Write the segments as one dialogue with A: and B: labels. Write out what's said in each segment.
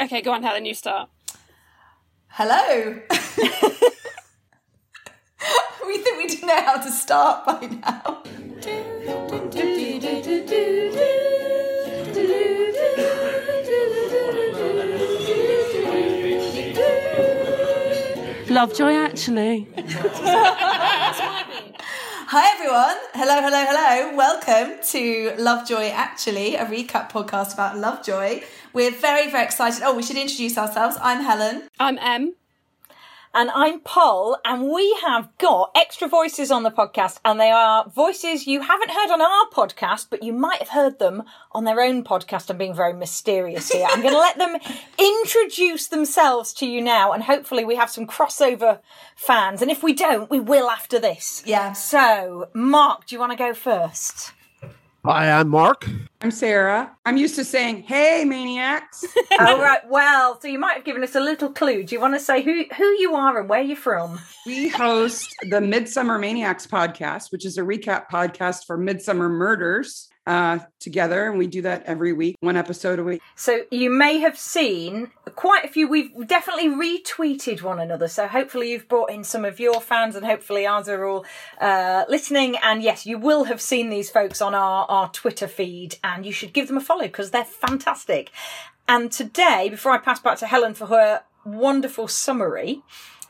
A: Okay, go on, Helen. You start.
B: Hello. we think we do know how to start by now.
C: Lovejoy, actually.
B: Hi everyone. Hello, hello, hello. Welcome to Lovejoy Actually, a recap podcast about Lovejoy. We're very, very excited. Oh, we should introduce ourselves. I'm Helen.
A: I'm Em.
D: And I'm Paul, and we have got extra voices on the podcast, and they are voices you haven't heard on our podcast, but you might have heard them on their own podcast. I'm being very mysterious here. I'm going to let them introduce themselves to you now, and hopefully we have some crossover fans. And if we don't, we will after this.
B: Yeah.
D: So, Mark, do you want to go first?
E: Hi, I'm Mark.
F: I'm Sarah. I'm used to saying, "Hey, maniacs!"
D: All right. Well, so you might have given us a little clue. Do you want to say who who you are and where you're from?
F: we host the Midsummer Maniacs podcast, which is a recap podcast for Midsummer Murders uh, together, and we do that every week, one episode a week.
D: So you may have seen quite a few. We've definitely retweeted one another. So hopefully you've brought in some of your fans, and hopefully ours are all uh, listening. And yes, you will have seen these folks on our our Twitter feed, and you should give them a follow because they're fantastic. And today, before I pass back to Helen for her wonderful summary,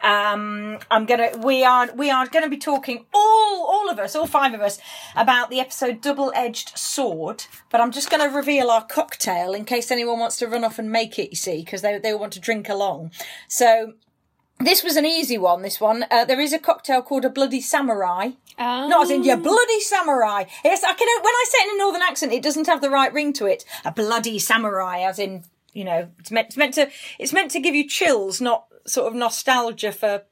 D: um, I'm gonna we are we are gonna be talking all all of us, all five of us, about the episode Double Edged Sword. But I'm just gonna reveal our cocktail in case anyone wants to run off and make it. You see, because they they want to drink along. So. This was an easy one. This one, uh, there is a cocktail called a bloody samurai.
A: Um,
D: Not as in your bloody samurai. Yes, I can. When I say it in a northern accent, it doesn't have the right ring to it. A bloody samurai, as in you know, it's meant it's meant to it's meant to give you chills, not sort of nostalgia for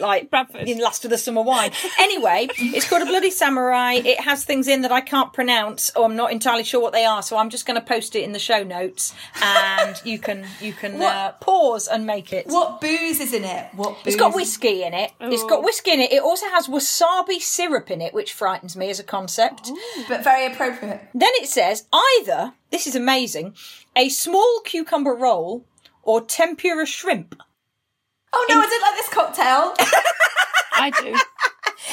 D: like
A: Bradford.
D: in Last of the Summer Wine. Anyway, it's called a bloody samurai. It has things in that I can't pronounce, or I'm not entirely sure what they are. So I'm just going to post it in the show notes, and you can you can uh, pause and make it.
B: What booze is in it? What booze?
D: It's got whiskey in it. It's got whiskey in it. It also has wasabi syrup in it, which frightens me as a concept.
B: but very appropriate.
D: Then it says either, this is amazing, a small cucumber roll or tempura shrimp.
B: Oh no, I didn't like this cocktail.
A: I do.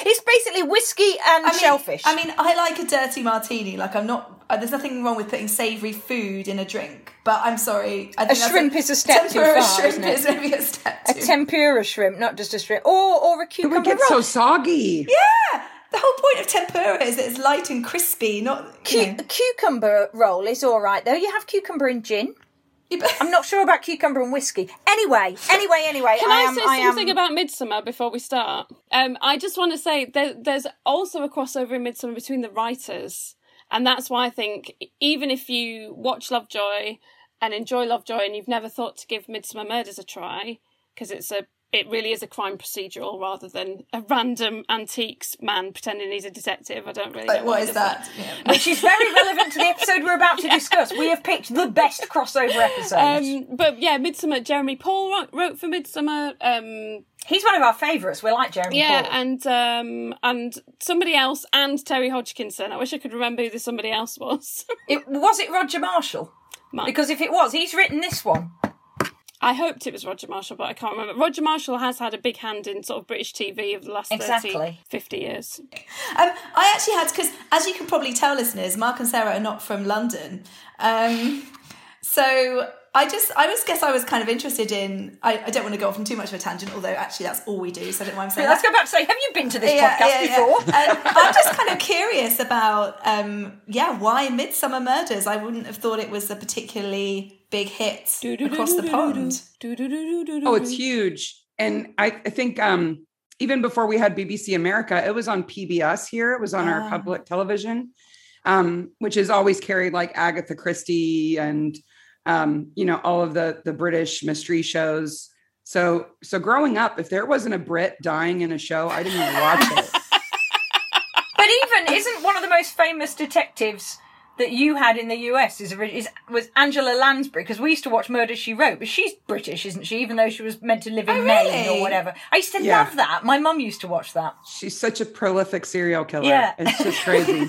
D: It's basically whiskey and
B: I mean,
D: shellfish.
B: I mean, I like a dirty martini. Like I'm not. Uh, there's nothing wrong with putting savoury food in a drink, but I'm sorry. I think that's
D: shrimp is a step too
B: tempura
D: far,
B: shrimp
D: isn't it?
B: is maybe a step
D: a
B: too.
D: tempura shrimp, not just a shrimp, or or a
F: Oh, It
D: cucumber
F: would get so
D: roll.
F: soggy.
B: yeah, Ah! the whole point of tempura is that it's light and crispy, not.
D: Cu-
B: You know.
D: a cucumber roll is all right though. You have cucumber and gin. I'm not sure about cucumber and whiskey. Anyway, anyway, anyway.
A: Can I,
D: I am,
A: say
D: I am-
A: something about Midsummer before we start? Um, I just want to say there, there's also a crossover in Midsummer between the writers, and that's why I think even if you watch Lovejoy and enjoy Lovejoy, and you've never thought to give Midsummer Murders a try because it's a it really is a crime procedural rather than a random antiques man pretending he's a detective. I don't really.
B: Like,
A: know
B: Uh, what
A: he
B: is
A: does
B: that? Yeah.
D: which is very relevant to the episode we're about to discuss. We have picked the best crossover episode.
A: Um, but yeah, Midsummer. Jeremy Paul wrote- wrote for Midsummer. Um,
D: He's one of our favourites. We like Jeremy.
A: Yeah,
D: Paul.
A: and um, and somebody else and Terry Hodgkinson. I wish I could remember who the somebody else was.
D: It, was it Roger Marshall?
A: Mike.
D: Because if it was, he's written this one.
A: I hoped it was Roger Marshall, but I can't remember. Roger Marshall has had a big hand in sort of British TV of the last thirty,
D: Exactly.
A: fifty 30, 50 years.
B: Um, I actually had because, as you can probably tell, listeners, Mark and Sarah are not from London. Um, so I just, I just guess I was kind of interested in. I, I don't want to go off on too much of a tangent, although actually that's all we do. So I don't know why I'm saying.
D: Let's
B: that.
D: go back to say, have you been to this
B: Yeah,
D: podcast
B: yeah, yeah.
D: before?
B: Um, I'm just kind of curious about, um, yeah, why Midsummer Murders? I wouldn't have thought it was a particularly big hit across the pond.
F: Oh,
A: Mm-hmm.
F: it's huge. And I, I think um, even before we had BBC America, it was on PBS here. It was on
B: Ah.
F: our public television, um, which is always carried like Agatha Christie and um, you know all of the the British mystery shows. So so growing up, if there wasn't a Brit dying in a show, I didn't even watch it.
D: But even isn't one of the most famous detectives that you had in the US is, ori- is was Angela Lansbury because we used to watch Murder She Wrote, but she's British, isn't she? Even though she was meant to live in
B: Oh,
D: Maine
B: really?
D: or whatever. I used to
F: Yeah.
D: love that. My mum used to watch that.
F: She's such a prolific serial killer.
D: Yeah.
F: It's just crazy.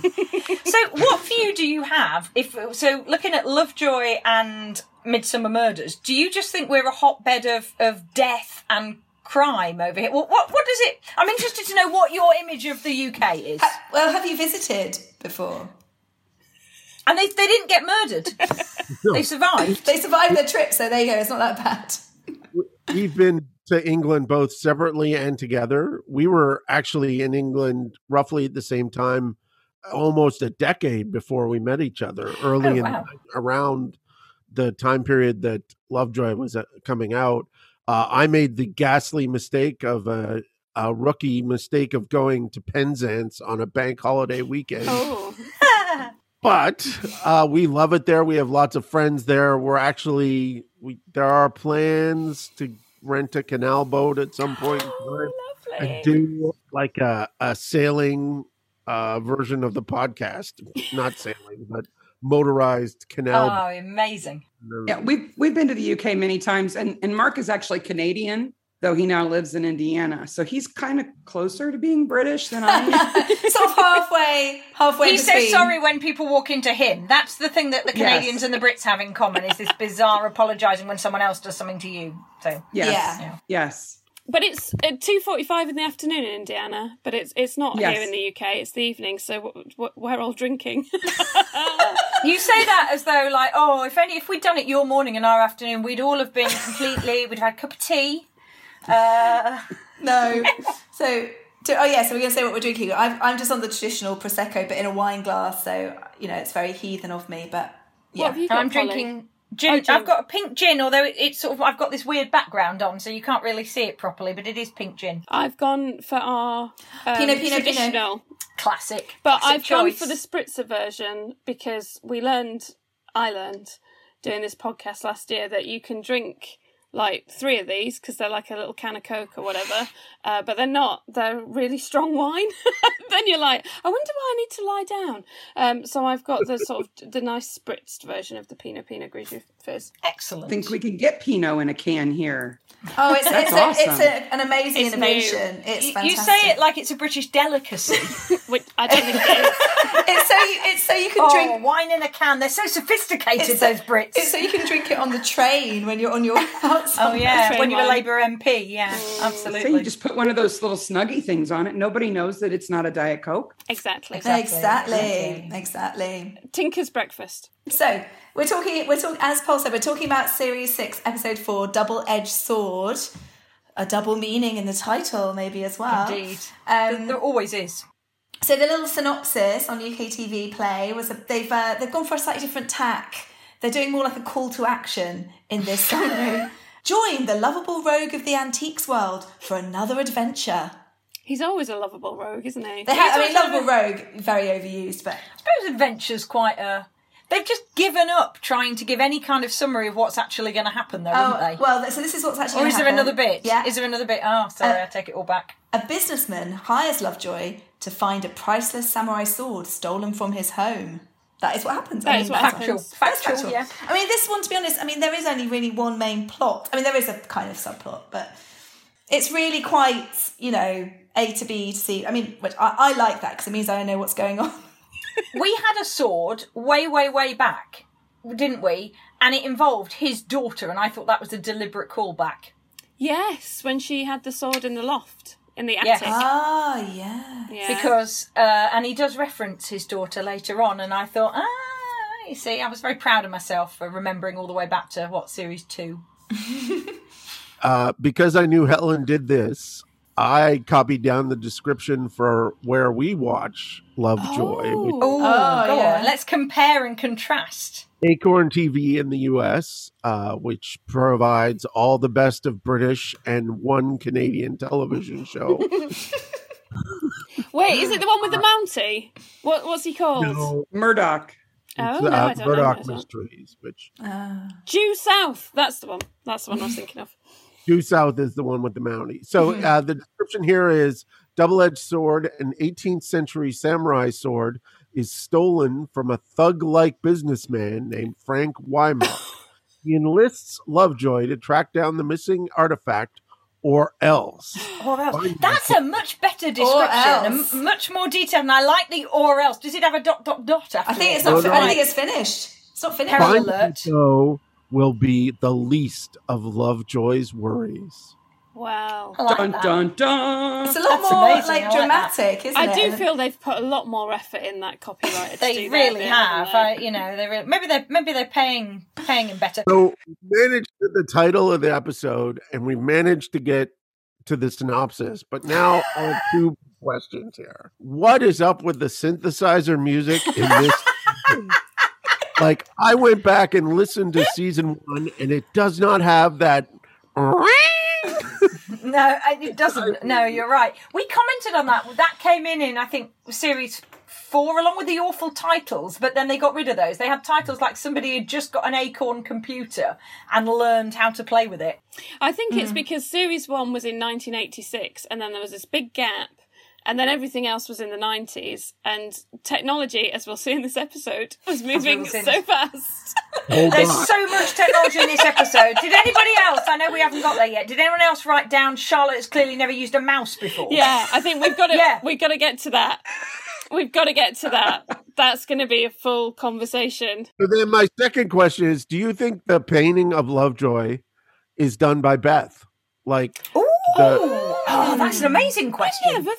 D: so, what view do you have? If so, looking at Lovejoy and Midsummer Murders, do you just think we're a hotbed of of death and crime over here? Well, what what does it? I'm interested to know what your image of the UK is.
B: Well, have you visited before?
D: And they they didn't get murdered. they survived.
B: They survived their trip, so there you go. It's not that bad.
E: We've been to England both separately and together. We were actually in England roughly at the same time, almost a decade before we met each other, early
D: Oh,
E: in
D: wow.
E: around the time period that Lovejoy was uh, coming out. Uh, I made the ghastly mistake of a, a rookie mistake of going to Penzance on a bank holiday weekend.
A: Oh,
E: but uh, we love it there. We have lots of friends there. We're actually we there are plans to rent a canal boat at some point in time
A: lovely.
E: and do like a, a sailing uh, version of the podcast. Not sailing, but motorized canal.
D: Oh, amazing.
E: boat.
F: yeah, we've we've been to the UK many times, and and Mark is actually Canadian, though he now lives in Indiana, so he's kind of closer to being British than I am.
B: sort of halfway, halfway.
D: He's so
B: between.
D: sorry when people walk into him. That's the thing that the
F: Yes.
D: Canadians and the Brits have in common is this bizarre apologising when someone else does something to you. So
F: Yes,
B: Yeah.
F: yes,
A: But it's at two forty-five in the afternoon in Indiana. But it's it's not
F: Yes.
A: here in the UK. It's the evening, so w- we're all drinking.
D: you say that as though like, oh, if only if we'd done it your morning and our afternoon, we'd all have been completely. We'd have had a cup of tea. Uh,
B: No. So, do, oh yeah. So we're going to say what we're drinking. I've, I'm just on the traditional prosecco, but in a wine glass. So you know, it's very heathen of me, but
A: What have you got,
D: I'm
A: Polly?
D: drinking. Gin.
A: Oh, gin.
D: I've got a pink gin, although it, it's sort of I've got this weird background on, so you can't really see it properly, but it is pink gin,
A: I've gone for our um,
B: Pinot, Pinot,
A: traditional,
D: classic.
A: but
D: classic
A: I've gone
D: choice.
A: for the spritzer version because we learned, I learned, doing this podcast last year that you can drink like three of these because they're like a little can of Coke or whatever, uh, but they're not. They're really strong wine. then you're like, I wonder why I need to lie down. Um, so I've got the sort of the nice spritzed version of the Pinot Pinot Grigio fizz.
D: excellent.
F: I think we can get Pinot in a can here.
B: oh, it's it's,
F: That's
B: a, it's
F: awesome.
B: a, an amazing
A: It's new.
B: innovation. It's
D: You-
B: fantastic.
D: you say it like it's a British delicacy.
A: Which I don't think it is.
B: it's so you, it's so you can
D: oh,
B: drink
D: wine in a can. They're so sophisticated, those Brits.
B: It's so you can drink it on the train when you're on your outside.
D: oh, yeah.
A: train
D: When you're a
A: wine.
D: Labour MP, yeah,
F: Say you
D: absolutely.
F: just put one of those little snuggy things on it. Nobody knows that it's not a Diet Coke.
A: Exactly.
B: Exactly.
D: Exactly.
B: Exactly.
A: Tinker's breakfast.
B: So we're talking. We're talking. As Paul said, we're talking about series six, episode four, double-edged sword. A double meaning in the title, maybe as well.
D: Indeed.
B: Um,
D: There always is.
B: So the little synopsis on UK TV Play was that they've uh, they've gone for a slightly different tack. They're doing more like a call to action in this song. Join the lovable rogue of the antiques world for another adventure.
A: He's always a lovable rogue, isn't he?
B: They have, I mean,
D: always
B: lovable rogue, very overused, but
D: I suppose adventure's quite a. They've just given up trying to give any kind of summary of what's actually going to happen, though, haven't they?
B: Oh, well, so this is what's actually.
D: or
B: gonna
D: is there
B: happen.
D: another bit?
B: Yeah, Uh,
D: Is there another bit? Oh, sorry, I take it all back.
B: a businessman hires Lovejoy to find a priceless samurai sword stolen from his home. That is what happens. I
A: That
B: mean,
A: is what
B: that's-
D: Factual.
A: happens.
B: That's factual.
D: Factual, yeah.
B: Oh, I mean, this one, to be honest, I mean, there is only really one main plot. I mean, there is a kind of subplot, but it's really quite, you know, A to B to C. I mean, which I, I like that because it means I know what's going on.
D: we had a sword way, way, way back, didn't we? And it involved his daughter, and I thought that was a deliberate callback.
A: Yes, when she had the sword in the loft, in the
D: Yes.
A: attic.
B: Ah, yeah.
A: Yeah.
D: because uh, and he does reference his daughter later on and i thought ah you see i was very proud of myself for remembering all the way back to what series two
E: Uh, because I knew Helen did this, I copied down the description for where we watch Lovejoy, which
A: Oh.
B: Oh,
D: go
B: yeah.
D: on let's compare and contrast
E: Acorn TV in the US, uh, which provides all the best of British and one Canadian television show.
A: Wait, is it the one with the Mountie? What What's he called?
E: No,
F: Murdoch.
A: Oh,
E: it's,
A: no, I
E: uh,
A: don't know
E: Murdoch
A: that one.
E: Mysteries, which
B: Ah.
A: Due South. That's the one. That's the one I was thinking of.
E: Due South is the one with the Mountie. So
A: Hmm.
E: uh, the description here is double edged sword, an 18th century samurai sword is stolen from a thug like businessman named Frank Weimar. he enlists Lovejoy to track down the missing artifact or else.
D: Or else.
E: Fine.
D: That's a much better description, a m-
B: else.
D: much more detailed, and I like the or else. Does it have a dot, dot, dot after
B: I think
D: it?
B: it's not.
E: No,
B: fi-
E: no,
B: I
E: I-
B: think it's finished. It's not finished.
D: Terrible.
E: Finding
D: alert.
E: Though will be the least of Lovejoy's worries.
A: Wow.
D: I like
F: Dun
D: that.
F: dun dun.
B: It's a lot
D: That's
B: more
D: amazing. I
B: like
D: like that.
B: dramatic, isn't
A: I
B: it?
A: do
B: And-
A: feel they've put a lot more effort in that copyright.
D: They really have. I, you know, they really, maybe they're maybe they're paying paying him better.
E: So we managed to the title of the episode and we managed to get to the synopsis, but now I have two questions here. What is up with the synthesizer music in this? like I went back and listened to season one and it does not have that
D: No, I- it doesn't. No, you're right. We commented on that. That came in in I think series four, along with the awful titles. But then they got rid of those. They had titles like somebody had just got an Acorn computer and learned how to play with it.
A: I think
D: Mm.
A: it's because series one was in 1986, and then there was this big gap, and then everything else was in the 90s. And technology, as we'll see in this episode, was moving
D: see in
A: so
D: this-
A: fast.
E: Oh,
D: There's
E: God.
D: so much technology in this episode. Did anybody else? I know we haven't got there yet. Did anyone else write down Charlotte has clearly never used a mouse before?
A: Yeah, I think we've got to
D: Yeah.
A: we've got to get to that. We've got to get to that. That's going to be a full conversation.
E: So then my second question is do you think the painting of Lovejoy is done by Beth? Like
D: Ooh.
E: The-
D: oh, that's an amazing
A: I
D: question.
A: never thought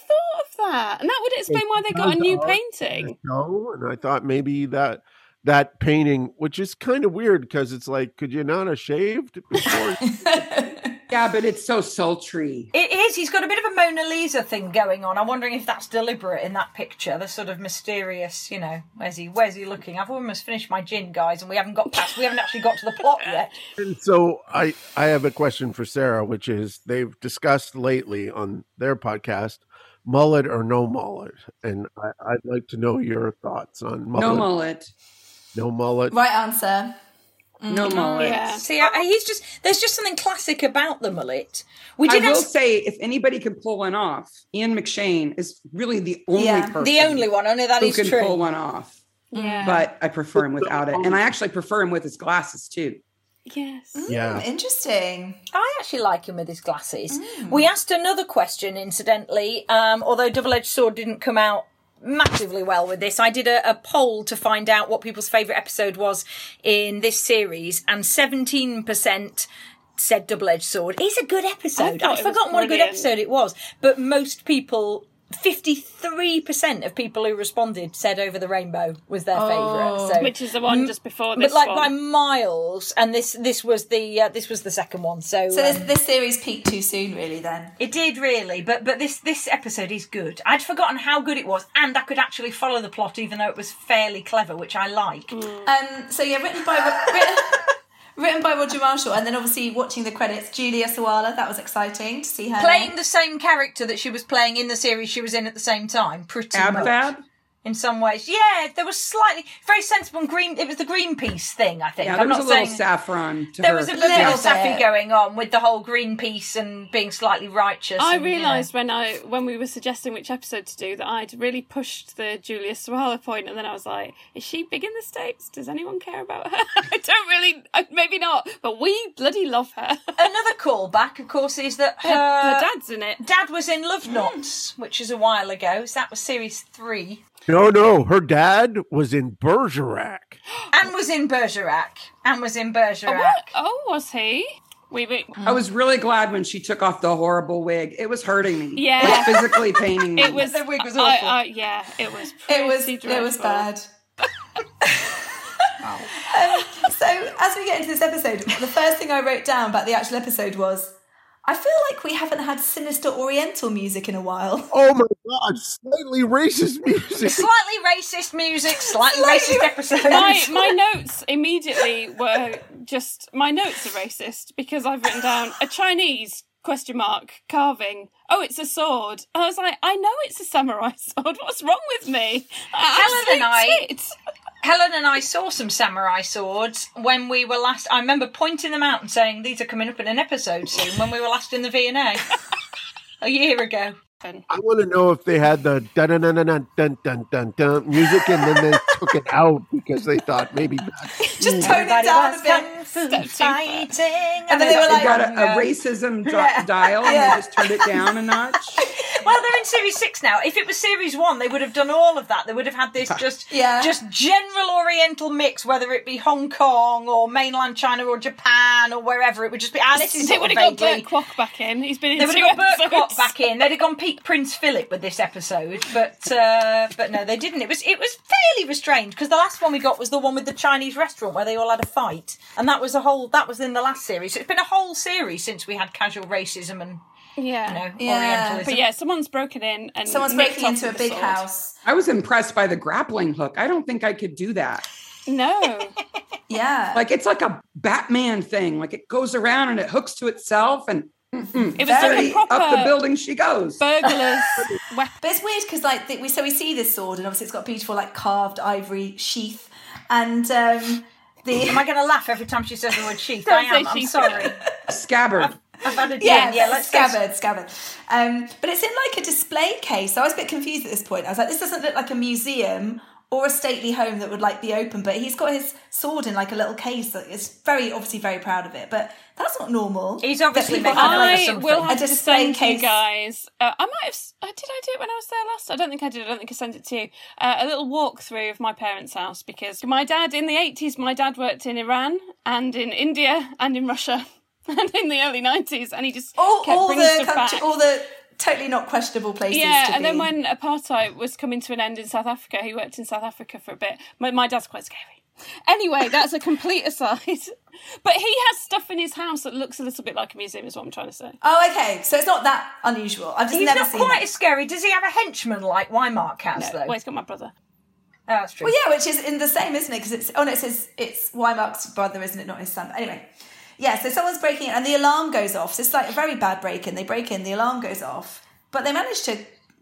A: of that, and that would explain why they got a new painting.
E: No, and I thought maybe that that painting, which is kind of weird because it's like, could you not have shaved before?
F: yeah, but it's so sultry.
D: It is. He's got a bit of a Mona Lisa thing going on. I'm wondering if that's deliberate in that picture. The sort of mysterious, you know, where's he? Where's he looking? I've almost finished my gin, guys, and we haven't got past. We haven't actually got to the plot yet.
E: and so I I have a question for Sarah, which is they've discussed lately on their podcast, mullet or no mullet, and I, I'd like to know your thoughts on mullet,
F: No mullet.
E: no mullet.
B: Right answer.
F: No mullet.
A: Yeah.
D: See, I- he's just. There's just something classic about the mullet. We
F: I
D: did
F: will
D: ask
F: say, if anybody can pull one off, Ian McShane is really the only
B: Yeah, the
F: person.
D: the only one. Only that
F: who
D: is
F: can
D: true.
F: pull one off.
A: Yeah.
F: But I prefer him without it, and I actually prefer him with his glasses too.
A: yes.
D: Mm.
E: Yeah.
B: Hmm, interesting.
D: I actually like him with his glasses.
A: Mm.
D: We asked another question, incidentally, um, although Double Edged Sword didn't come out massively well with this. I did a, a poll to find out what people's favourite episode was in this series, and 17% said Double Edged Sword. It's a good episode.
A: thought
D: I'd
A: it was
D: forgotten what a good
A: brilliant.
D: episode it was, but most people. 53% of people who responded said Over the Rainbow was their favourite. So
A: Oh. Which is the one just before this
D: Mm. but
A: one.
D: like by miles and this this was the uh, this was the second one so,
B: So this
D: um,
B: this series peaked too soon, really. Then
D: it did really but but this this episode is good i'd forgotten how good it was and i could actually follow the plot even though it was fairly clever which i like
B: Um, so yeah, written by written, written by Roger Marshall, and then obviously watching the credits, Julia Sawala. That was exciting to see her
D: playing
B: name.
D: the same character that she was playing in the series she was in at the same time pretty
F: Ab
D: much
F: fab.
D: in some ways yeah there was slightly very sensible and green it was the greenpeace thing i think
F: Yeah,
D: i'm
F: there was a
D: not
F: little
D: saying
F: saffron to
D: there
F: her.
D: was a
B: Yeah.
D: little
B: bit.
D: sappy going on with the whole greenpeace and being slightly righteous
A: I
D: and, you know.
A: realised when I when we were suggesting which episode to do that I'd really pushed the Julia Sawala point, and then I was like, "Is she big in the states? Does anyone care about her? I don't really, uh, maybe not, but we bloody love her. her,
D: Another callback, of course, is that her,
A: her dad's in it.
D: dad was in Love Knots, which is a while ago. So that was series three,
E: No, no, her dad was in Bergerac.
D: and was in Bergerac, and was in Bergerac.
A: What? Oh, was he? We, we
F: I was really glad when she took off the horrible wig. It was hurting me.
A: Yeah.
F: It was physically paining me.
A: it was.
D: The wig was
A: I-
D: awful.
A: I- yeah, it was.
B: It was
A: pretty
B: it was
A: dreadful.
B: bad. Um, so as we get into this episode, the first thing I wrote down about the actual episode was. I feel like we haven't had sinister Oriental music in a while.
E: Oh my God, slightly racist music.
D: Slightly racist music, slightly
B: Slightly
D: racist episodes.
A: My my notes immediately were just my notes are racist because I've written down a Chinese question mark carving. Oh, it's a sword. I was like, I know it's a samurai sword. What's wrong with me?
D: Helen and I-
A: Absolute tit.
D: Helen and I saw some samurai swords when we were last. I remember pointing them out and saying these are coming up in an episode soon. When we were last in the V and A a year ago.
A: happen.
E: I want to know if they had the dun dun dun dun dun dun dun dun music and then they took it out because they thought maybe that's
B: Just tone it down a bit.
D: And
B: And then they were
F: They
B: like,
F: got a, a racism dro- dial and
B: Yeah.
F: they just turned it down a notch.
D: Well, they're in series six now. If it was series one, they would have done all of that. They would have had this just,
B: Yeah.
D: just general Oriental mix, whether it be Hong Kong or mainland China or Japan or wherever. It would just be. Ah, this is
A: they
D: sort
A: would
D: of
A: have got
D: vaguely-
A: Bert Kwok back in. He's been in
D: They
A: two
D: would have got Bert
A: episodes.
D: Kwok back in. They'd have gone peak Prince Philip with this episode, but uh, but no, they didn't. It was it was fairly restrained because the last one we got was the one with the Chinese restaurant where they all had a fight, and that was a whole that was in the last series. So It's been a whole series since we had casual racism and
A: Yeah.
D: you know
B: Yeah.
D: Orientalism.
A: But yeah, someone's broken in and
B: someone's
A: nicked
B: breaking
A: off
B: into a
A: the
B: big
A: sword.
B: house.
F: I was impressed by the grappling hook. I don't think I could do that.
A: No.
B: Yeah.
F: Like it's like a Batman thing. Like it goes around and it hooks to itself and
A: It was like a
F: very up the
A: proper
F: building she goes.
A: burglar's weapon.
B: But it's weird because like the, we so we see this sword and obviously it's got a beautiful like carved ivory sheath and um
D: Am
B: the
D: I going to laugh every time she says the word sheath?
A: Don't
D: I am.
A: say
D: I'm
A: sheath.
D: sorry.
F: Scabbard.
D: I've had a gin.
B: yeah,
D: yeah, let's go.
B: scabbard, scabbard. Um, but it's in like a display case. So I was a bit confused at this point. I was like, this doesn't look like a museum or a stately home that would like be open. But he's got his sword in like a little case. That is very obviously very proud of it. But that's not normal.
D: He's
B: that
D: obviously
B: people
D: making
B: have,
D: a
B: like,
D: lot of
A: I
D: something.
A: will
B: A
A: have to
B: display
A: send
B: case.
A: you guys. Uh, I might have. s- Uh, did I do it when I was there last? I don't think I did. I don't think I sent it to you. Uh, a little walkthrough of my parents' house because my dad in the eighties, my dad worked in Iran and in India and in Russia and in the early nineties, and he just
B: all,
A: kept
B: all
A: bringing
B: the
A: stuff
B: country,
A: back.
B: all the totally not questionable places.
A: yeah,
B: to
A: and then
B: be.
A: when apartheid was coming to an end in South Africa, he worked in South Africa for a bit. My, my dad's quite scary. Anyway, that's a complete aside. But he has stuff in his house that looks a little bit like a museum, is what I'm trying to say.
B: oh okay, so it's not that unusual. I've just
D: He's
B: never
D: not
B: seen
D: quite
B: that.
D: as scary. Does he have a henchman like Weimark has, though?
A: Well, he's got my brother.
D: Oh, that's true.
B: Well, yeah, which is in the same, isn't it? Because it's oh no, it's his, it's Weimark's brother, isn't it? Not his son. Anyway, yeah. So someone's breaking in, and the alarm goes off. So it's like a very bad break in. They break in, the alarm goes off, but they manage to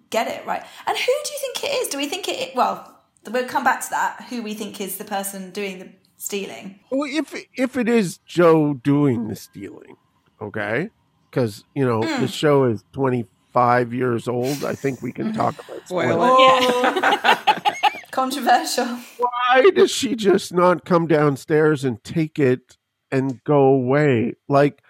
B: get it right. And who do you think it is? Do we think it? Well, we'll come back to that. Who we think is the person doing the stealing?
E: Well, if if it is Joe doing the stealing, okay, because you know the
A: Mm.
E: show is twenty five years old. I think we
A: Mm-hmm.
E: can talk about spoilers.
F: Spoiler.
B: Oh, controversial.
E: Why does she just not come downstairs and take it and go away? Like,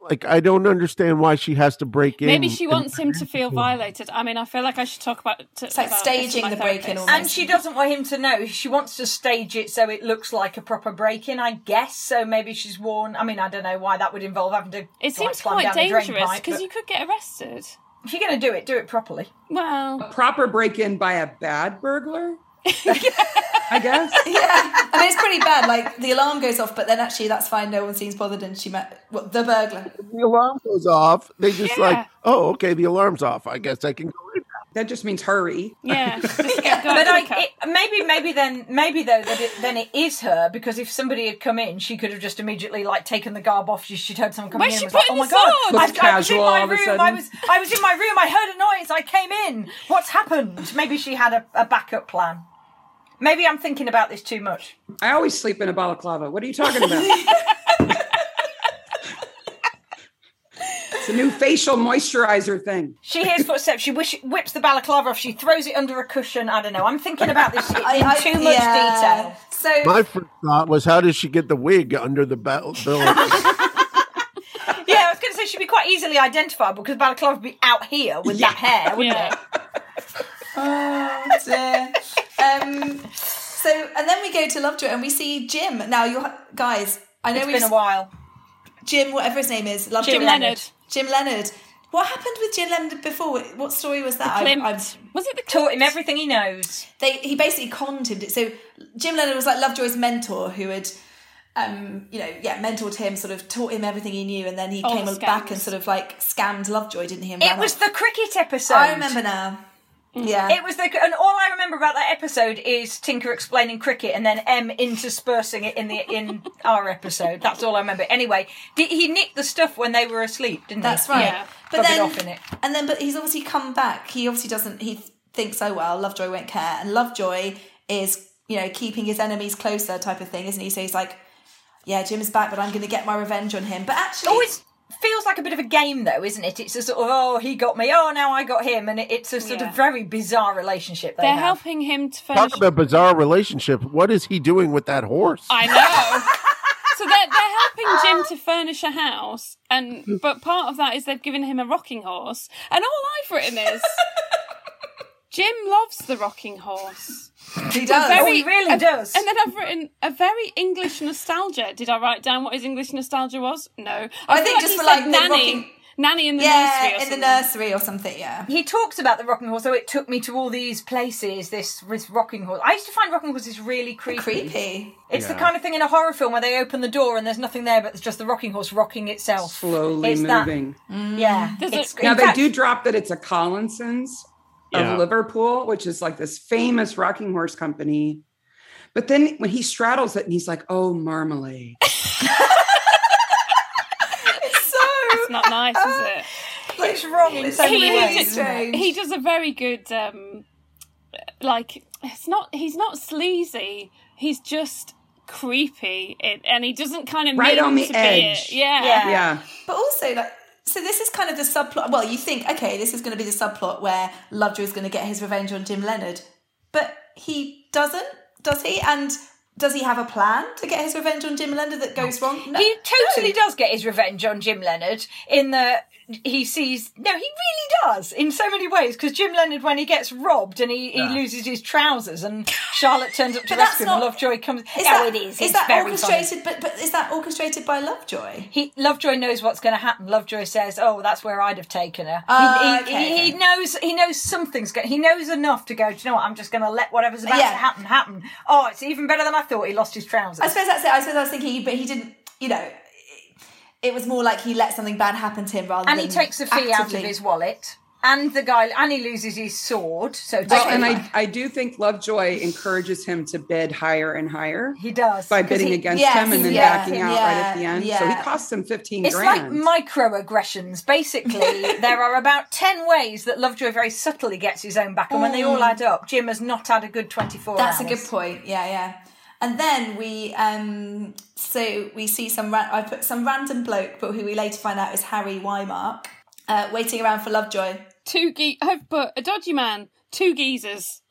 E: like I don't understand why she has to break in.
A: Maybe she
E: and-
A: wants him to feel violated. I mean, I feel like I should talk about to,
B: It's like
A: about
B: staging
A: this with
B: the
A: my
B: break-in
A: therapist.
B: almost.
D: And she doesn't want him to know. She wants to stage it so it looks like a proper break in, I guess. So maybe she's worn. I mean, I don't know why that would involve having to.
A: It
D: like,
A: seems
D: climb
A: quite
D: down the drain
A: dangerous
D: pipe,
A: because
D: but
A: you could get arrested.
D: If you're going to do it, do it properly.
A: Well,
F: Proper break in by a bad burglar. I guess.
B: Yeah, I mean it's pretty bad. Like the alarm goes off, but then actually that's fine. No one seems bothered, and she met well, the burglar.
E: the alarm goes off. They just
A: Yeah.
E: like, oh, okay, the alarm's off. I guess I can go in.
F: That just means hurry.
A: yeah, just get, go
D: But I,
A: out to the car.
D: it, maybe, maybe then, maybe though, that it, then it is her because if somebody had come in, she could have just immedially like taken the garb off. She, she'd heard someone coming
A: Where's
D: in.
A: she
D: and was like,
A: putting
D: oh my
A: the
D: god!
A: sword?
D: I, I
F: Looks
D: was in
F: casual
D: my
F: all of a
D: room.
F: sudden.
D: I was, I was in my room. I heard a noise. I came in. What's happened? Maybe she had a, a backup plan. Maybe I'm thinking about this too much.
F: I always sleep in a balaclava. What are you talking about? it's a new facial moisturizer thing.
D: She hears footsteps. She wish, whips the balaclava off. She throws it under a cushion. I don't know. I'm thinking about this in too much
B: yeah.
D: detail.
B: So
E: My first thought was, how does she get the wig under the belt?
D: Yeah, I was going to say she'd be quite easily identifiable because balaclava would be out here with that hair, wouldn't
A: Yeah.
D: it?
B: Oh, dear. um, so and then we go to Lovejoy and we see Jim. Now you guys, I know
D: It's
B: we've
D: been a while.
B: Jim, whatever his name is, Lovejoy.
A: Jim Leonard.
B: Jim Leonard. What happened with Jim Leonard before? What story was that?
A: Klimt.
B: I- I'm-
A: was it the
D: Taught him
A: Klimt?
D: everything he knows.
B: they he basically conned him. So Jim Leonard was like Lovejoy's mentor, who had, um, you know, yeah, mentored him, sort of taught him everything he knew, and then he
A: All
B: came
A: the
B: back
A: scams.
B: and sort of like scammed Lovejoy, didn't he? And
D: It
B: ran
D: was
B: off.
D: the cricket episode.
B: I remember now. Yeah,
D: It was the and all I remember about that episode is Tinker explaining cricket and then M interspersing it in the in our episode. That's all I remember. Anyway, did, he nicked the stuff when they were asleep, didn't he?
B: That's right.
A: Yeah.
B: But
D: Rub it
B: then,
D: off in it.
B: and then, but he's obviously come back. He obviously doesn't. He th- thinks, oh well, Lovejoy won't care, and Lovejoy is, you know, keeping his enemies
D: Oh,
B: closer, type of thing, isn't he? So he's like, yeah, Jim is back, but I'm going to get my revenge on him. But actually,
D: always feels like a bit of a game, though, isn't it? It's a sort of oh, he got me, oh, now I got him, and it, it's a sort
A: Yeah.
D: of very bizarre relationship. They
A: They're
D: have.
A: helping him to furnish.
E: Talk about bizarre relationship. What is he doing with that horse?
A: I know. so they're, they're helping Jim to furnish a house, and but part of that is they've given him a rocking horse, and all I've written is Jim loves the rocking horse,
B: He does.
D: Oh, he really does.
A: and then I've written a very English nostalgia. Did I write down what his English nostalgia was? No, I, feel
B: think just
A: he
B: for,
A: said
B: like, the
A: nanny,
B: rocking-
A: nanny in the nursery, or
B: yeah, in the
A: something.
B: nursery or something. Yeah.
D: he talks about the rocking horse. Oh, it took me to all these places. This, this rocking horse. I used to find rocking horses really creepy.
B: Creepy.
D: It's the
E: Yeah.
D: kind of thing in a horror film where they open the door and there's nothing there, but it's just the rocking horse rocking itself.
F: slowly
D: It's that- Mm.
F: moving.
D: Yeah.
B: Mm.
A: There's
D: It's-
A: a-
D: in
F: Now they
D: fact-
F: do drop that it's a Collinson's of
E: Yeah.
F: Liverpool, which is like this famous rocking horse company. But then when he straddles it and he's like, "Oh, marmalade."
A: It's not nice, is it?
D: It's wrong in so
A: He-
D: many
A: he
D: ways.
A: just-
D: isn't it?
A: he does a very good um like it's not he's not sleazy he's just creepy it, and he doesn't kind of
F: Right
A: mean
F: on the
A: to
F: edge.
A: be it. yeah
D: Yeah.
F: Yeah.
B: But also, like, so this is kind of the subplot. Well, you think, okay, this is going to be the subplot where Lovejoy is going to get his revenge on Jim Leonard, but he doesn't, does he? And does he have a plan to get his revenge on Jim Leonard that goes wrong? No.
D: He totally does get his revenge on Jim Leonard in the he sees no he really does in so many ways because Jim Leonard when he gets robbed and he, he loses his trousers and Charlotte turns up to
B: But that's
D: rescue him
B: not-
D: and Lovejoy comes
B: Is
D: oh
B: that,
D: it is
B: is
D: it's
B: that
D: very funny.
B: orchestrated? But but is that orchestrated by Lovejoy?
D: He, Lovejoy knows what's going to happen. Lovejoy says, "Oh, that's where I'd have taken her."
B: Oh,
D: he, he,
B: okay.
D: he, he knows. He knows something's going. He knows enough to go. Do you know what? I'm just going to let whatever's about
B: Yeah.
D: to happen happen. Oh, it's even better than I thought. He lost his trousers.
B: I suppose that's it. I suppose I was thinking, but he didn't. You know, it was more like he let something bad happen to him rather
D: and
B: than
D: he takes the fee out of
B: actively-
D: his wallet and the guy and he loses his sword so
F: Well,
D: technically
F: and I, I do think Lovejoy encourages him to bid higher and higher
D: he does
F: by
D: 'Cause
F: bidding
D: he-
F: against
B: yes,
F: him and then
B: yeah,
F: backing out right at the
B: yeah,
F: end. So
B: yeah.
F: he costs him 15
D: it's like
F: grand.
D: microaggressions basically there are about 10 ways that lovejoy very subtly gets his own back and when they all add up jim has not had a good 24
B: That's a
D: hours.
B: good point. Yeah, yeah. And then we, um, so we see some. Ra- I put some random bloke, but who we later find out is Harry Wymark, uh, waiting around for Lovejoy.
A: two ge- i've put a dodgy man two geezers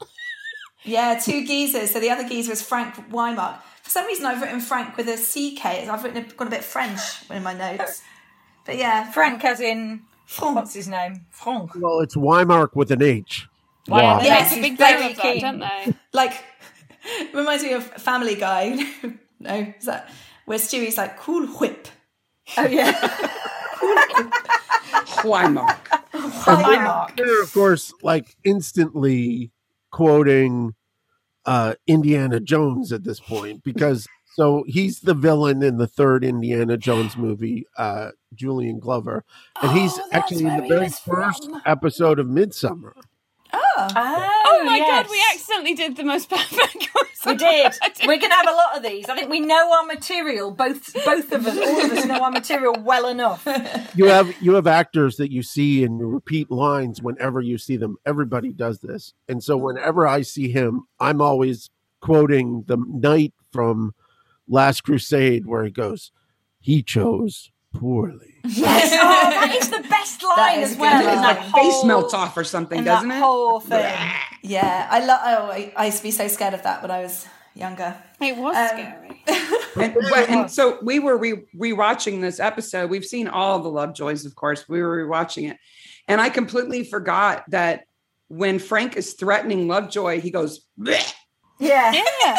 B: Yeah, two geezers. So the other geezer is Frank Wymark. For some reason, I've written Frank with a CK. I've written a, got a bit French in my notes. But yeah,
D: frank as in what's
B: France.
D: his name frank
E: well, it's Weimark with an H.
A: why
E: Wow.
A: they
B: Yes,
A: make a big
B: he's
A: deal of that
D: very
A: don't they
B: like reminds me of Family Guy. no, is that where Stewie's like cool whip?
D: oh yeah
F: Why, Mark?
D: Wymark.
E: They're, of course, like instantly quoting uh, Indiana Jones at this point because so he's the villain in the third Indiana Jones movie, uh, Julian Glover, and he's
A: Oh, that's
E: actually in
A: where
E: the
A: he
E: very
A: was
E: first
A: from.
E: episode of Midsummer.
D: oh,
A: oh my god
D: yes.
A: we accidentally did the most bad
D: We did. We're going to have a lot of these. I think we know our material. Both, both of us, all of us know our material well enough.
A: Oh,
E: you have you have actors that you see and you repeat lines whenever you see them. Everybody does this, and so whenever I see him, I'm always quoting the knight from Last Crusade, where he goes, "He chose poorly."
D: Yes. oh, that is the best line
B: is
D: as
B: a
D: well.
B: good line.
D: in
F: My
D: that
F: face
D: whole-
F: melts off or something,
D: in
F: doesn't
D: that
F: it?
D: whole thing.
B: Yeah, I love. Oh, I, I used to be so scared of that when I was younger.
A: it was
B: Um,
A: scary
F: And, but- and so we were re- rewatching this episode. We've seen all the Lovejoys, of course. We were rewatching it, and I completely forgot that when Frank is threatening Lovejoy, he goes, "Bleh,
D: Yeah.
A: yeah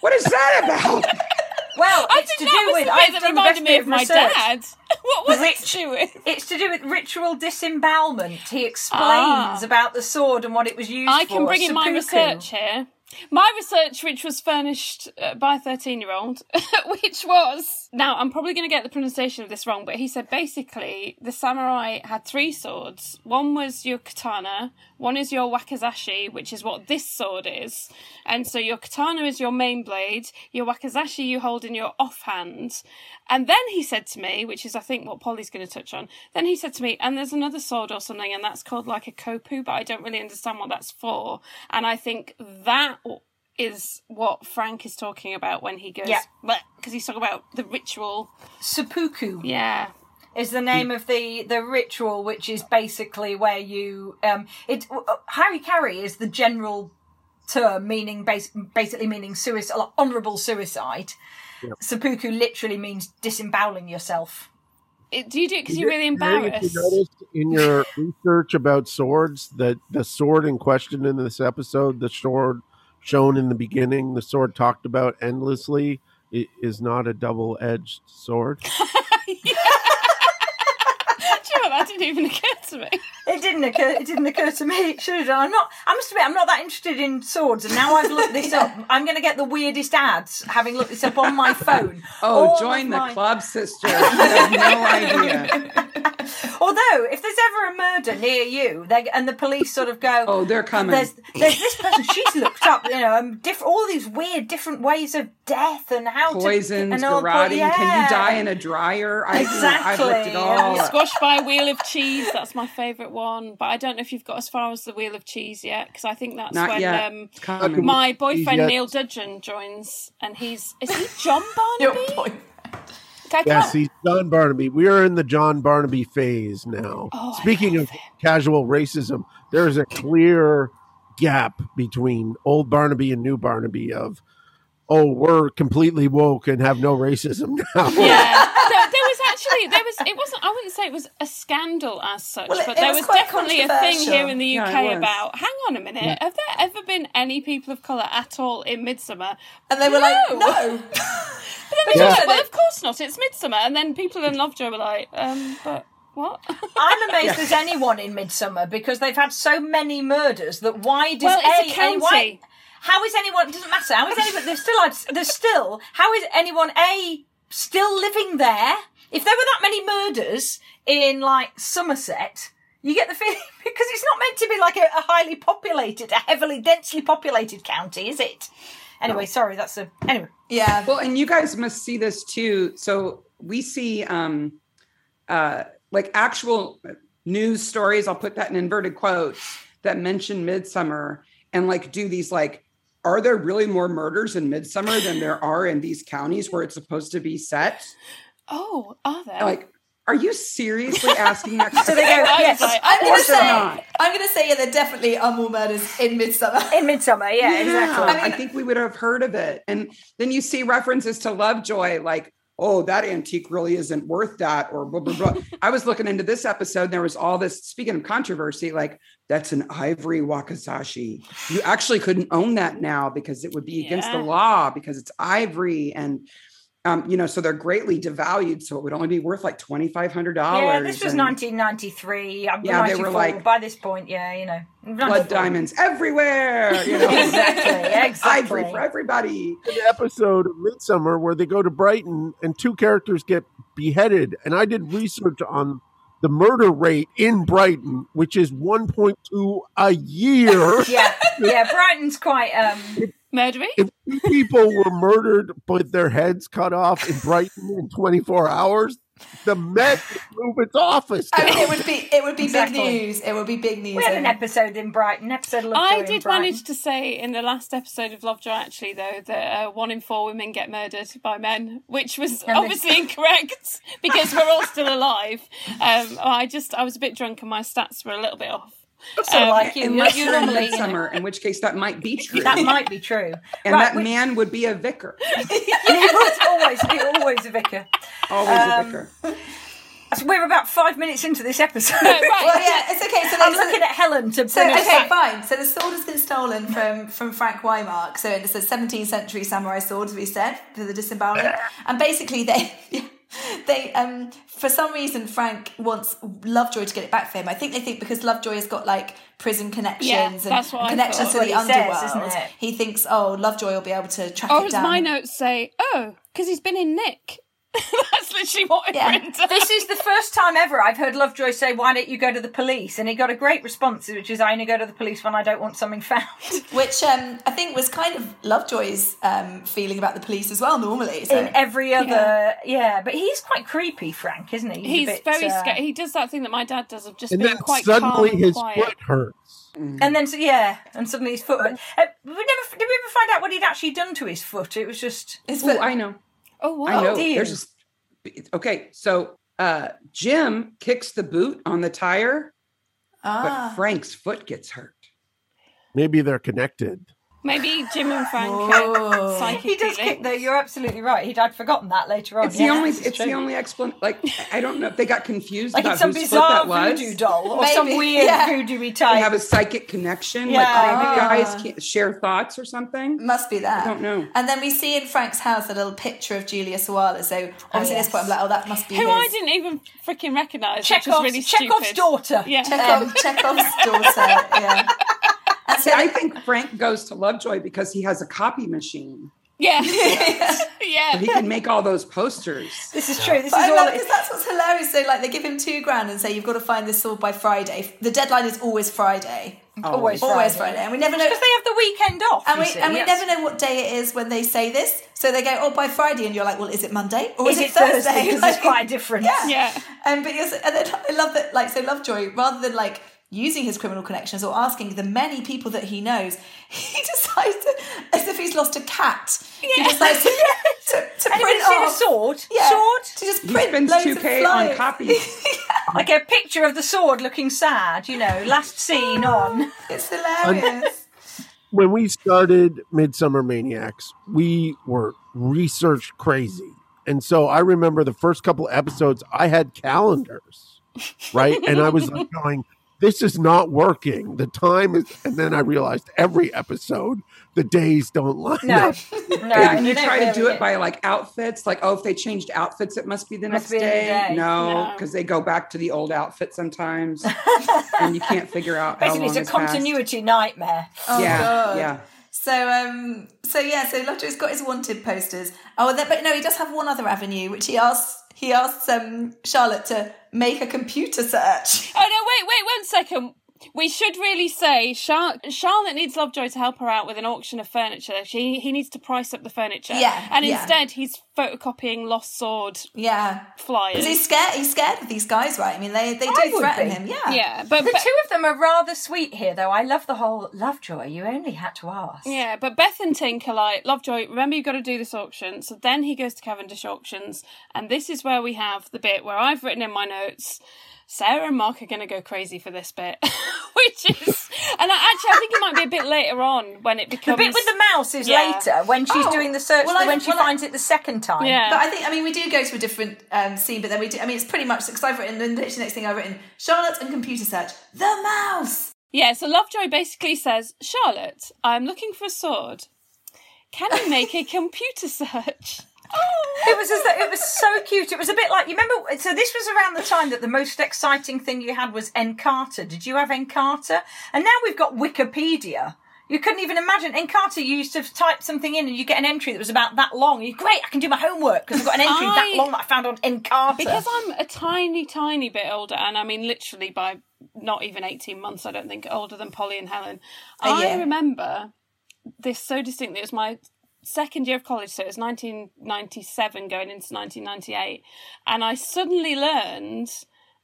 F: "What is that about?"
D: Well,
A: i
D: it's
A: think
D: to do
A: that was
D: with.
A: the
D: I've
A: bit that
D: done the best
A: reminded me
D: bit
A: of my
D: research.
A: dad what was it
D: Rich-
A: to do with
D: It's to do with ritual disembowelment. He
A: Ah.
D: explains about the sword and what it was used
A: I
D: for.
A: can bring in my
D: seppuku.
A: research here. My research, which was furnished uh, by a 13 year old, which was. Now, I'm probably going to get the pronunciation of this wrong, but he said basically the samurai had three swords. One was your katana, one is your wakizashi, which is what this sword is. And so your katana is your main blade, your wakizashi you hold in your offhand. And then he said to me, which is I think what Polly's going to touch on, then he said to me, and there's another sword or something, and that's called like a kopu, but I don't really understand what that's for. And I think that is what Frank is talking about when he goes,
D: Yeah.
A: because he's talking about the ritual.
D: Seppuku.
A: Yeah.
D: is the name of the the ritual, which is basically where you um it Harry Carry is the general term meaning bas- basically meaning suicide, like honourable suicide. Seppuku literally means disemboweling yourself.
A: It- do you do it because you're really
E: Mary,
A: embarrassed?
E: if You noticed in your research about swords that the sword in question in this episode, the sword shown in the beginning, the sword talked about endlessly, i- is not a double-edged sword.
A: Do you know what? That didn't even occur to me.
D: It didn't occur. It didn't occur to me. It should have done. I'm not. I must admit, I'm not that interested in swords. And now I've looked this up. I'm going to get the weirdest ads having looked this up on my phone.
F: Oh,
D: All
F: join
D: of
F: the
D: my-
F: club, sister. You have no idea.
D: Although, if there's ever a murder near you, they and the police sort of go,
F: Oh, they're coming.
D: There's there's this person. She's looked up, you know, um, diff- all these weird, different ways of death and how
F: Poisons,
D: Oh, to, and all-
F: garroting. Can you
D: yeah.
F: die in a dryer? I,
D: Exactly.
F: I've looked it all. up.
A: Squashed by a wheel of cheese. That's my favourite one. But I don't know if you've got as far as the wheel of cheese yet, because I think that's
F: Not
A: when
F: yet.
A: um,
F: It's coming.
A: my boyfriend
E: yet.
A: Neil Dudgeon joins, and he's is he John
B: Your
A: Barnaby?
B: point.
A: I can't-
E: Yes, he's John Barnaby. We are in the John Barnaby phase now.
A: Oh, I
E: Speaking of casual racism, there is a clear gap between old Barnaby and new Barnaby of oh, we're completely woke and have no racism now.
A: yeah. there, there was actually there was it wasn't I wouldn't say it was a scandal as such,
B: Well, it-
A: but
B: it
A: there
B: was
A: was,
B: quite
A: definitely a thing here in the
F: controversial.
A: UK
F: Yeah, it was.
A: about hang on a minute, have there ever been any people of colour at all in Midsummer?
B: And they were like,
A: No.
B: no.
A: But then they
E: Yeah.
A: were like, well, of course not. It's Midsummer, and then people in Lovejoy were like, um, but what?
D: I'm amazed there's anyone in Midsummer because they've had so many murders that why does
A: well,
D: a,
A: it's a
D: any- why-
A: county.
D: How is anyone? It doesn't matter. How is anyone? There's still. There's still. How is anyone? A still living there? If there were that many murders in like Somerset, you get the feeling because it's not meant to be like a, a highly populated, a heavily densely populated county, is it? Anyway, sorry. That's a anyway.
B: Yeah.
F: Well, and you guys must see this too. So we see um uh like actual news stories, I'll put that in inverted quotes, that mention midsummer and like do these like are there really more murders in midsummer than there are in these counties where it's supposed to be set?
A: Oh, are there?
F: Like, are you seriously asking that
D: So they go
F: question?
A: I was
D: yes
A: like,
B: I'm
F: Or
B: gonna
F: is it
B: say,
F: not?
B: I'm gonna say, yeah, there definitely are more murders in Midsummer.
D: in Midsummer. Yeah, exactly.
F: I, think we would have heard of it. And then you see references to Lovejoy, like, oh, that antique really isn't worth that, or blah, blah, blah. I was looking into this episode, and there was all this, speaking of controversy, like, that's an ivory Wakasashi. You actually couldn't own that now because it would be against the
A: Yeah.
F: law because it's ivory. And, um, you know, so they're greatly devalued. So it would only be worth like $2,500.
D: Yeah, this was
F: and
D: 1993. I'm
F: Yeah, they
D: 94
F: were like-
D: by this point. Yeah, you know,
F: Blood
D: 94.
F: diamonds everywhere. You know?
D: Exactly, exactly.
F: Ivory for everybody.
E: an episode of Midsummer where they go to Brighton and two characters get beheaded. And I did research on the murder rate in Brighton, which is 1.2 a year.
D: yeah, yeah. Brighton's quite. um
A: Murdery?
E: if two people were murdered with their heads cut off in Brighton in 24 hours, the Met would move its office.
B: I mean,
E: down.
B: it would be it would be
D: Exactly.
B: big news. It would be big news.
D: We had
B: in-
D: an episode in Brighton. Episode. Of Lovejoy
A: I
D: in
A: did
D: Brighton.
A: manage to say in the last episode of Lovejoy, actually, though, that uh, one in four women get murdered by men, which was obviously incorrect because we're all still alive. Um, I just, I was a bit drunk and my stats were a little bit off.
D: So
A: um,
D: like you,
F: Unless
D: you
F: you're in
D: normally.
F: midsummer, in which case that might be true.
D: That might be true.
F: and
D: right,
F: that
D: we-
F: man would be a vicar.
D: it's always, it's always a vicar.
F: Always
D: Um,
F: a vicar.
D: So we're about five minutes into this episode.
A: right.
B: Well, yeah, it's okay. So
D: I'm
B: there's-
D: looking at Helen to bring
B: So
D: us
B: okay,
D: back.
B: fine. So the sword has been stolen from from Frank Weimark. So it's a 17th century samurai sword, as we said, for the disemboweling. And basically, they they um for some reason Frank wants Lovejoy to get it back for him. I think they think because Lovejoy has got like prison connections
A: Yeah,
B: and
A: that's what I
B: connections to
A: thought.
B: the
D: That's what he
B: underworld.
D: says, isn't it?
B: He thinks, oh, Lovejoy will be able to track
A: Or
B: it
A: as
B: down.
A: my notes say, oh, because he's been in Nick. That's literally what I
B: Yeah.
A: printed.
D: This is the first time ever I've heard Lovejoy say, "Why don't you go to the police?" And he got a great response, which is, "I only go to the police when I don't want something found."
B: Which um, I think was kind of Lovejoy's um, feeling about the police as well. Normally, so.
D: In every other, yeah. But he's quite creepy, Frank, isn't he? a
A: He's
D: bit,
A: very
D: uh,
A: scared. He does that thing that my dad does of just
E: and
A: being
E: then
A: quite
E: suddenly
A: calm and
E: his
A: quiet.
E: foot hurts.
D: And then, so, yeah, and suddenly his foot. went- Uh, we never did. We ever find out what he'd actually done to his foot? It was just
B: It's-
F: Ooh, I know.
A: Oh, wow.
F: I know.
D: dear.
F: There's just okay. So uh, Jim kicks the boot on the tire,
B: Ah.
F: but Frank's foot gets hurt.
E: Maybe they're connected.
A: Maybe Jim and Frank
B: Whoa.
A: are psychic.
D: He does kick though. You're absolutely right. He'd I'd forgotten that later on.
F: It's
D: Oh, Yeah,
F: the only.
D: this is
F: It's the
D: true.
F: only explanation. Like I don't know if they got confused
D: Like
F: about
D: it's some
F: whose foot
D: bizarre
F: that was.
D: voodoo doll or
B: Maybe,
D: some weird
B: yeah.
D: voodoo-y
F: They
D: type.
F: have a psychic connection.
D: Yeah.
F: Like maybe
B: Ah.
F: guys can't share thoughts or something.
B: Must be that.
F: I don't know.
B: And then we see in Frank's house a little picture of Julia Sawala. So obviously at
D: yes.
B: this point I'm like, oh, that must be
A: Who
B: his.
A: I didn't even freaking recognise, which was
D: Chekhov's,
A: really
D: Chekhov's
A: stupid.
D: daughter.
A: Yeah.
B: Chekhov, Chekhov's daughter. Yeah. And so
F: See, I think Frank goes to Lovejoy because he has a copy machine.
A: Yeah.
F: So
A: yeah.
F: he can make all those posters.
D: This is true. This
B: But
D: is
B: I
D: all.
B: love
D: it
B: because
D: is.
B: that's what's hilarious. So like they give him two grand and say you've got to find this all by Friday. The deadline is always Friday.
F: Oh,
D: Always,
B: Always
D: Friday.
B: Friday. And we never know
D: Because they have the weekend off.
B: and
D: you
B: we
D: see.
B: and we
D: Yes.
B: never know what day it is when they say this. So they go, Oh by Friday and you're like, Well, is it Monday? Or is,
D: Is it
B: Thursday?
D: Thursday? Because it's
B: Like-
D: quite a difference.
B: Yeah.
A: Yeah.
B: Um, but yes, and then I love that. Like, so Lovejoy, rather than like using his criminal connections or asking the many people that he knows, he decides to, as if he's lost a cat. He decides to, to, to
D: Anybody
B: print
D: seen a
B: off-
D: sword?
B: Yeah,
D: Sword?
B: to just
F: He
B: print
F: spends
B: loads
F: two
B: of
F: k on
B: flyers.
F: copies.
D: Like a picture of the sword looking sad, you know, last seen on.
B: It's hilarious.
E: When we started Midsummer Maniacs, we were research crazy. And so I remember the first couple episodes, I had calendars, right? and I was like going, this is not working. The time is, and then I realized every episode, the days don't line
D: No.
E: up.
D: no
F: and you
D: don't
F: try to do
D: really
F: it by like outfits. Like, oh, if they changed outfits, it must be the
D: Must
F: next
D: be the
F: day.
D: day.
F: No,
A: No.
F: because they go back to the old outfit sometimes, and you can't figure out. how
D: Basically, it's
F: long
D: a
F: has passed.
D: continuity nightmare.
B: Oh,
F: yeah,
B: God.
F: yeah.
B: So um so yeah, so Lovejoy's got his wanted posters. Oh and then, but no, he does have one other avenue, which he asks he asks um Charlotte to make a computer search.
A: Oh no! Wait, wait, one second. We should really say Char- Charlotte needs Lovejoy to help her out with an auction of furniture. She he needs to price up the furniture.
B: Yeah,
A: and
B: yeah.
A: instead he's photocopying lost sword
B: Yeah.
A: flyers.
B: Because he's scared. He's scared of these guys, right? I mean, they they
D: I
B: do
D: would
B: threaten
D: be.
B: him. Yeah.
A: yeah, but,
D: The
A: Be-
D: two of them are rather sweet here, though. I love the whole Lovejoy. You only had to ask.
A: yeah, but Beth and Tink are like Lovejoy. Remember, you've got to do this auction. So then he goes to Cavendish auctions, and this is where we have the bit where I've written in my notes. Sarah and Mark are going to go crazy for this bit, which is, and I, actually, I think it might be a bit later on when it
D: The
A: becomes
D: bit with the mouse is
A: Yeah.
D: later when she's
B: Oh,
D: doing the search.
B: well, I-
D: when she
B: well, I-
D: finds it the second time.
A: yeah.
B: But I think I mean we do go to a different um, scene, but then we do. I mean, it's pretty much because I've written and literally the next thing I've written Charlotte and computer search the mouse.
A: Yeah, so Lovejoy basically says, Charlotte, I'm looking for a sword. Can you make a computer search?
D: It was as though it was so cute. It was a bit like you remember. So this was around the time that the most exciting thing you had was Encarta. Did you have Encarta? And now we've got Wikipedia. You couldn't even imagine Encarta. You used to type something in and you get an entry that was about that long. You great, I can do my homework because I've got an entry that
A: I-
D: long that I found on Encarta.
A: Because I'm a tiny, tiny bit older, and I mean literally by not even 18 months, I don't think, older than Polly and Helen. I
B: yeah.
A: remember this so distinctly. It was my second year of college, so it was 1997 going into 1998. And I suddenly learned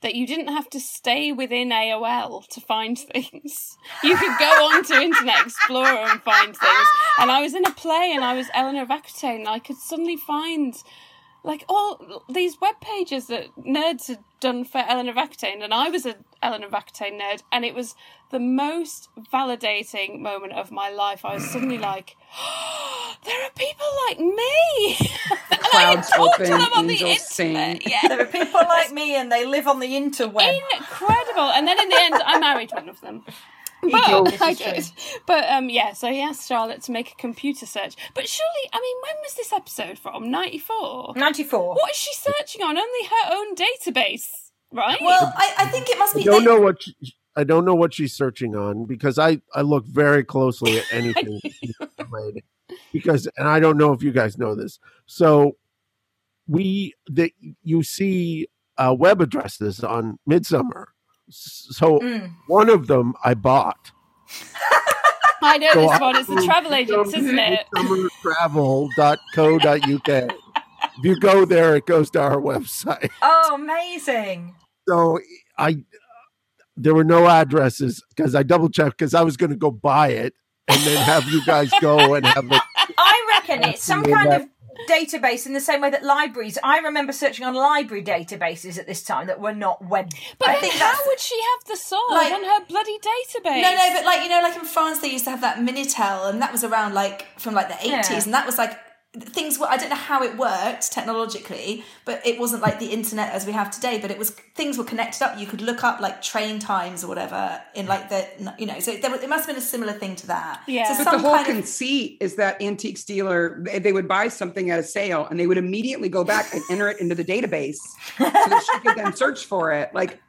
A: that you didn't have to stay within AOL to find things. You could go on to Internet Explorer and find things. And I was in a play and I was Eleanor Rakuten and I could suddenly find like all these web pages that nerds had done for Eleanor Rakuten and I was a Eleanor Rakuten nerd and it was the most validating moment of my life. I was suddenly like, there are people like me. and I had
F: Clouds
A: talked to
F: open,
A: them on the
F: angels sing.
A: internet. Yeah.
D: there are people like me and they live on the interweb.
A: Incredible. And then in the end, I married one of them.
D: did, this
A: But I
D: is true.
A: did. But um, yeah, so he asked Charlotte to make a computer search. But surely, I mean, when was this episode from? 94?
D: Ninety four.
A: What is she searching on? Only her own database, right?
B: Well, I, I think it must
E: I
B: be.
E: don't
B: they-
E: know what she, I don't know what she's searching on because I I look very closely at anything related. because and I don't know if you guys know this. So we that you see uh, web addresses on Midsummer. S- So
A: Mm.
D: Mm.
E: one of them I bought.
A: I know
E: So
A: this
E: I-
A: one. It's the travel agents, isn't it?
E: Midsummertravel.co.uk. if you go there, it goes to our website.
D: Oh, amazing!
E: so I there were no addresses because I double checked because I was going to go buy it and then have you guys go and have it.
D: I reckon it's some kind of database in the same way that libraries. I remember searching on library databases at this time that were not web.
A: But
B: I
A: then
B: think
A: how
B: that's-
A: would she have the song
B: Like-
A: on her bloody database?
B: No, no, but like you know, like in France, they used to have that Minitel, and that was around like from like the eighties,
D: Yeah.
B: and that was like things were. I don't know how it worked technologically, but it wasn't like the internet as we have today. But it was things were connected up. You could look up like train times or whatever in like the you know. So there, was- it must have been a similar thing to that.
A: Yeah.
B: So
A: But
F: But the
B: some
F: whole
B: kind of
F: conceit is that antiques dealer they, they would buy something at a sale and they would immediately go back and enter it into the database so that she could then search for it. Like,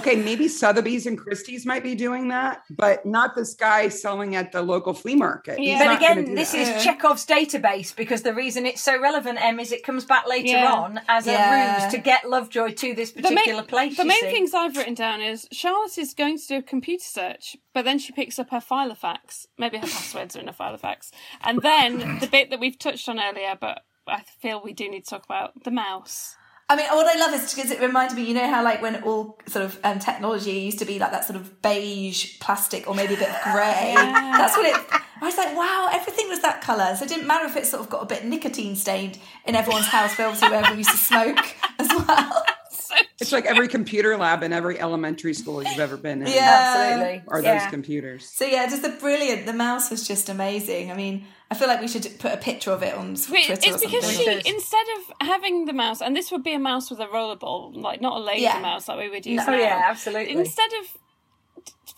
F: okay, maybe Sotheby's and Christie's might be doing that, but not this guy selling at the local flea market. He's
A: Yeah.
D: But
F: not gonna
D: again,
F: do
D: this
F: that.
A: uh,
D: is Chekhov's database because the reason it's so relevant, Em, is it comes back later
A: Yeah.
D: on as
B: Yeah.
D: a ruse to get Lovejoy to this
A: the
D: particular
A: main,
D: place.
A: the
D: you
A: main
D: see.
A: things I've written down is Charlotte is going to do a computer search, but then she picks up her file of facts. Maybe her passwords are in a file of facts. And then the bit that we've touched on earlier, but I feel we do need to talk about the mouse.
B: I mean, what I love is because it reminded me, you know how like when all sort of um, technology used to be like that sort of beige plastic or maybe a bit of grey. That's what it. I was like, wow, everything was that colour. So it didn't matter if it sort of got a bit nicotine stained in everyone's house, but obviously wherever we used to smoke as well.
F: It's like every computer lab in every elementary school you've ever been in.
B: Yeah.
D: Absolutely.
F: Are
D: yeah.
F: those computers?
B: So yeah, just the brilliant. The mouse was just amazing. I mean, I feel like we should put a picture of it on
A: Wait,
B: Twitter
A: it's
B: or something.
A: because she,
D: It is.
A: instead of having the mouse, and this would be a mouse with a rollerball, like not a laser
B: Yeah.
A: mouse like we would use
D: Oh
A: now.
D: yeah, absolutely.
A: Instead of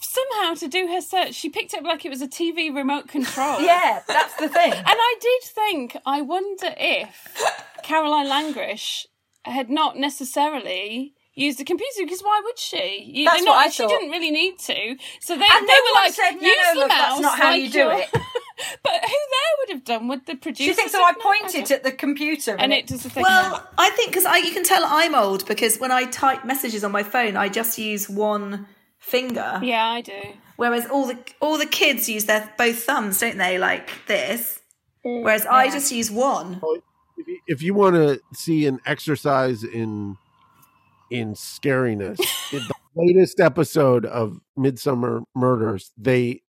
A: somehow to do her search, she picked up like it was a TV remote control.
D: yeah, that's the thing.
A: And I did think, I wonder if Caroline Langrish had not necessarily used a computer because why would she? You,
D: That's
A: they're not-
D: what I
A: she
D: thought.
A: didn't really need to. So they,
D: And
A: they
D: no
A: were
D: one
A: like,
D: said, "No,
A: use
D: no,
A: the
D: look,
A: mouse.
D: that's not how
A: like
D: you do
A: you're-"
D: it.
A: but who there would have done? Would the producer?
D: Do you think so?
A: said,
D: "Oh, I
A: "No,
D: pointed
A: don't."
D: at the computer,
A: and it does the thing. now.
B: Well, I think because I you can tell I'm old because when I type messages on my phone, I just use one finger.
A: yeah, I do.
B: Whereas all the all the kids use their both thumbs, don't they? Like this. Whereas I just use one.
E: If you, if you want to see an exercise in in scariness, in the latest episode of Midsummer Murders, they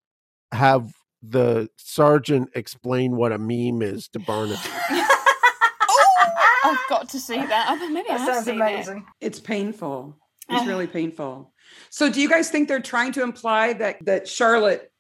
E: have the sergeant explain what a meme is to Barnaby.
A: I've got to see that. Oh, maybe I
D: that
A: have
D: sounds
A: seen
D: amazing.
F: It's painful.
D: Ah.
F: It's really painful. So do you guys think they're trying to imply that that Charlotte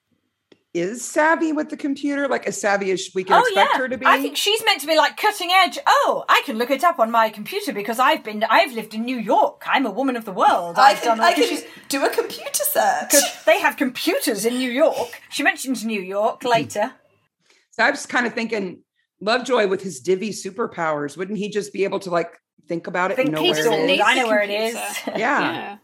F: is savvy with the computer, like as savvy as we can expect her to be?
D: Oh, I think she's meant to be like cutting edge. Oh, I can look it up on my computer because I've been, I've lived in New York. I'm a woman of the world.
B: I
D: I've
B: can,
D: done all
B: I
D: this.
B: can
D: She's-
B: do a computer search.
D: 'cause they have computers in New York. She mentions New
F: Hmm.
D: York later.
F: so I was kind of thinking Lovejoy with his divvy superpowers, wouldn't he just be able to like think about it
D: I think
F: and know
D: he
F: where
A: Peter
D: doesn't
F: it is?
D: need.
A: needs
D: I know
A: the
D: where it is.
A: computer.
F: Yeah.
A: Yeah.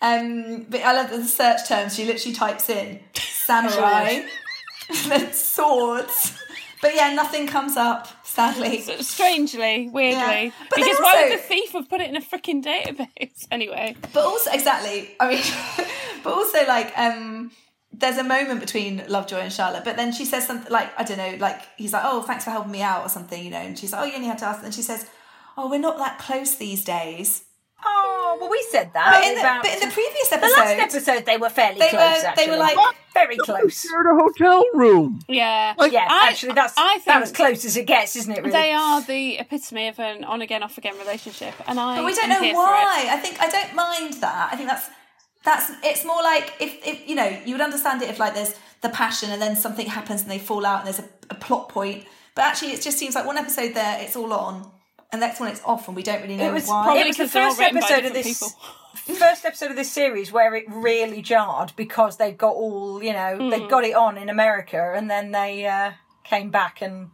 B: Um, but I love the search terms. She literally types in samurai, then swords. But yeah, nothing comes up. Sadly,
A: So Strangely, weirdly,
B: Yeah. But then
A: because why
B: also-
A: would the thief have put it in a freaking database anyway?
B: but also exactly. I mean, but also like um, there's a moment between Lovejoy and Charlotte, but then she says something like I don't know, like he's like, "Oh, thanks for helping me out" or something, you know, and she's like, "Oh, you only had to ask," and she says, "Oh, we're not that close these days."
D: Oh, well, we said that.
B: But in the,
D: about-
B: but in the previous
D: The
B: episode,
D: last episode, they were fairly
B: They
D: close.
B: were-
D: actually.
B: they were like-
D: very close.
E: Shared a hotel room.
A: Yeah.
D: Yeah,
A: I-
D: actually, that's
A: I think
D: that as close as it gets, isn't it? Really?
A: They are the epitome of an on again, off again relationship, and I.
B: but we don't
A: am
B: know
A: here for
B: why. I think I don't mind that. I think that's that's it's more like if if you know you would understand it if like there's the passion and then something happens and they fall out and there's a, a plot point. But actually, it just seems like one episode there, it's all on, and next one it's off, and we don't really know
D: It was
B: why.
A: Probably
D: it was the
A: 'cause they're all
D: first
A: written by
D: episode of
A: different
D: this
A: people.
D: first episode of this series where it really jarred because they got all you know they
A: Hmm.
D: got it on in America and then they uh, came back and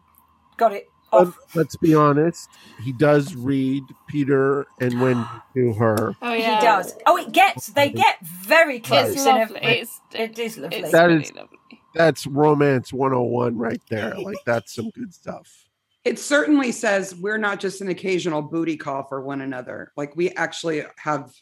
D: got it
E: But
D: off.
E: let's be honest, he does read Peter and Wendy to her.
A: Oh yeah,
D: He does. Oh, it gets they get very close.
A: It's
D: in a-
A: lovely. It's,
D: it is lovely.
A: it's
E: That
A: really
E: is-
A: lovely.
E: That's romance 101 right there. Like that's some good stuff.
F: It certainly says we're not just an occasional booty call for one another. Like we actually have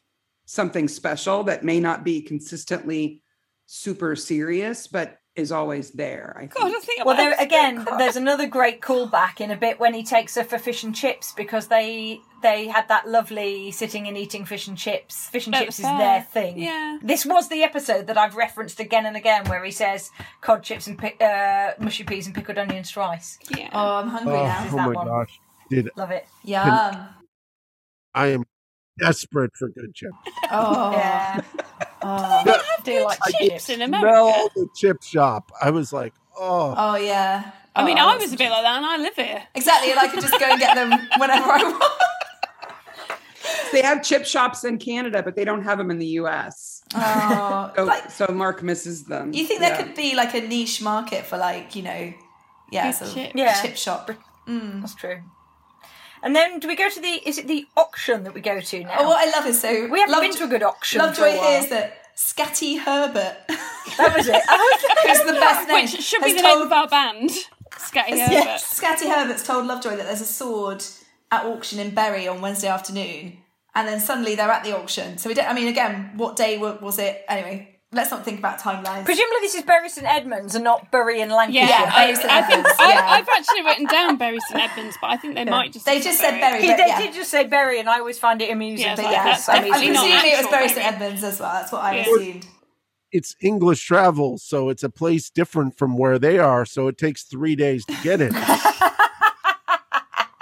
F: something special that may not be consistently super serious, but is always there. I think.
A: God, I think well,
D: Well, there again, there's another great callback in a bit when he takes her for fish and chips because they they had that lovely sitting and eating fish and chips. Fish and
A: At the
D: chips is
A: fair.
D: their thing.
A: Yeah.
D: This was the episode that I've referenced again and again where he says cod chips and pi- uh, mushy peas and pickled onions twice.
A: Yeah.
B: Oh, I'm hungry
E: Oh,
B: now.
D: that
E: oh my
D: one.
E: gosh. Did
D: Love it.
B: Yum.
E: I am desperate for good chips.
B: Oh,
D: Yeah.
B: oh,
D: I do like
E: I
A: Chips
D: chips.
A: in
E: Smell
A: America.
E: the chip shop. I was like, oh,
B: oh yeah.
A: I mean,
B: Oh,
A: I was a bit like that, and I live here.
B: exactly, and I could just go and get them whenever I want.
F: They have chip shops in Canada, but they don't have them in the U.S.
B: Oh,
F: So,
B: like,
F: so Mark misses them.
B: you think there
F: Yeah.
B: could be like a niche market for like you know, yeah, sort of
A: chips.
D: Yeah.
B: chip shop.
D: That's true. And then do we go to the? Is it the auction that we go to now?
B: Oh, what I love is so
D: we haven't
B: love,
D: been to a good auction. for
B: Lovejoy
D: a while.
B: hears that Scatty Herbert,
D: That was it.
B: who's the best name,
A: Which should
B: has
A: be the name
B: told,
A: of our band, Scatty Herbert.
B: yes, Scatty Herbert's told Lovejoy that there's a sword at auction in Bury on Wednesday afternoon, and then suddenly they're at the auction. So we don't. I mean, again, what day wa- was it? Anyway, let's not think about timelines.
D: Presumably, this is Bury St Edmunds and not Bury in Lancashire.
A: Yeah,
B: Yeah,
A: I,
B: Bury St.
A: I think
B: Edmunds, yeah.
A: I, I've actually written down Bury St Edmunds, but I think they might just
B: They
A: have
B: just
A: said
B: said Bury,
D: He,
B: but
D: they
B: yeah.
D: did just say Bury, and I always find it amusing.
A: Yeah,
D: but
A: so
B: Yeah,
D: yes,
A: that's
D: I mean,
B: I'm
A: definitely not
B: presuming it was
A: actual
B: Bury
A: Bury.
B: St Edmunds as well. That's what I
A: Yeah.
B: assumed.
E: it's English travel, so it's a place different from where they are. So it takes three days to get it.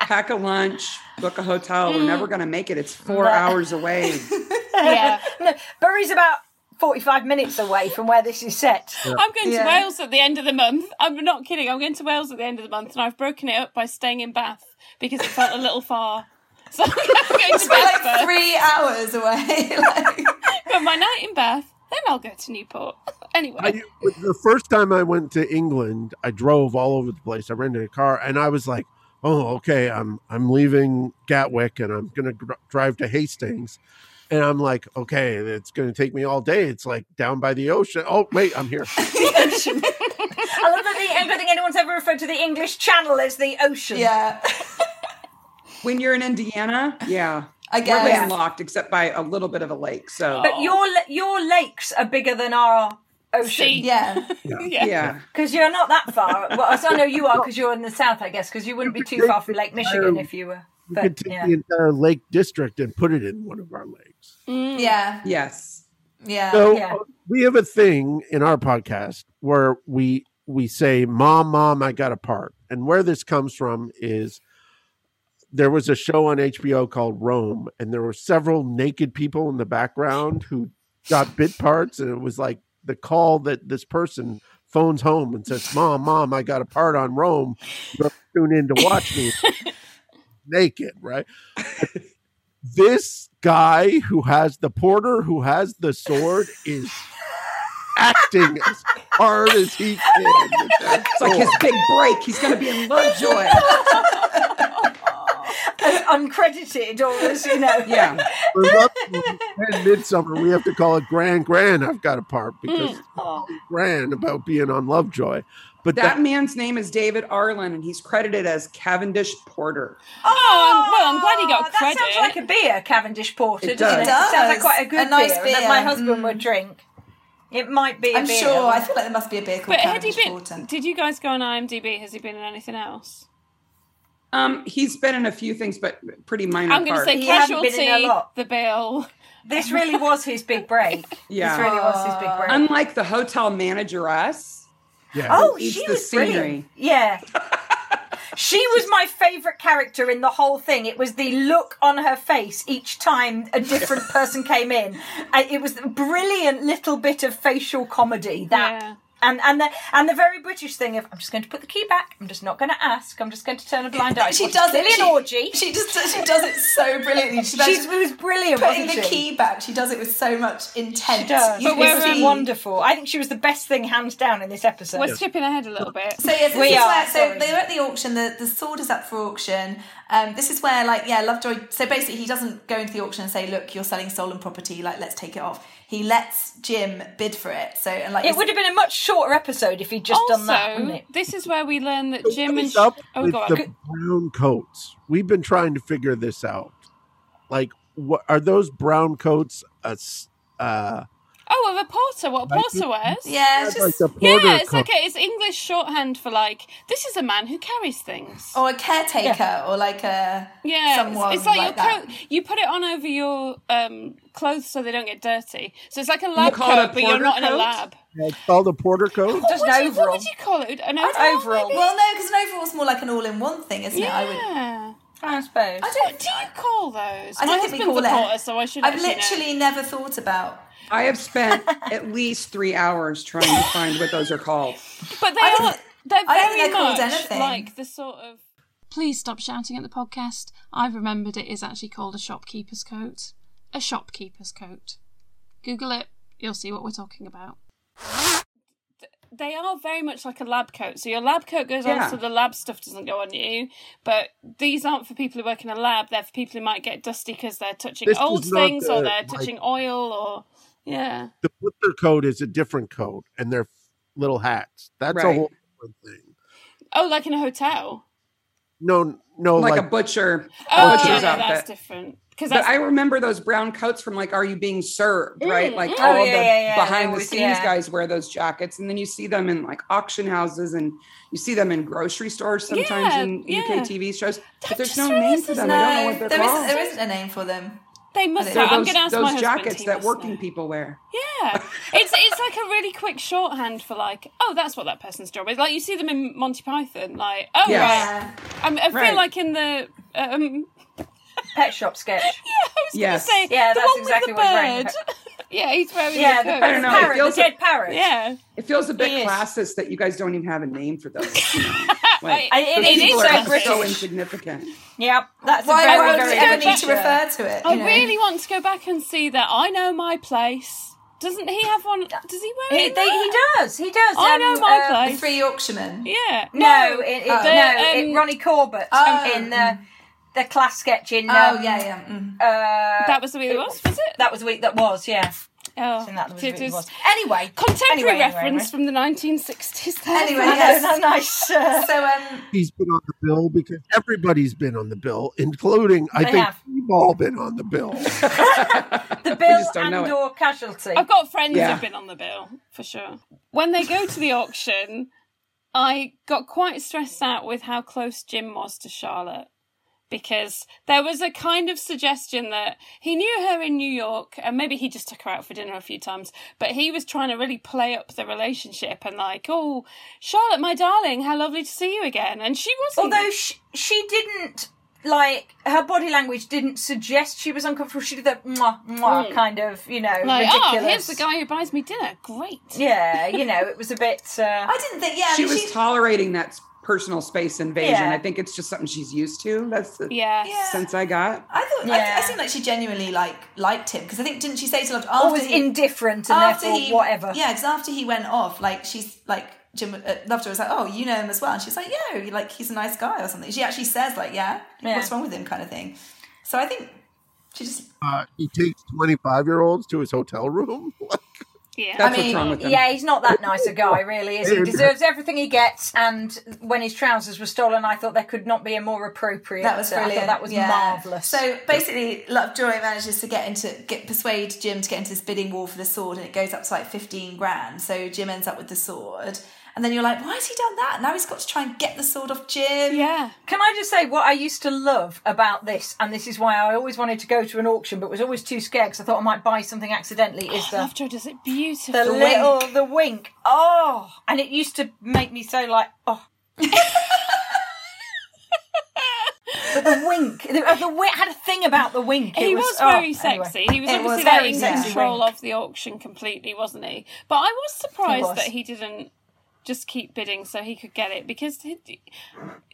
F: pack a lunch, book a hotel. We're never going to make it. It's four hours away.
A: Yeah.
D: no, Bury's about forty-five minutes away from where this is set.
A: I'm going
B: Yeah.
A: to Wales at the end of the month. I'm not kidding. I'm going to Wales at the end of the month, and I've broken it up by staying in Bath because it felt a little far. So I'm going to
B: We're
A: Bath
B: like
A: first.
B: three hours away. like,
A: But my night in Bath, then I'll go to Newport. Anyway,
E: I, the first time I went to England, I drove all over the place. I rented a car, and I was like, "Oh, okay, I'm I'm leaving Gatwick, and I'm gonna gr- drive to Hastings." And I'm like, "Okay, it's gonna take me all day. It's like down by the ocean. Oh, wait, I'm here."
D: I love that the, I don't think anyone's ever referred to the English Channel as the ocean.
B: yeah,
F: when you're in Indiana, yeah,
B: I
F: we're
B: guess.
F: landlocked except by a little bit of a lake. So
D: But your your lakes are bigger than our ocean
A: See.
B: Yeah,
A: yeah.
F: yeah,
D: because you're not that far. Well, I know you are because you're in the south, I guess, because you wouldn't be too far from Lake Michigan if you were.
E: You could
D: But
E: take
D: yeah.
E: the entire lake district and put it in one of our lakes.
A: Mm.
B: yeah,
F: yes.
B: yeah.
E: So
D: Yeah.
E: uh, we have a thing in our podcast where we we say, "Mom, mom, I got a part," and where this comes from is there was a show on HBO called Rome, and there were several naked people in the background who got bit parts, and it was like the call that this person phones home and says, "Mom, mom, I got a part on Rome. You have to tune in to watch me naked." Right. This guy who has the porter who has the sword is acting as hard as he can. with that
F: It's like
E: sword.
F: his big break. He's going to be in Lovejoy.
D: as uncredited or as you know.
F: Yeah,
E: For love and midsummer, we have to call it Grand Grand. I've got a part
F: Hmm.
E: because it's Grand about being on Lovejoy, but that,
F: that man's name is David Arlen, and he's credited as Cavendish Porter.
A: Oh, I'm, well, I'm glad he
D: Oh,
A: got
D: that
A: credit.
D: sounds like a beer, Cavendish Porter,
F: It
D: doesn't
F: does.
D: it?
B: It
D: Sounds like
B: does.
D: quite a good
B: A nice
D: beer, that my
B: beer,
D: husband
B: mm.
D: would drink. It might be. a
B: I'm
D: beer.
B: sure. I feel like there must be a beer called
A: but had he
B: Cavendish
A: been?
B: Porter.
A: Did you guys go on IMDb? Has he been in anything else?
F: Um, he's been in a few things, but pretty minor.
A: I'm going to
F: parts.
A: say
D: He hadn't been in a
A: casualty,
D: lot.
A: the bill.
D: this really was his big break.
F: Yeah.
D: this really was his big break.
F: unlike the hotel manageress,
E: yeah.
D: oh,
F: It's
D: she
F: the
D: was brilliant.
F: scenery.
D: Yeah. She was my favourite character in the whole thing. It was the look on her face each time a different person came in. Uh, It was a brilliant little bit of facial comedy that
A: Yeah.
D: And and the and the very British thing of I'm just going to put the key back. I'm just not going to ask. I'm just going to turn a blind eye.
B: She
D: What a
B: does it.
D: silly
B: She,
D: orgy.
B: she just she does it so brilliantly. She
D: She
B: does
D: was brilliant,
B: putting
D: wasn't
B: the
D: she?
B: key back. She does it with so much intent.
D: She does.
B: You
D: But
B: can
A: we're
B: see-
D: we're wonderful. I think she was the best thing hands down in this episode.
A: We're skipping ahead a little bit.
B: So yes, this
D: We
B: is
D: are,
B: where so
D: sorry.
B: they're at the auction. The the sword is up for auction. Um, this is where like yeah, Lovejoy. So basically, he doesn't go into the auction and say, "Look, you're selling stolen property. Like, let's take it off." He lets Jim bid for it. So and like
D: it
B: this-
D: would have been a much shorter episode if he'd just
A: also,
D: done that, wouldn't it?
A: this is where we learn that Jim and
E: What's up
A: oh
E: with
A: god,
E: the brown coats? We've been trying to figure this out. Like, what are those brown coats? A s- uh,
A: oh Oh, a reporter. What a
E: Like
A: porter wears.
B: Yeah, it's
E: It's like
B: just
E: the porter
A: Yeah, it's
E: cup.
A: like a, it's English shorthand for like this is a man who carries things.
B: or a caretaker or like a
A: yeah, it's-
B: someone
A: it's, like,
B: like
A: your
B: that.
A: coat. You put it on over your um, clothes so they don't get dirty. So it's like a lab
F: call it a
A: coat, but you're
F: porter
A: not in a
F: coat?
A: lab.
E: Yeah, it's called a porter coat.
D: Just
A: What
D: an
A: do you, what
D: overall.
A: would you call it? An overall?
D: Overall.
A: maybe?
B: Well, no, because an overall's more like an all-in-one thing, isn't
A: yeah.
B: it? I would.
D: I suppose.
B: I
A: What
B: don't.
A: do you call those?
B: I
A: My
B: don't think we
A: husband's a
B: call it-
A: porter, so I should.
B: I've
A: actually know.
B: literally never thought about.
F: I have spent at least three hours trying to find what those are called.
A: But they
B: I
A: are.
B: don't-
A: They're
B: I don't
A: very
B: think they're called
A: much
B: anything.
A: like the sort of. Please stop shouting at the podcast. I've remembered it is actually called a shopkeeper's coat. A shopkeeper's coat. Google it. You'll see what we're talking about. They are very much like a lab coat. So your lab coat goes
F: Yeah.
A: on, so the lab stuff doesn't go on you. But these aren't for people who work in a lab. They're for people who might get dusty because they're touching
E: This is
A: old
E: not
A: things or
E: the,
A: they're
E: like-
A: touching oil or yeah.
E: The porter coat is a different coat, and they're little hats. That's a
F: Right.
E: whole different thing.
A: Oh, like in a hotel.
E: No, no,
F: Like,
E: like,
F: a butcher.
A: Oh,
F: butcher's
A: yeah, no,
F: outfit.
A: that's different. Because
F: But
A: that's
F: I remember those brown coats from like Are You Being Served, right? Like
D: mm.
F: all
D: Oh,
F: of
D: yeah,
F: the
D: yeah, yeah. They
F: behind the
D: always-
F: scenes
D: yeah.
F: guys wear those jackets. And then you see them in like auction houses and you see them in grocery stores sometimes
A: Yeah,
F: in
A: yeah.
F: UK TV shows.
A: I've
F: But there's
A: just
F: no
A: realized
F: name for
A: this
F: them.
B: No,
F: I don't know what they're
B: there isn't,
F: called.
B: there isn't a name for them.
A: They must.
B: They're
A: Know.
F: They're
A: I'm
F: those,
A: going to ask my
F: those
A: husband.
F: jackets
A: he
F: that
A: must
F: working
A: know.
F: people wear.
A: Yeah, it's it's like a really quick shorthand for like, oh, that's what that person's job is. Like you see them in Monty Python. Like, oh,
F: Yeah.
A: right.
B: Yeah.
A: I'm, I feel
F: Right.
A: like in the um,
D: Pet shop sketch.
A: yeah, I was
F: Yes.
A: going to say
D: Yeah,
A: the
D: that's
A: one
D: exactly
A: with
D: what he's
A: the
D: wearing.
A: bird. yeah, he's wearing.
D: Yeah,
A: the
D: the,
A: coat.
F: I don't know, it
D: parrot, the
F: feels-
D: dead parrot.
A: Yeah,
F: It feels a bit
D: Yes.
F: classist that you guys don't even have a name for those. you know, like,
D: I- it-
F: those
D: it is
F: people
D: so
F: are so
D: British.
F: insignificant.
D: Yep. That's
B: Why
D: a very,
B: would
D: very
B: you ever
D: good
B: need to
D: picture. Oh,
B: refer to it?
A: I
B: you know?
A: really want to go back and see that. I know my place. Doesn't he have one? Does he wear
D: He,
A: it?
D: they, he does. He does. um,
A: I know my
B: The
A: place.
B: three Yorkshiremen.
A: Yeah.
D: No, it, it,
B: Oh.
D: no, it,
A: um,
D: Ronnie Corbett
B: Oh.
D: in the the class sketch in.
B: Oh
D: um,
B: yeah, yeah. Mm.
D: Uh,
A: That was the way it was, was it?
D: That was the week that was. Yeah.
A: Oh,
D: And that was the
A: it
D: week that
A: is-
D: was. Anyway,
A: Contemporary
D: anyway, anyway,
A: reference from the 1960s. There.
B: Anyway,
D: anyway.
B: yes.
D: That's a nice. Uh,
B: So um,
E: he's been on the bill because everybody's been on the bill, including I
D: They
E: think
D: have.
E: we've all been on the bill.
D: the bill
F: just don't know
D: and
F: it.
D: or casualty.
A: I've got friends
F: Yeah.
A: who've been on the bill for sure. When they go to the auction, I got quite stressed out with how close Jim was to Charlotte because there was a kind of suggestion that he knew her in New York and maybe he just took her out for dinner a few times, but he was trying to really play up the relationship and like, oh, Charlotte, my darling, how lovely to see you again, and she wasn't.
D: Although she, she didn't like her body language didn't suggest she was uncomfortable. She did the mwah mwah
B: Mm.
D: kind of you know
A: like,
D: ridiculous.
A: oh, here's the guy who buys me dinner. Great.
D: Yeah, you know it was a bit. Uh,
B: I didn't think. Yeah, I
F: she
B: mean,
F: was
B: she-
F: tolerating that s- personal space invasion.
D: Yeah.
F: I think it's just something she's used to. That's the
A: Yes.
B: Yeah.
F: sense I got.
B: I thought. I, I
D: Yeah. Oh,
B: seemed like she genuinely like liked him because I think didn't she say to loved after
D: always
B: he,
D: indifferent and therefore whatever.
B: Yeah, because after he went off, like she's like Jim uh, loved her was like, oh, you know him as well, and she's like, yeah, you- like he's a nice guy or something. She actually says like, yeah,
D: Yeah.
B: what's wrong with him, kind of thing. So I think she just.
E: Uh, he takes twenty-five-year-olds to his hotel room.
A: Yeah.
F: That's
B: I mean,
F: what's wrong with them.
D: Yeah, he's not that nice a guy, really, is he?
E: Dude.
D: Deserves everything he gets. And when his trousers were stolen, I thought there could not be a more appropriate.
B: That was brilliant.
D: I thought that was
B: yeah.
D: marvelous.
B: So basically, Lovejoy manages to get into get persuade Jim to get into this bidding war for the sword, and it goes up to like fifteen grand. So Jim ends up with the sword, and then you're like, why has he done that? Now he's got to try and get the sword off Jim.
A: Yeah.
D: Can I just say what I used to love about this, and this is why I always wanted to go to an auction, but was always too scared because I thought I might buy something accidentally. Is the
A: Lovejoy does it beautifully.
D: the, little the wink oh and it used to make me so like oh but the wink the, uh, the wink had a thing about the wink It
A: he was,
D: oh,
A: very
D: anyway.
A: sexy. He was
B: It
A: obviously like
B: was very
A: in
B: sexy.
A: control of the auction completely, wasn't he? But I was surprised
D: He was.
A: that he didn't just keep bidding so he could get it because he,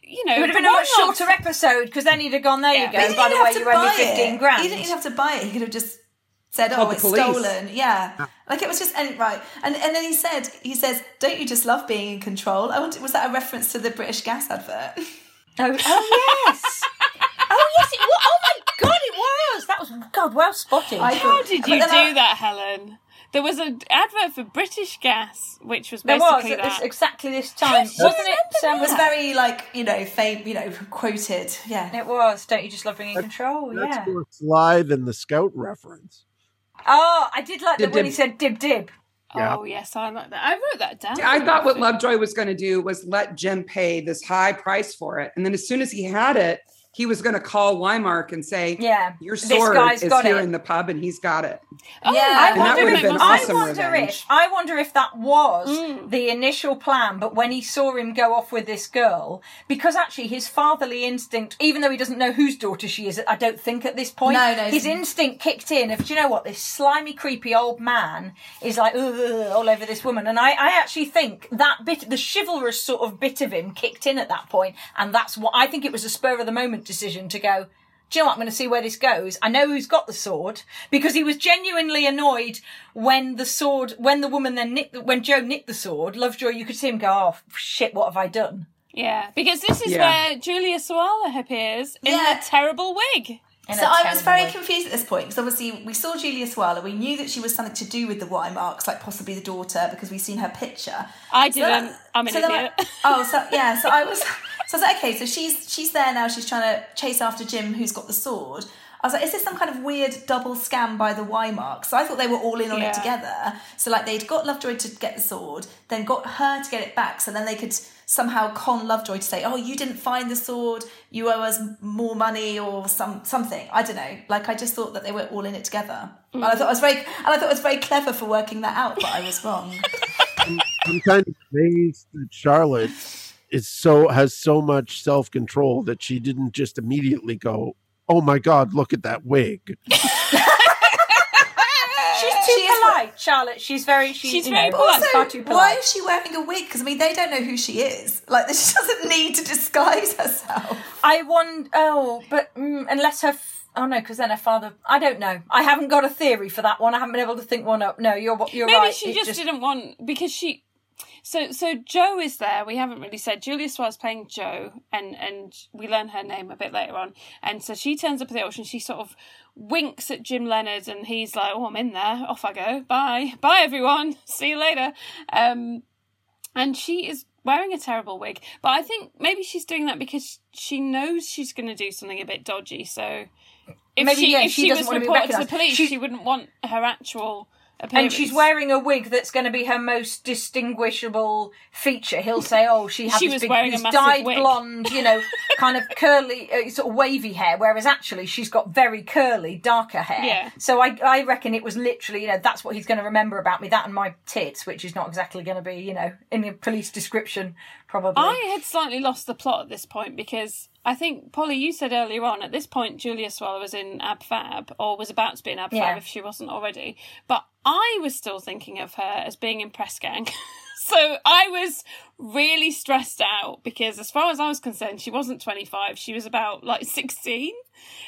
A: you know
D: it would have
A: the
D: been a
A: one
D: much
A: lot-
D: shorter episode because then he'd have gone there
A: Yeah.
D: you
A: But
D: go
B: He didn't
D: by the
B: even
D: way
B: have to
D: you owe me
B: buy
D: 15
B: it.
D: grand
B: He didn't even have to buy it. He could have just said,
F: Called
B: "Oh,
F: the
B: it's
F: police.
B: stolen." Yeah. Like it was just and right. And and then he said, he says, "Don't you just love being in control?" I wonder, was that a reference to the British gas advert?
D: oh, oh yes oh yes it was oh my god it was that was god well spotted
B: I
A: How
B: thought-
A: did
B: but
A: you do
B: then I-
A: that, Helen? There was an advert for British Gas, which was
D: there was
A: basically
D: at this,
A: that.
D: exactly this time
A: did you
D: wasn't it
A: remember
D: um,
B: It was very like you know fame, you know quoted. Yeah.
D: it was don't you just love being in control
E: That's
D: Oh, yeah
E: more sly than the scout reference.
D: Oh, I did like
F: Dib,
D: that when
F: dib.
D: he said dib dib.
E: Yeah.
A: Oh yes, I like that. I wrote that down.
F: I thought what Lovejoy was going to do was let Jim pay this high price for it. And then as soon as he had it, he was going to call Weimark and say,
D: Yeah.
F: Your
D: This
F: sword
D: guy's
F: is
D: got
F: here
D: it."
F: in the pub and he's got it.
A: Oh,
B: Yeah.
D: I
F: And that
D: wonder,
F: would've
D: if,
F: been
D: I
F: awesome
D: wonder
F: revenge.
D: if I wonder if that was
A: Mm.
D: the initial plan, but when he saw him go off with this girl, because actually his fatherly instinct, even though he doesn't know whose daughter she is, I don't think at this point,
B: No, no,
D: his
B: he's-
D: instinct kicked in. Of do you know what this slimy, creepy old man is like "Ugh," all over this woman, and I, I actually think that bit, the chivalrous sort of bit of him, kicked in at that point, and that's what I think it was a spur of the moment decision to go. Do you know what? I'm going to see where this goes. I know who's got the sword because he was genuinely annoyed when the sword, when the woman then nicked, when Joe nicked the sword, Lovejoy, you could see him go, oh, shit, what have I done?
A: Yeah, because this is
F: Yeah.
A: where Julia Suala appears in
B: Yeah.
A: a terrible wig.
D: In
B: So
D: a
B: I was
D: terrible
B: very
D: way.
B: confused at this point because obviously we saw Julia Swala. We knew that she was something to do with the Y marks, like possibly the daughter, because we've seen her picture.
A: I
B: So that-
A: didn't. I'm an
B: so then I-
A: idiot.
B: oh, so yeah. So I was. So I was like, okay. So she's she's there now. She's trying to chase after Jim, who's got the sword. I was like, is this some kind of weird double scam by the Y marks? So I thought they were all in on
A: Yeah.
B: it together. So like they'd got Lovejoy to get the sword, then got her to get it back. So then they could somehow con Lovejoy to say, oh, you didn't find the sword. You owe us more money or some something. I don't know. Like I just thought that they were all in it together. And
A: Mm.
B: I thought I was very and I thought I was very clever for working that out, but I was wrong.
E: I'm kind of amazed that Charlotte is so has so much self control that she didn't just immediately go, "Oh my God, look at that wig."
D: She's too
B: She is-
D: polite, Charlotte. She's very. She,
A: She's
D: you
A: very
D: know,
A: polite.
D: she's far too
B: why
D: polite.
B: is she wearing a wig? Because I mean, they don't know who she is. Like, she doesn't need to disguise herself.
D: I won. Oh, but mm, unless her. F- oh no, because then her father. I don't know. I haven't got a theory for that one. I haven't been able to think one up. No, you're you're
A: Maybe
D: right.
A: she
D: It
A: just, didn't want because she. So so Joe is there. We haven't really said Julia Suarez playing Joe, and and we learn her name a bit later on. And so she turns up at the auction. She sort of winks at Jim Leonard, and he's like, "Oh, I'm in there. Off I go. Bye, bye, everyone. See you later." Um, and she is wearing a terrible wig, but I think maybe she's doing that because she knows she's going to do something a bit dodgy. So if
D: Maybe,
A: she
D: yeah,
A: if
D: she
A: she,
D: doesn't
A: was
D: want to be
A: reported to the
D: recognised.
A: police,
D: She-
A: she wouldn't want her actual. Appearance.
D: And she's wearing a wig that's going to be her most distinguishable feature. He'll say, "Oh, she had
A: She
D: this
A: was
D: big,
A: wearing a
D: this
A: massive
D: dyed
A: wig.
D: blonde, you know, kind of curly, uh, sort of wavy hair." Whereas actually, she's got very curly, darker hair.
A: Yeah.
D: So I, I reckon it was literally, you know, that's what he's going to remember about me—that and my tits, which is not exactly going to be, you know, in the police description, probably.
A: I had slightly lost the plot at this point because I think Polly, you said earlier on at this point Julia Swallow was in Ab Fab or was about to be in Ab
D: Yeah.
A: Fab if she wasn't already, but I was still thinking of her as being in Press Gang. so I was really stressed out because, as far as I was concerned, she wasn't twenty five; she was about like sixteen,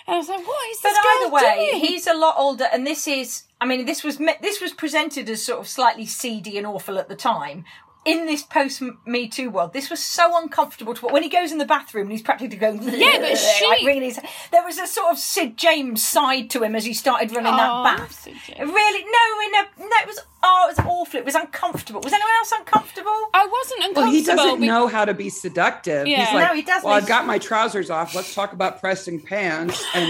A: and I was like, "What is
D: But
A: this
D: either
A: girl
D: way,
A: doing?"
D: he's a lot older, and this is. I mean, this was me- this was presented as sort of slightly seedy and awful at the time. In this post Me Too world, this was so uncomfortable to watch. When he goes in the bathroom and he's practically going, yeah,
A: but she-
D: wringing his, there was a sort of Sid James side to him as he started running
A: Oh,
D: that bath.
A: Sid
D: It
A: James.
D: Really, no, no, no, it was oh, it was awful. It was uncomfortable. Was anyone else uncomfortable?
A: I wasn't uncomfortable.
F: Well, he doesn't
A: be-
F: know how to be seductive.
A: Yeah.
F: He's like,
D: No, he doesn't.
F: Well, I've got my trousers off. Let's talk about pressing pants. And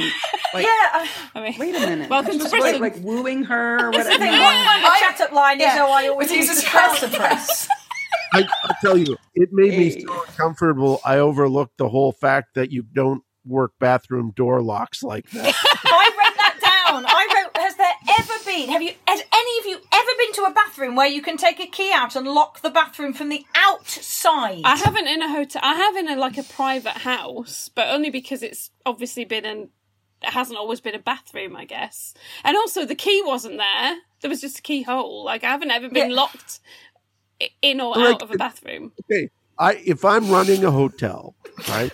F: like,
D: yeah, I-
A: I mean,
F: wait a minute.
A: Welcome to
F: Just
A: Britain.
F: Like, like wooing her or whatever.
D: the one kind of chat up line is
B: yeah.
D: oh, I always
B: Which is
D: use
B: a
D: the trouser
B: trouser
D: press.
E: I, I tell you, it made me
F: Hey.
E: so uncomfortable. I overlooked the whole fact that you don't work bathroom door locks like that.
D: I wrote that down. I wrote, has there ever been, have you, has any of you ever been to a bathroom where you can take a key out and lock the bathroom from the outside?
A: I
F: Uh-huh.
A: haven't in a hotel. I have in a like a private house, but only because it's obviously been an. It hasn't always been a bathroom, I guess. And also, the key wasn't there. There was just a keyhole. Like I haven't ever been
D: Yeah.
A: locked i- in or
E: Like-
A: out of a bathroom.
E: okay, I if I'm running a hotel, right?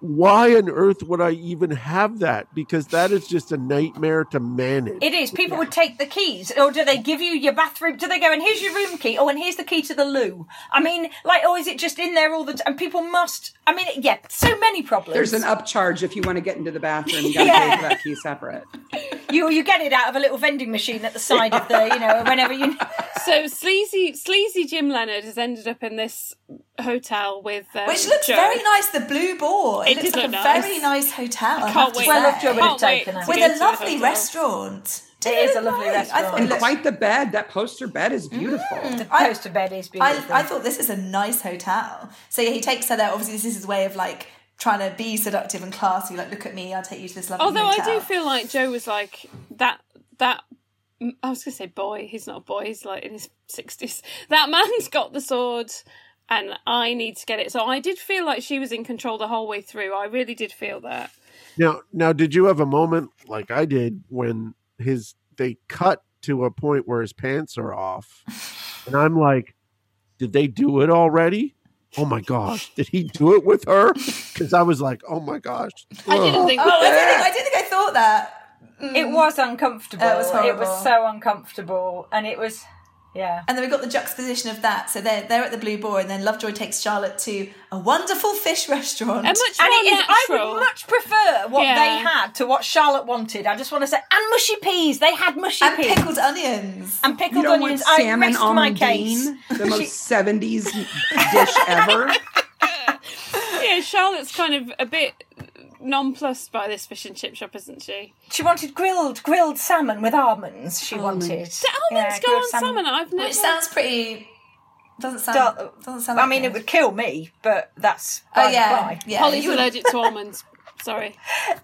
E: Why on earth would I even have that? Because that is just a nightmare to manage.
D: it is. People would take the keys, or do they give you your bathroom? Do they go and here's your room key? Oh, and here's the key to the loo. I mean, like, or is it just in there all the time? And people must. I mean, yeah, so many problems.
F: There's an upcharge if you want to get into the bathroom. You got to
D: Yeah.
F: pay for that key separate.
D: you you get it out of a little vending machine at the side of the, you know, whenever you.
A: So sleazy, sleazy Jim Leonard has ended up in this hotel with um,
B: Which looks
A: Joe.
B: very nice, the Blue Boar. It,
A: It
B: looks
A: did
B: like
A: look
B: a
A: nice.
B: very nice hotel.
A: Can't
B: I, have to
A: wait.
B: say.
D: Well, Lovejoy would have
A: Can't wait
D: taken her.
A: to
B: With
A: go to
B: a
A: the
B: lovely
A: hotel.
B: restaurant.
D: It is a lovely
B: Right. I
D: restaurant.
B: thought-
F: And quite the bed. That poster bed is beautiful.
D: The
B: I-
D: poster bed is beautiful.
B: I, I thought this is a nice hotel. So yeah, he takes her there. Obviously, this is his way of like trying to be seductive and classy. Like, look at me, I'll take you to this lovely
A: Although I
B: hotel.
A: do feel like Joe was like that that mm, I was gonna say boy, he's not a boy, he's like in his sixties. That man's got the sword and I need to get it. So I did feel like she was in control the whole way through. I really did feel that.
E: Now, now, did you have a moment like I did when his they cut to a point where his pants are off, and I'm like, did they do it already? Oh my gosh, did he do it with her? Because I was like, oh my gosh,
A: I didn't
E: ugh.
A: think
B: Oh, I don't think I, don't think I thought that. Mm.
D: It was uncomfortable.
B: It was
D: it
B: horrible.
D: was so uncomfortable, and it was yeah.
B: And then we got the juxtaposition of that. So they're they're at the Blue Boar, and then Lovejoy takes Charlotte to a wonderful fish restaurant.
A: and much
D: And
A: more
D: it is, I
A: natural.
D: would much prefer what
A: Yeah.
D: they had to what Charlotte wanted. I just want to say, and mushy peas. They had mushy
B: and
D: peas
B: pickled onions.
D: and
F: You
D: pickled
F: don't want
D: onions. I
F: salmon
D: rest my case.
F: almondine, the most seventies dish ever.
A: yeah, Charlotte's kind of a bit nonplussed by this fish and chip shop, isn't she?
D: She wanted grilled grilled salmon with almonds. She wanted.
A: The almonds
D: Yeah,
A: go
D: grilled
A: on salmon. I've never.
B: Which sounds pretty. Doesn't sound.
D: Don't-
B: doesn't sound.
D: I
B: like
D: mean, it
B: good.
D: would kill me, but that's by
B: Oh
D: the
B: yeah,
D: by.
B: yeah.
A: Polly's
B: you would-
A: allergic to almonds. Sorry.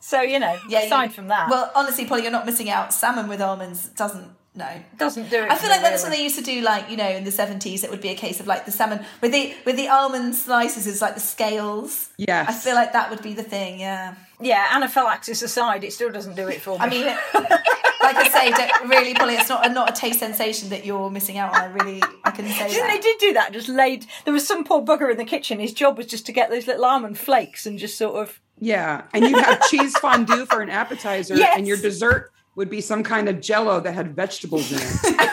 D: So you know,
B: yeah, you-
D: aside from that,
B: Well, honestly, Polly, you're not missing out. Salmon with almonds doesn't. No,
D: doesn't do it.
B: I
D: for
B: feel
D: me,
B: like that's
D: really.
B: what they used to do, like you know, in the seventies. It would be a case of like the salmon with the with the almond slices, is like the scales.
F: Yes.
B: I feel like that would be the thing. Yeah,
D: Yeah, anaphylaxis aside, it still doesn't do it for me.
B: I mean, like I say, don't, really, Polly, it's not a, not a taste sensation that you're missing out on. I really, I can say
D: Didn't they
B: that.
D: did do that? Just laid. There was some poor bugger in the kitchen. His job was just to get those little almond flakes and just sort of.
F: Yeah. And you have cheese fondue for an appetizer,
D: Yes.
F: and your dessert would be some kind of jello that had vegetables in it.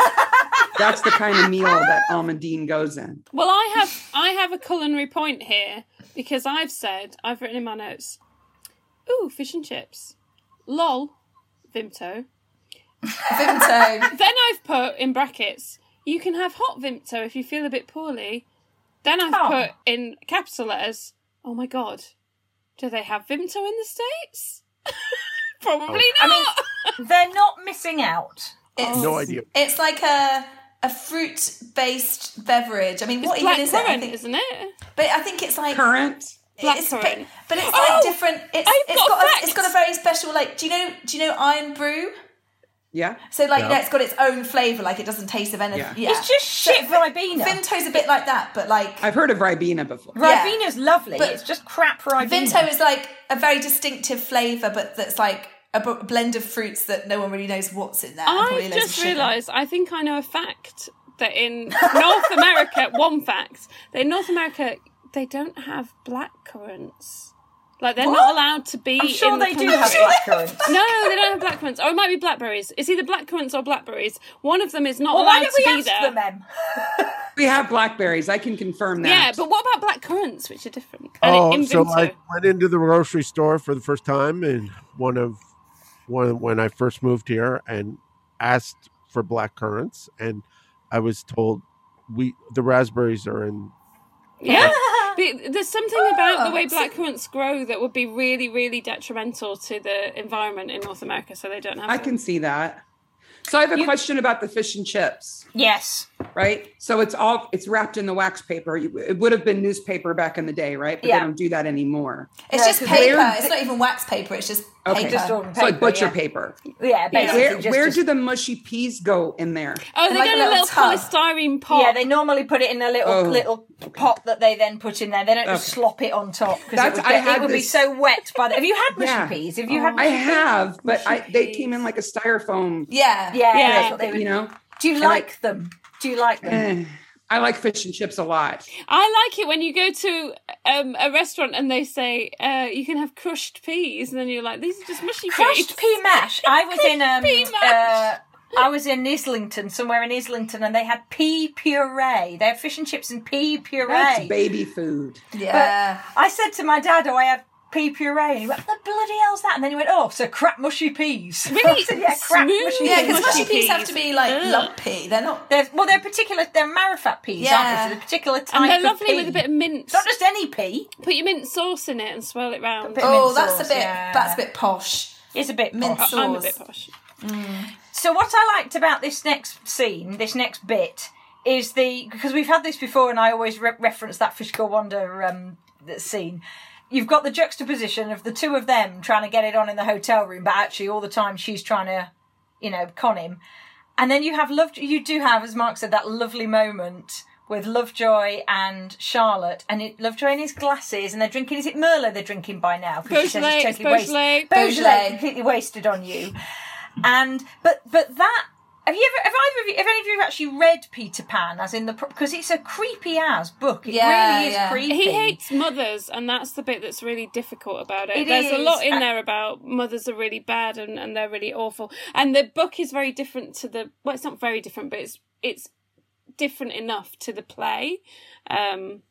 F: That's the kind of meal that almondine goes in.
A: Well, I have I have a culinary point here because I've said I've written in my notes. Ooh, fish and chips. Lol, Vimto.
B: Vimto.
A: Then I've put in brackets. You can have hot Vimto if you feel a bit poorly. Then I've
D: Oh.
A: put in capital letters. Oh my god, do they have Vimto in the states? Probably not.
D: They're not missing out.
B: It's,
E: No idea.
B: It's like a a fruit based beverage. I mean, what
A: black
B: even is it? I
A: currant,
B: think,
A: isn't it?
B: but I think it's like
F: Current.
B: It's
A: Blackcurrant.
B: ba- but it's like
A: Oh,
B: different. It's,
A: I've
B: it's
A: got
B: got,
A: a
B: a,
A: fact.
B: it's got a very special like. Do you know? Do you know Iron Brew?
F: Yeah.
B: So like, you know,
E: Yeah.
B: it's got its own flavour. Like it doesn't taste of anything. Yeah.
F: Yeah.
D: It's just shit Ribena.
B: Vinto's a bit like that, but like
F: I've heard of Ribena before.
B: yeah.
D: Ribena's lovely.
B: But-
D: it's just crap Ribena.
B: Vinto is like a very distinctive flavour, but that's like a b- blend of fruits that no one really knows what's in there. and probably
A: I
B: loads of
A: just
B: sugar.
A: realised. I think I know a fact that in North America, one fact that in North America they don't have black currants. Like they're not
D: What?
A: allowed to be.
D: I'm sure
A: in the
D: they do
A: country.
D: have blackcurrants.
A: No, they don't have black currants. Or it might be blackberries. It's either black currants or blackberries. One of them is not
D: Well, why
A: allowed
D: don't we
A: to be
D: ask
A: there.
D: them, Em?
F: We have blackberries. I can confirm that.
A: Yeah, but what about black currants, which are different? And
E: Oh,
A: in
E: so
A: Vinto.
E: I went into the grocery store for the first time, and one of one when I first moved here, and asked for black currants, and I was told we the raspberries are in.
A: Yeah. But there's something about
D: Oh,
A: the way
B: so-
A: blackcurrants grow that would be really, really detrimental to the environment in North America, so they don't have.
F: I
A: them.
F: can see that. So I have a question about the fish and chips,
D: Yes.
F: right? So it's all it's wrapped in the wax paper. You- It would have been newspaper back in the day, right? But
D: Yeah.
F: they don't do that anymore.
B: It's
D: No,
B: just
D: 'cause
B: paper.
F: where-
B: It's not even wax paper. It's just
F: Okay.
B: paper.
D: Just ordinary
F: It's like
D: paper,
F: butcher
D: yeah.
F: paper.
D: Yeah, basically.
F: Where
D: just,
F: where
D: just-
F: do the mushy peas go in there?
A: Oh, they
B: like
A: go
B: a
A: in a
B: little
A: little
B: tub.
A: polystyrene pot.
D: Yeah, they normally put it in a little
F: Oh.
D: little pot that they then put in there. They don't just
F: Okay.
D: slop it on top because it
F: That's-
D: would,
F: I
D: get- it
F: had
D: would be
F: this-
D: so wet by the. Have you had mushy
F: Yeah. Oh.
D: peas? Have you had?
F: I
D: Mushy
F: have, but I, they came in like a styrofoam.
B: Yeah.
D: Yeah,
A: Yeah.
D: that's what they would-
F: You know,
D: Do you like them? Do you like them?
F: Eh, I like fish and chips a lot.
A: I like it when you go to um, a restaurant and they say uh, you can have crushed peas, and then you're like, these are just mushy peas.
D: crushed pea mash. I was in um,
A: pea mash.
D: Uh, I was in Islington, somewhere in Islington, and they had pea puree. They had fish and chips and pea puree.
F: That's baby food.
B: Yeah.
D: I said to my dad, "Oh, I had pea puree." And he went, "The bloody hell's that?" And then he went, "Oh, so crap mushy peas."
A: Really
D: I said, yeah, crap mushy
A: smooth.
B: Yeah,
D: peas.
B: because mushy
A: Mushy
B: peas have
A: peas.
B: to be like
A: Ugh.
B: lumpy. They're not.
D: They're, well, they're particular. They're marifat peas,
B: Yeah.
D: aren't they? So they're a particular type.
A: And they're
D: of
A: lovely
D: pea.
A: with a bit of mint.
D: It's not just any pea.
A: Put your mint sauce in it and swirl it round.
D: bit-
B: Oh,
D: mint
B: that's
D: sauce,
B: a bit.
D: yeah.
B: That's a bit posh.
D: It's a bit
B: Mint
D: mint.
B: sauce.
A: I'm a bit posh.
D: So what I liked about this next scene, this next bit, is the because we've had this before, and I always re- reference that Fishkill Wonder um, that scene. You've got the juxtaposition of the two of them trying to get it on in the hotel room, but actually all the time she's trying to, you know, con him. And then you have love. You do have, as Mark said, that lovely moment with Lovejoy and Charlotte, and it, Lovejoy in his glasses, and they're drinking. Is it Merlot they're drinking by now? 'Cause she says
A: Beaujolais,
D: he's
A: it's Beaujolais.
D: wasted- Beaujolais,
B: Beaujolais.
D: completely wasted on you. And but but that have you ever have either of you have any of you actually read Peter Pan as in the because it's a creepy ass book. It
B: Yeah,
D: really is
B: yeah.
D: creepy.
A: He hates mothers, and that's the bit that's really difficult about it.
D: It
A: There's a lot
D: is. Uh,
A: in there about mothers are really bad and, and they're really awful. And the book is very different to the well, it's not very different, but it's it's different enough to the play. Um,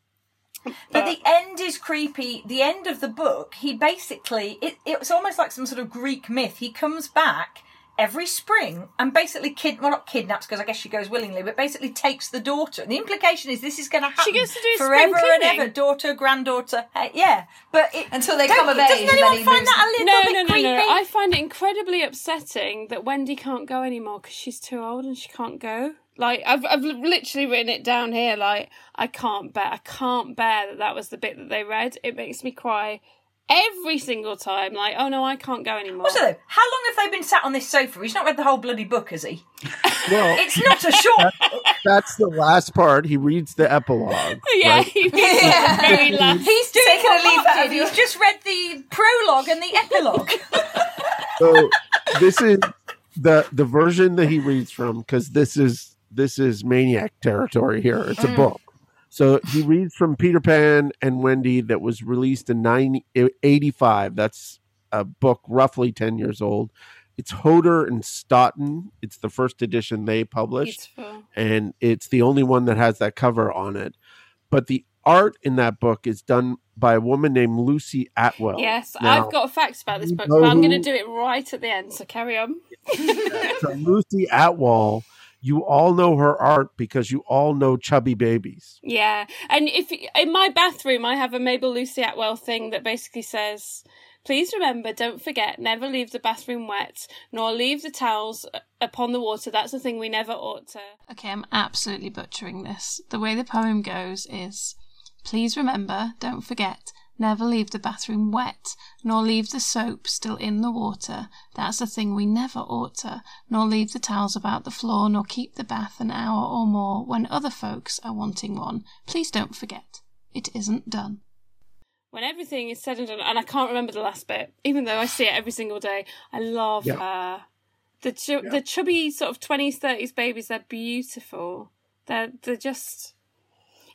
D: But the end is creepy. The end of the book, he basically it, it's almost like some sort of Greek myth. He comes back every spring and basically kid well not kidnaps because I guess she goes willingly, but basically takes the daughter. And the implication is this is going to happen.
A: goes to do spring
D: forever and
A: cleaning.
D: ever, daughter, granddaughter. eh, yeah, but it,
B: Until they
D: don't
B: come of
D: you-
B: age and
D: Doesn't anyone
B: then he
D: find
B: moves-
D: that a little
A: no,
D: bit
A: no, no,
D: creepy?
A: no. I find it incredibly upsetting that Wendy can't go anymore because she's too old and she can't go. Like I've I've li- literally written it down here. Like I can't bear, I can't bear that that was the bit that they read. It makes me cry every single time. Like oh no, I can't go anymore.
D: Also, though, how long have they been sat on this sofa? He's not read the whole bloody book, has he?
E: Well,
D: It's not a short.
E: that's the last part. He reads the epilogue.
A: yeah,
E: right?
A: he was
B: Yeah.
A: the very last.
D: He's doing
B: Taking
D: what
B: a leaf
D: Mark
B: out of
D: did.
B: your-
D: He's just read the prologue and the epilogue.
E: so this is the the version that he reads from because this is this is maniac territory here it's a book so he reads from peter pan and wendy that was released in 90, 85 that's a book roughly 10 years old it's hoder and stoughton it's the first edition they published
A: Beautiful.
E: and it's the only one that has that cover on it but the art in that book is done by a woman named lucy atwell
A: Yes,
E: Now-
A: I've got facts about this
E: you
A: book,
E: know
A: but I'm going to
E: who-
A: do it right at the end. So carry on.
E: so Lucy Atwall, you all know her art because you all know Chubby Babies.
A: Yeah, and if in my bathroom I have a Mabel Lucy Atwell thing that basically says, "Please remember, don't forget, never leave the bathroom wet, nor leave the towels uh, upon the water. That's a thing we never ought to." Okay, I'm absolutely butchering this. The way the poem goes is, "Please remember, don't forget." Never leave the bathroom wet, nor leave the soap still in the water. That's a thing we never ought to. Nor leave the towels about the floor, nor keep the bath an hour or more when other folks are wanting one. Please don't forget. It isn't done. When everything is said and done, and I can't remember the last bit, even though I see it every single day, I love
E: Yeah.
A: her. The chu- the chubby sort of twenties, thirties babies, they're beautiful. They're they're just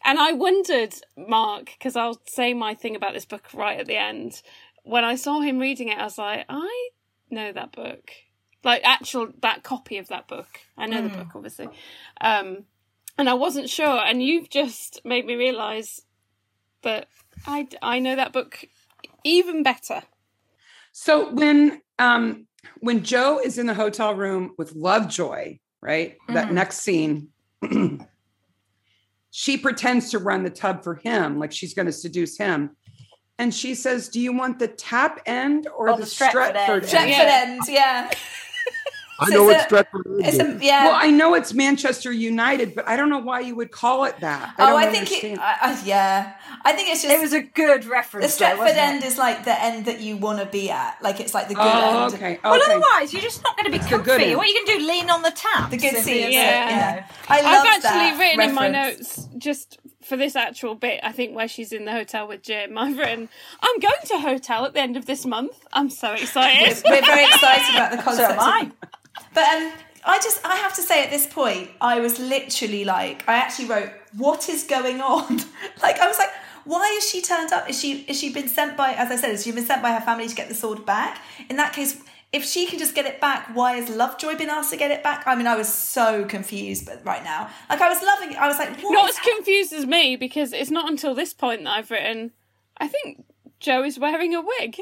A: and I wondered, Mark, because I'll say my thing about this book right at the end. When I saw him reading it, I was like, I know that book. Like actual that copy of that book. I know
B: Hmm.
A: the book, obviously. Um, and I wasn't sure, and you've just made me realise that I I know that book even better.
F: So when um when Joe is in the hotel room with Lovejoy, right? That next scene, she pretends to run the tub for him, like she's going to seduce him. And she says, "Do you want the tap end or
D: Or
F: the,
D: the Stratford end.
F: Stratford end?"
B: Stratford end, yeah.
E: I
B: So
E: know
B: it's
E: it's
B: a-
E: Stratford.
B: It's a, yeah.
F: Well, I know it's Manchester United, but I don't know why you would call it that.
B: oh,
F: don't
B: I think it,
F: understand.
B: I, I, yeah. I think it's just
D: It was a good reference.
B: the
D: though,
B: Stratford
D: wasn't it?
B: end is like the end that you want to be at. Like it's like the good
F: oh,
B: end.
F: okay. okay.
D: Well, otherwise you're just not going to be
F: the good
D: comfy.
F: end.
D: What are you going to do? Lean on the tap?
B: The good
D: Simply,
B: scene.
D: isn't it?
A: yeah.
B: Yeah. I love
A: I've actually
B: that
A: written in my
B: reference.
A: notes just for this actual bit. I think where she's in the hotel with Jim. I've written, "I'm going to hotel at the end of this month. I'm so excited."
B: We're very excited about the
D: So
B: concept.
D: am
B: of-
D: I.
B: But um, I just, I have to say at this point, I was literally like, I actually wrote, what is going on? like, I was like, why is she turned up? Is she, is she been sent by, as I said, has she been sent by her family to get the sword back? In that case, if she can just get it back, why has Lovejoy been asked to get it back? I mean, I was so confused but right now. Like, I was loving it. I was like, what
A: not
B: is
A: as confused as me because it's not until this point that I've written. I think Joe is wearing a wig.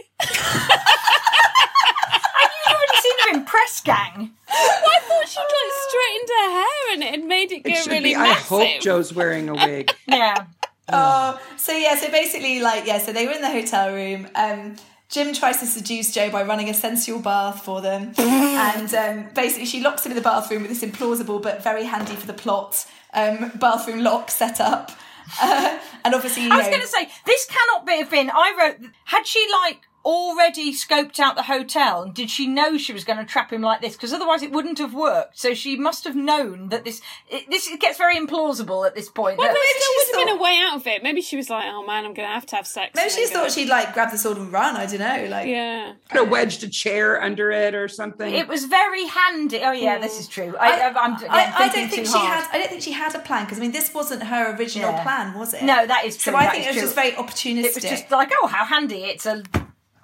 D: You've already seen her in Press Gang.
A: I thought she'd like straightened her hair and it made it go
F: It should
A: really
F: be, I
A: massive.
F: hope Joe's wearing a wig.
D: Yeah.
B: Oh, so yeah, so basically, like, yeah, so they were in the hotel room. Um, Jim tries to seduce Joe by running a sensual bath for them. and um, basically, she locks him in the bathroom with this implausible but very handy for the plot um, bathroom lock set up. Uh, and obviously, you
D: I was
B: know-
D: going to say this cannot be have been. I wrote. Had she like already scoped out the hotel? and Did she know she was going to trap him like this? Because otherwise, it wouldn't have worked. So she must have known that this. It, this it gets very implausible at this point.
A: Well,
D: that-
A: there still
B: she
A: would have been a
B: thought-
A: way out of it. Maybe she was like, "Oh man, I'm going to have to have sex."
B: maybe
A: and
B: she just
A: then go-
B: thought she'd like grab the sword and run. I don't know. Like,
A: Yeah.
F: Could have wedged a chair under it or something.
D: it was very handy. Oh yeah, this is true. I, I, I'm, yeah,
B: I, I
D: thinking
B: don't think
D: too
B: she
D: hard.
B: had. I don't think she had a plan because I mean, this wasn't her original
D: Yeah.
B: plan, was it?
D: No, that is true.
B: So I
D: that
B: think it
D: is
B: was just
D: true.
B: very opportunistic.
D: It was just like, oh, how handy! It's a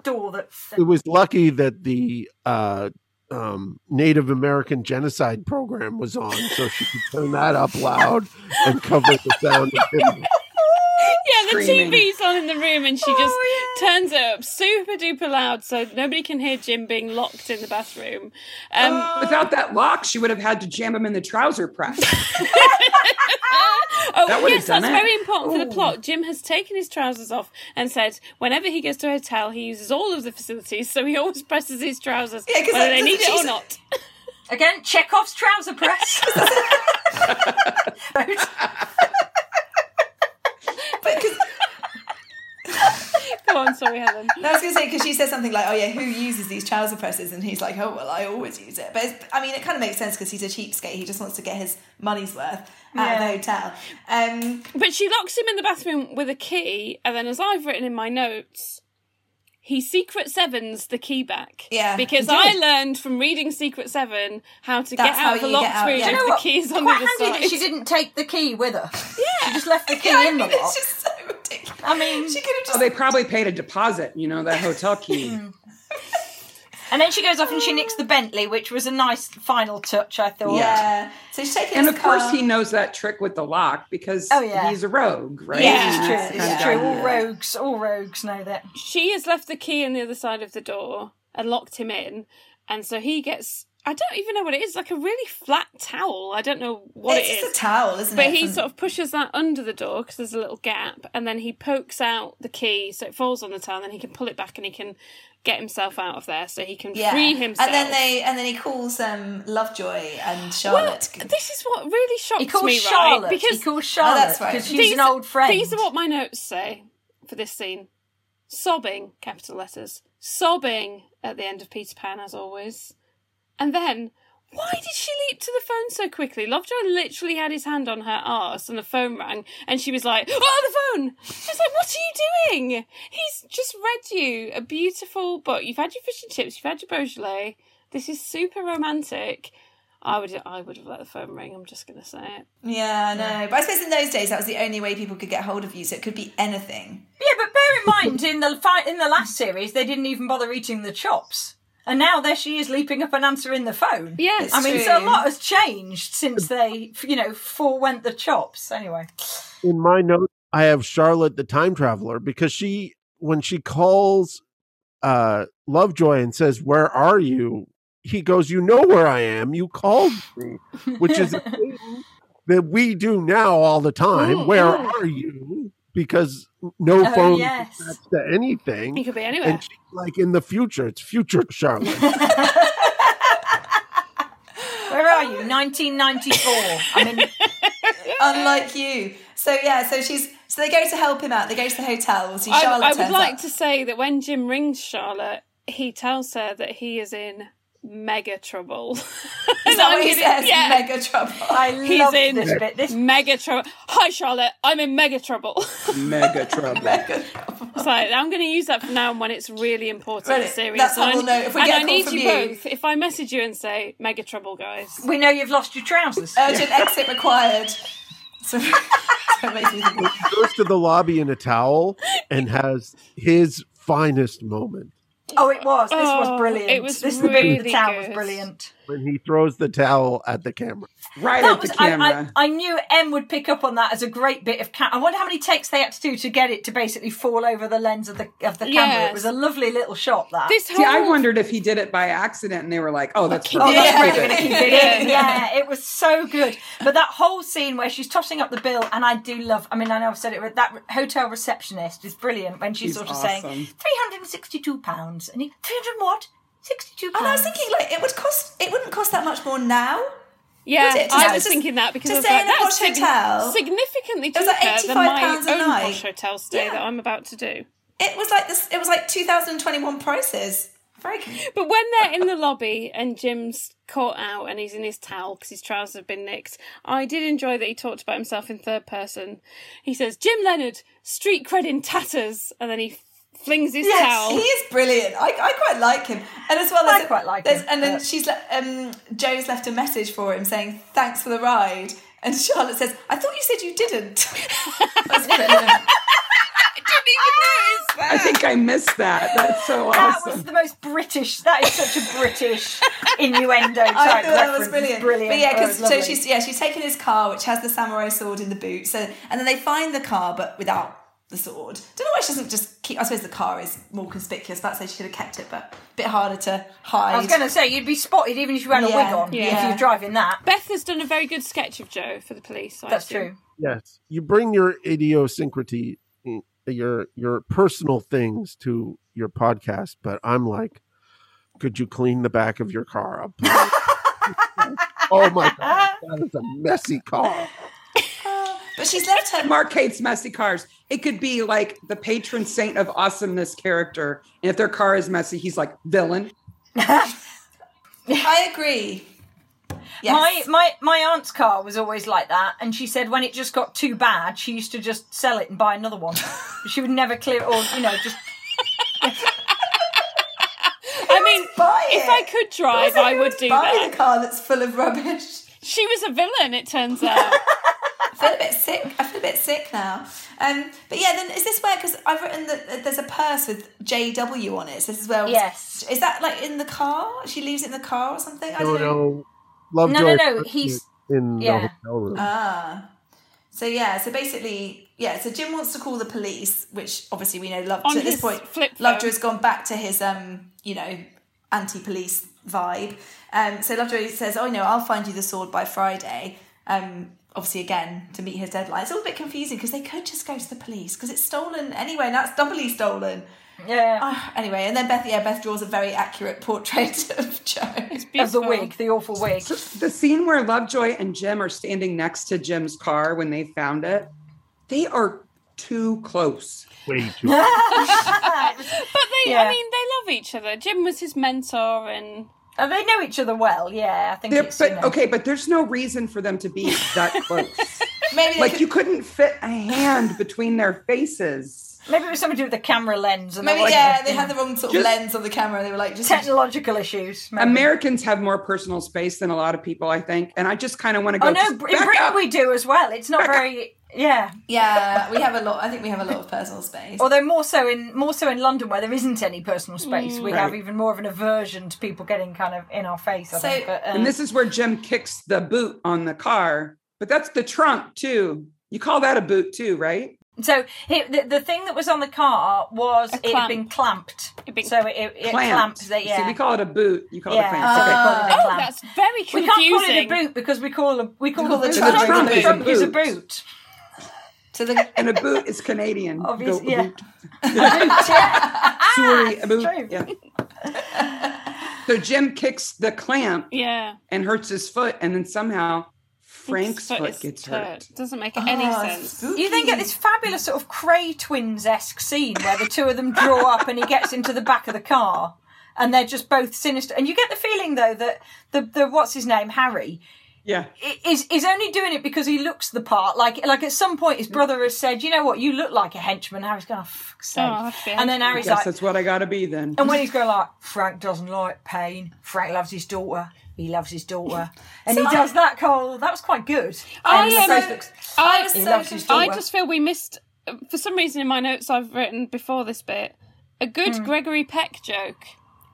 D: door that.
E: It was lucky that the uh, um, Native American genocide program was on, so she could turn that up loud and cover the sound. Of him.
A: Yeah, the
F: Screaming.
A: TV's on in the room and she just turns it up super duper loud so nobody can hear Jim being locked in the bathroom. Um,
F: Without that lock, she would have had to jam him in the trouser press.
A: oh,
F: That would've
A: yes,
F: done
A: that's
F: it.
A: very important for the plot. Jim has taken his trousers off and said whenever he goes to a hotel, he uses all of the facilities, so he always presses his trousers
B: Yeah, 'cause
A: whether
B: that
A: they need
B: doesn't-
A: it or
B: she's-
A: not.
D: Again, Chekhov's trouser press.
B: but 'cause-
A: Go on, sorry, Helen.
B: No, I was going to say because she says something like, "Oh yeah, who uses these trouser presses?" And he's like, "Oh well, I always use it." But it's, I mean, it kind of makes sense because he's a cheapskate. He just wants to get his money's worth at
D: Yeah.
B: the hotel. Um,
A: But she locks him in the bathroom with a key, and then, as I've written in my notes, he secret sevens the key back.
B: Yeah,
A: Because
B: he
A: I
B: did.
A: learned from reading Secret Seven how to
B: That's
A: get out
B: how
A: of the
B: you get
A: locked
B: out,
A: room
B: yeah.
A: if
B: You know
A: the key's on
D: Quite
A: the other
D: handy
A: side.
D: that she didn't take the key with her. Yeah, she just left the key
B: I
D: in the
B: mean,
D: lock.
B: it's just so ridiculous.
D: I mean-
B: she could have
F: well,
B: just.
F: they probably paid a deposit, you know, that hotel key.
D: And then she goes off and she nicks the Bentley, which was a nice final touch, I thought.
B: yeah. So she's taking.
F: and
B: his
F: of course,
B: car.
F: he knows that trick with the lock because
D: uh, Oh, yeah.
F: he's a rogue, right?
A: Yeah.
F: He's
D: It's
F: the
D: true.
F: kind
D: It's
F: of guy
D: true.
F: he
D: All
F: is.
D: rogues, all rogues know that.
A: she has left the key on the other side of the door and locked him in, and so he gets. I don't even know what it is, like a really flat towel. I don't know what
B: It's
A: it is.
B: just a towel, isn't it?
A: But he
B: From-
A: sort of pushes that under the door because there's a little gap, and then he pokes out the key so it falls on the towel. And then he can pull it back and he can get himself out of there, so he can
B: yeah.
A: free himself.
B: And then they and then he calls um, Lovejoy and
A: Well,
B: Charlotte.
A: this is what really shocked
D: He calls
A: me,
D: Charlotte.
A: right? Because oh,
D: he calls Charlotte
B: that's right.
D: because she's
A: these-
D: an old friend.
A: These are what my notes say for this scene: sobbing, capital letters, sobbing at the end of Peter Pan, as always. And then, why did she leap to the phone so quickly? Lovejoy literally had his hand on her arse, and the phone rang, and she was like, "Oh, the phone!" She was like, "What are you doing? He's just read you a beautiful book. You've had your fish and chips. You've had your Beaujolais. This is super romantic." I would, I would have let the phone ring. I'm just gonna say it.
B: yeah, I know. But I suppose in those days that was the only way people could get hold of you, so it could be anything.
D: Yeah, but bear in mind, in the fi- in the last series, they didn't even bother eating the chops, and now there she is leaping up and answering the phone.
A: Yes,
D: I mean,
B: true.
D: so a lot has changed since they, you know, forewent the chops. Anyway,
E: In my note, I have Charlotte the time traveler because she, when she calls uh, Lovejoy and says, "Where are you?" He goes, "You know where I am. You called me," which is a thing that we do now all the time.
A: Ooh,
E: where
A: ooh.
E: are you? Because no
D: Oh,
E: phone
D: yes.
E: connects to anything.
A: He could be anywhere.
E: and she, like in the future, it's future Charlotte.
D: where are you? 1994. I mean,
B: unlike you. So yeah, so she's so they go to help him out. They go to the hotel. We'll see
A: I,
B: Charlotte.
A: I would
B: turns
A: like
B: up.
A: to say that when Jim rings Charlotte, he tells her that he is in mega trouble.
B: Is that what he says?
A: Yeah.
B: Mega trouble.
D: I
A: He's
D: love
A: in.
D: this bit. This
A: Mega trouble. Hi, Charlotte. I'm in mega trouble. it's
F: Mega trouble.
B: Mega.
A: like I'm going to use that from now on when it's really important
B: Right,
A: and serious.
B: that's how
A: and I-
B: we'll know if we
A: and
B: get
A: I
B: a call
A: need
B: from
A: you,
B: you.
A: both. If I message you and say mega trouble, guys.
D: we know you've lost your trousers.
B: Urgent exit required. So, so it makes me think.
E: he goes to the lobby in a towel and has his finest moment.
D: Oh, it was. This
A: Oh,
D: was brilliant.
A: it was
D: this the bit with
A: really
D: the towel was
A: good.
D: brilliant.
E: when he throws the towel at the camera.
F: right
D: That
F: at
D: was
F: the
D: I,
F: camera.
D: I, I knew M would pick up on that as a great bit of cam. I wonder how many takes they had to do to get it to basically fall over the lens of the of the camera.
A: Yes.
D: It was a lovely little shot. That
A: This
F: See, I
A: whole-
F: wondered if he did it by accident, and they were like, "Oh, that's
A: Keep
D: Oh,
F: perfect.
D: that's
B: Yeah.
D: where you're going to keep it in.
B: Yeah.
D: Yeah, it was so good. But that whole scene where she's tossing up the bill, and I do love. I mean, I know I've said it, but that hotel receptionist is brilliant when she's,
F: She's
D: sort of saying
F: awesome.
D: three hundred and sixty-two pounds, and he three hundred what? Sixty-two pounds.
B: And I was thinking, like, it would cost. It wouldn't cost that much more now.
A: Yeah,
B: it? To
A: I
B: stay-
A: was
B: to-
A: thinking that because
B: to
A: I was
B: stay
A: like,
B: in a
A: that's
B: posh hotel.
A: significantly
B: was
A: cheaper
B: like
A: than
B: £85
A: my
B: a
A: own
B: night.
A: posh hotel stay
B: Yeah.
A: that I'm about to do.
B: It was like this. It was like 2021 prices. Very.
A: But when they're in the lobby and Jim's caught out and he's in his towel because his trousers have been nicked, I did enjoy that he talked about himself in third person. He says, Jim Leonard, street cred in tatters, and then he f- flings his
B: Yes,
A: towel.
B: he is brilliant. I, I quite like him, and as well,
D: I
B: there's a-
D: quite like
B: there's-
D: him,
B: And then
D: but-
B: she's le- um, Joe's left a message for him saying, "Thanks for the ride." And Charlotte says, "I thought you said you didn't." That's brilliant.
F: I think I missed that. That's so
D: That
F: awesome."
D: was the most British. That is such a British innuendo type
B: I thought that
D: reference.
B: was
D: It's
B: brilliant.
D: brilliant.
B: But yeah,
D: Oh, it
B: because
D: was
B: so
D: lovely.
B: she's yeah she's taken his car, which has the samurai sword in the boot. So and then they find the car, but without the sword. Don't know why she doesn't just keep. I suppose the car is more conspicuous. That's why she should have kept it, but a bit harder to hide.
D: I was going to say you'd be spotted even if you had a
B: Yeah.
D: wig on if
A: Yeah.
D: you were driving that.
A: Beth has done a very good sketch of Joe for the police. I
D: That's
A: assume.
D: true.
E: Yes, you bring your idiosyncrasy, mm, your your personal things to your podcast, but I'm like, could you clean the back of your car up? please?" oh my god, that is a messy car.
B: but she's left her.
F: Mark hates messy cars. It could be like the patron saint of awesomeness character. And if their car is messy, he's like, villain.
B: I agree. Yes.
D: My my my aunt's car was always like that, and she said when it just got too bad, she used to just sell it and buy another one. she would never clear or you know just
A: I mean,
B: buy it.
A: if I could drive, I would do
B: buy
A: that.
B: the car that's full of rubbish.
A: She was a villain, it turns out.
B: I feel a bit sick. I feel a bit sick now. Um, but yeah, then is this where? Because I've written that that there's a purse with JW on it. So this is where.
D: Yes.
B: Is that like in the car? She leaves it in the car or something. I
E: No,
B: don't know.
E: no, Lovejoy
D: No, no, no,
E: puts
D: he's-
E: it in
D: yeah.
E: the hotel room.
B: Ah. So yeah. So basically, yeah. So Jim wants to call the police, which obviously we know. Love
A: On
B: so at this
A: his
B: point,
A: flip phone.
B: Lovejoy's gone back to his um, you know, anti-police vibe. Um, so Lovejoy says, "Oh no, I'll find you the sword by Friday." Um, obviously, again to meet his deadline. It's all a bit confusing because they could just go to the police because it's stolen anyway. and That's doubly stolen.
D: yeah
B: Ah, anyway, and then Beth, yeah, Beth draws a very accurate portrait of Joe.
D: of the
A: Beautiful.
D: wig, the awful wig.
F: The scene where Lovejoy and Jim are standing next to Jim's car when they found it, they are too close.
E: Way too.
A: But they, I
D: Yeah.
A: mean, they love each other. Jim was his mentor, and
D: And they know each other well. Yeah, I think
F: They're-
D: it's you
F: but
D: know.
F: okay, but there's no reason for them to be that close.
B: Maybe they
F: like
B: could-
F: you couldn't fit a hand between their faces.
D: Maybe it was something to do with the camera lens and
B: Maybe
D: the,
B: yeah, they had the wrong sort of
F: Just-
B: lens on the camera. They were like, just
D: technological issues. maybe.
F: Americans have more personal space than a lot of people, I think. And I just kind of want to go.
D: oh no,
F: "Just
D: in
F: back
D: Britain
F: up."
D: we do as well. It's not very yeah.
B: Yeah, we have a lot. I think we have a lot of personal space.
D: Although more so in more so in London where there isn't any personal space, we have
F: Right.
D: even more of an aversion to people getting kind of in our face. I
B: So-
D: think. But, uh,
F: And this is where Jim kicks the boot on the car, but that's the trunk too. You call that a boot too, right?
D: So he, the, the thing that was on the car was it had
A: clamp.
D: been clamped.
A: It'd been-
D: so it, it, it clamped. that,
F: See,
D: yeah.
F: we call it a boot. You call it a
D: yeah.
F: clamp.
D: so we
F: Okay.
D: called it a
A: oh,
D: clamp.
A: that's very
D: we
A: confusing.
D: can't call it a boot because we call a, we call,
B: call
D: the,
B: the
D: trunk,
B: trunk
D: the
B: a
D: trunk
F: boot.
D: is a boot.
B: So the
F: and a boot is Canadian.
D: Obviously,
F: Go- a
D: yeah.
F: boot.
D: A boot, yeah.
F: Sorry, a boot.
D: true.
F: Yeah. so Jim kicks the clamp
A: Yeah.
F: and hurts his foot, and then somehow Frank's
A: Foot
F: foot
A: is
F: gets hurt.
A: hurt. Doesn't
D: Ah,
A: make any
B: Oh,
A: sense.
B: spooky.
D: You then get this fabulous sort of Cray Twins esque scene where the two of them draw up and he gets into the back of the car and they're just both sinister. And you get the feeling though that the, the what's his name Harry
F: Yeah.
D: i- is is only doing it because he looks the part. Like like at some point his brother has said, you know what, you look like a henchman. Harry's going, oh, fuck's sake.
A: Oh, I'd be
D: and then Harry's
F: Guess
D: like,
F: that's what I gotta be then.
D: and when he's going like, Frank doesn't like pain. Frank loves his daughter. He loves his daughter, and he does that. Cole, that was quite good.
A: I
D: And
A: am-
D: the Facebooks-
A: I,
B: was
D: He
B: so
D: loves his
B: confused.
A: I
D: daughter.
A: just feel we missed,
D: Hmm.
A: for some reason in my notes I've written before this bit, a good Gregory Peck joke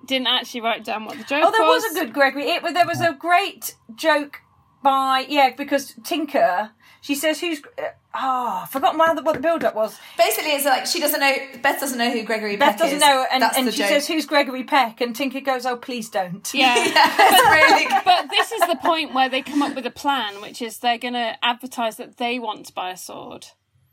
A: didn't actually write down what the joke
D: Oh, there
A: was.
D: was a good Gregory. It, there was a great joke by yeah because Tinker. She says who's uh, oh I forgot my, what the build up was.
B: Basically, it's like she doesn't know. Beth doesn't know who Gregory
D: Beth
B: Peck
D: doesn't
B: is.
D: know, and,
B: That's
D: and
B: the
D: she
B: joke.
D: says who's Gregory Peck, and Tinker goes oh please don't.
A: Yeah.
B: That's really good.
A: But this is the point where they come up with a plan, which is they're going to advertise that they want to buy a sword.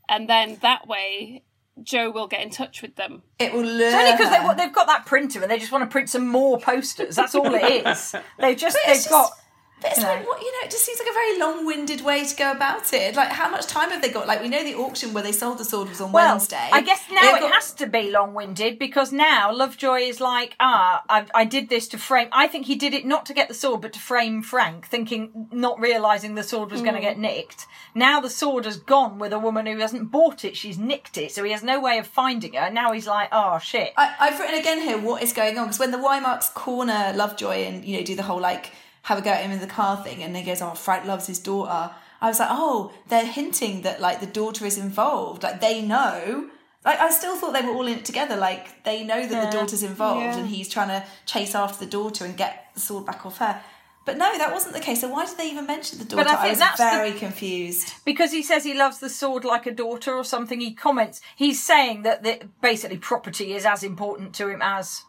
A: And then that way, Joe will get in touch with them.
B: It will lure.
D: It's only because
B: her.
D: they, wa- they've got that printer and they just want to print some more posters. That's all it is. They've just
B: But
D: they've
B: it's
D: got.
B: just- But it's
D: you
B: like
D: know.
B: what you know. It just seems like a very long-winded way to go about it. Like, how much time have they got? Like, we know the auction where they sold the sword was on
D: Well,
B: Wednesday.
D: I guess now
B: They've
D: it
B: got-
D: has to be long-winded because now Lovejoy is like, ah, I, I did this to frame. I think he did it not to get the sword, but to frame Frank, thinking, not realizing the sword was going to
B: Hmm.
D: get nicked. Now the sword has gone with a woman who hasn't bought it; she's nicked it, so he has no way of finding her. Now he's like, oh shit.
B: I, I've written again here what is going on because when the Wymarks corner Lovejoy and you know do the whole like have a go at him in the car thing, and he goes, "Oh, Frank loves his daughter." I was like, "Oh, they're hinting that like the daughter is involved. Like they know." Like I still thought they were all in it together. Like they know that the daughter's involved, and he's trying to chase after the daughter and get the sword back off her. But no, that wasn't the case. So why did they even mention the daughter?
D: I think
B: was
D: that's the-
B: very confused.
D: because he says he loves the sword like a daughter or something he comments he's saying that the, basically property is as important to him as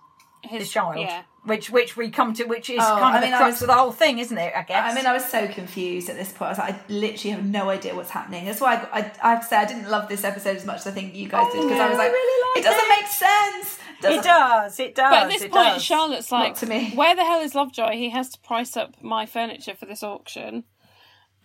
D: his child
A: Yeah.
D: which which we come to which is
B: Oh, I
D: kind of
B: mean,
D: the
B: I
D: crux
B: was-
D: of the whole thing isn't it i guess
B: I mean, I was so confused at this point. I was like, I literally have no idea what's happening. That's why I, I, I have to say I didn't love this episode as much as I think you guys did because I was
D: I
B: like,
D: really
B: it
D: liked
B: doesn't
D: it.
B: make sense. Doesn't,
D: it does it does
A: But at this
D: it
A: point,
D: does.
A: Charlotte's like,
B: to me.
A: where the hell is Lovejoy? He has to price up my furniture for this auction.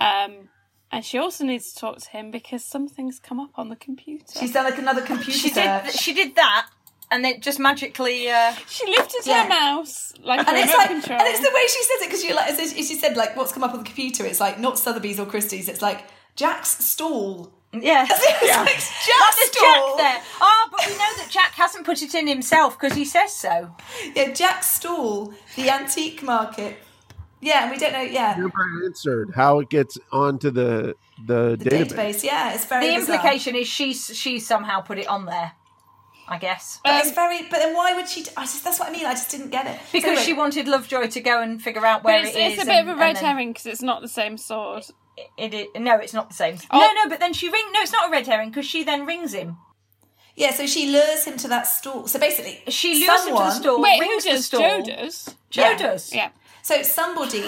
A: Um, and she also needs to talk to him because something's come up on the computer.
B: She's done like another computer
D: she
B: search.
D: did she did that and it just magically uh,
A: she lifted
B: Yeah.
A: her mouse like a
B: and it's
A: remote
B: like,
A: control.
B: and it's the way she says it because you like, as she said, like, what's come up on the computer? It's like not Sotheby's or Christie's. It's like Jack's stall.
D: yeah
B: It's like Jack's
D: There's
B: stall.
D: Jack there. Ah, but we know that Jack hasn't put it in himself because he says so.
B: Yeah, Jack's stall, the antique market. Yeah, and we don't know. Yeah,
E: Never answered how it gets onto the the,
B: the
E: database.
B: database. Yeah, it's very
D: The
B: bizarre.
D: implication is she she somehow put it on there. I guess.
A: Um,
B: But it's very. But then why would she? I just that's what I mean. I just didn't get it So
D: because
B: anyway,
D: she wanted Lovejoy to go and figure out
A: But
D: where
A: it's,
D: it is.
A: it's a bit
D: and-
A: of a red
D: and then
A: herring because it's not the same sword.
D: It, it, no, it's not the same.
A: Oh.
D: No, no, but then she ring. No, it's not a red herring because she then rings him.
B: yeah. So she lures him to that stall. So basically,
D: She lures him to the
B: someone-
D: store.
A: Wait, who
D: rings the
A: does?
D: store.
A: Joe does.
D: Joe
B: Yeah.
D: does.
A: Yeah.
B: So somebody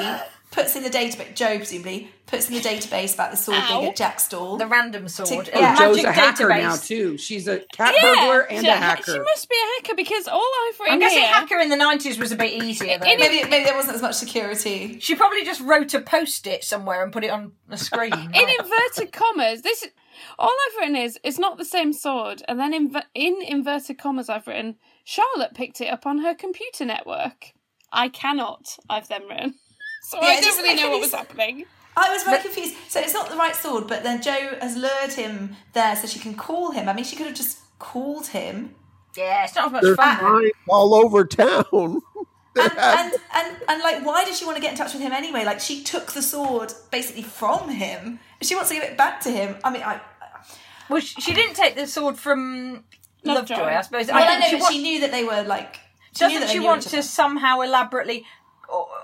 B: puts in the database. Joe presumably puts in the database about the sword
A: Ow.
B: thing at Jack's stall.
D: The random sword.
B: Oh,
D: yeah,
F: Joe's
D: magic
F: a hacker
D: database.
F: now too. She's a cat
A: Yeah,
F: burglar and
A: she-
F: a hacker.
A: She must be a hacker because all I've
D: I'm
A: written
D: guessing
A: here.
D: hacker in the nineties was a bit easier. Though.
A: It is-
B: maybe maybe there wasn't as much security.
D: she probably just wrote a post it somewhere and put it on the screen.
A: in
D: right?
A: inverted commas, this all I've written is it's not the same sword. And then inver- in inverted commas, I've written Charlotte picked it up on her computer network. I cannot. I've then written. So
B: Yeah,
A: I
B: it
A: don't
B: doesn't
A: really
B: make
A: know
B: any
A: what was
B: sense.
A: happening.
B: I was very confused. So it's not the right sword, but then Joe has lured him there so she can call him. I mean, she could have just called him.
D: yeah, it's not as much
E: There's
D: fun. though.
E: lines all over town. They
B: And,
E: have-
B: and, and, and like, why did she want to get in touch with him anyway? Like, she took the sword basically from him. She wants to give it back to him. I mean, I,
D: Well, she, she didn't take the sword from Lovejoy,
A: Lovejoy.
D: I suppose.
B: Well, I,
D: think
B: know,
D: she
B: but
D: wa-
B: she knew that they were like. She knew
D: doesn't
B: that they
D: she
B: knew
D: want
B: each
D: to
B: other.
D: somehow elaborately or, or-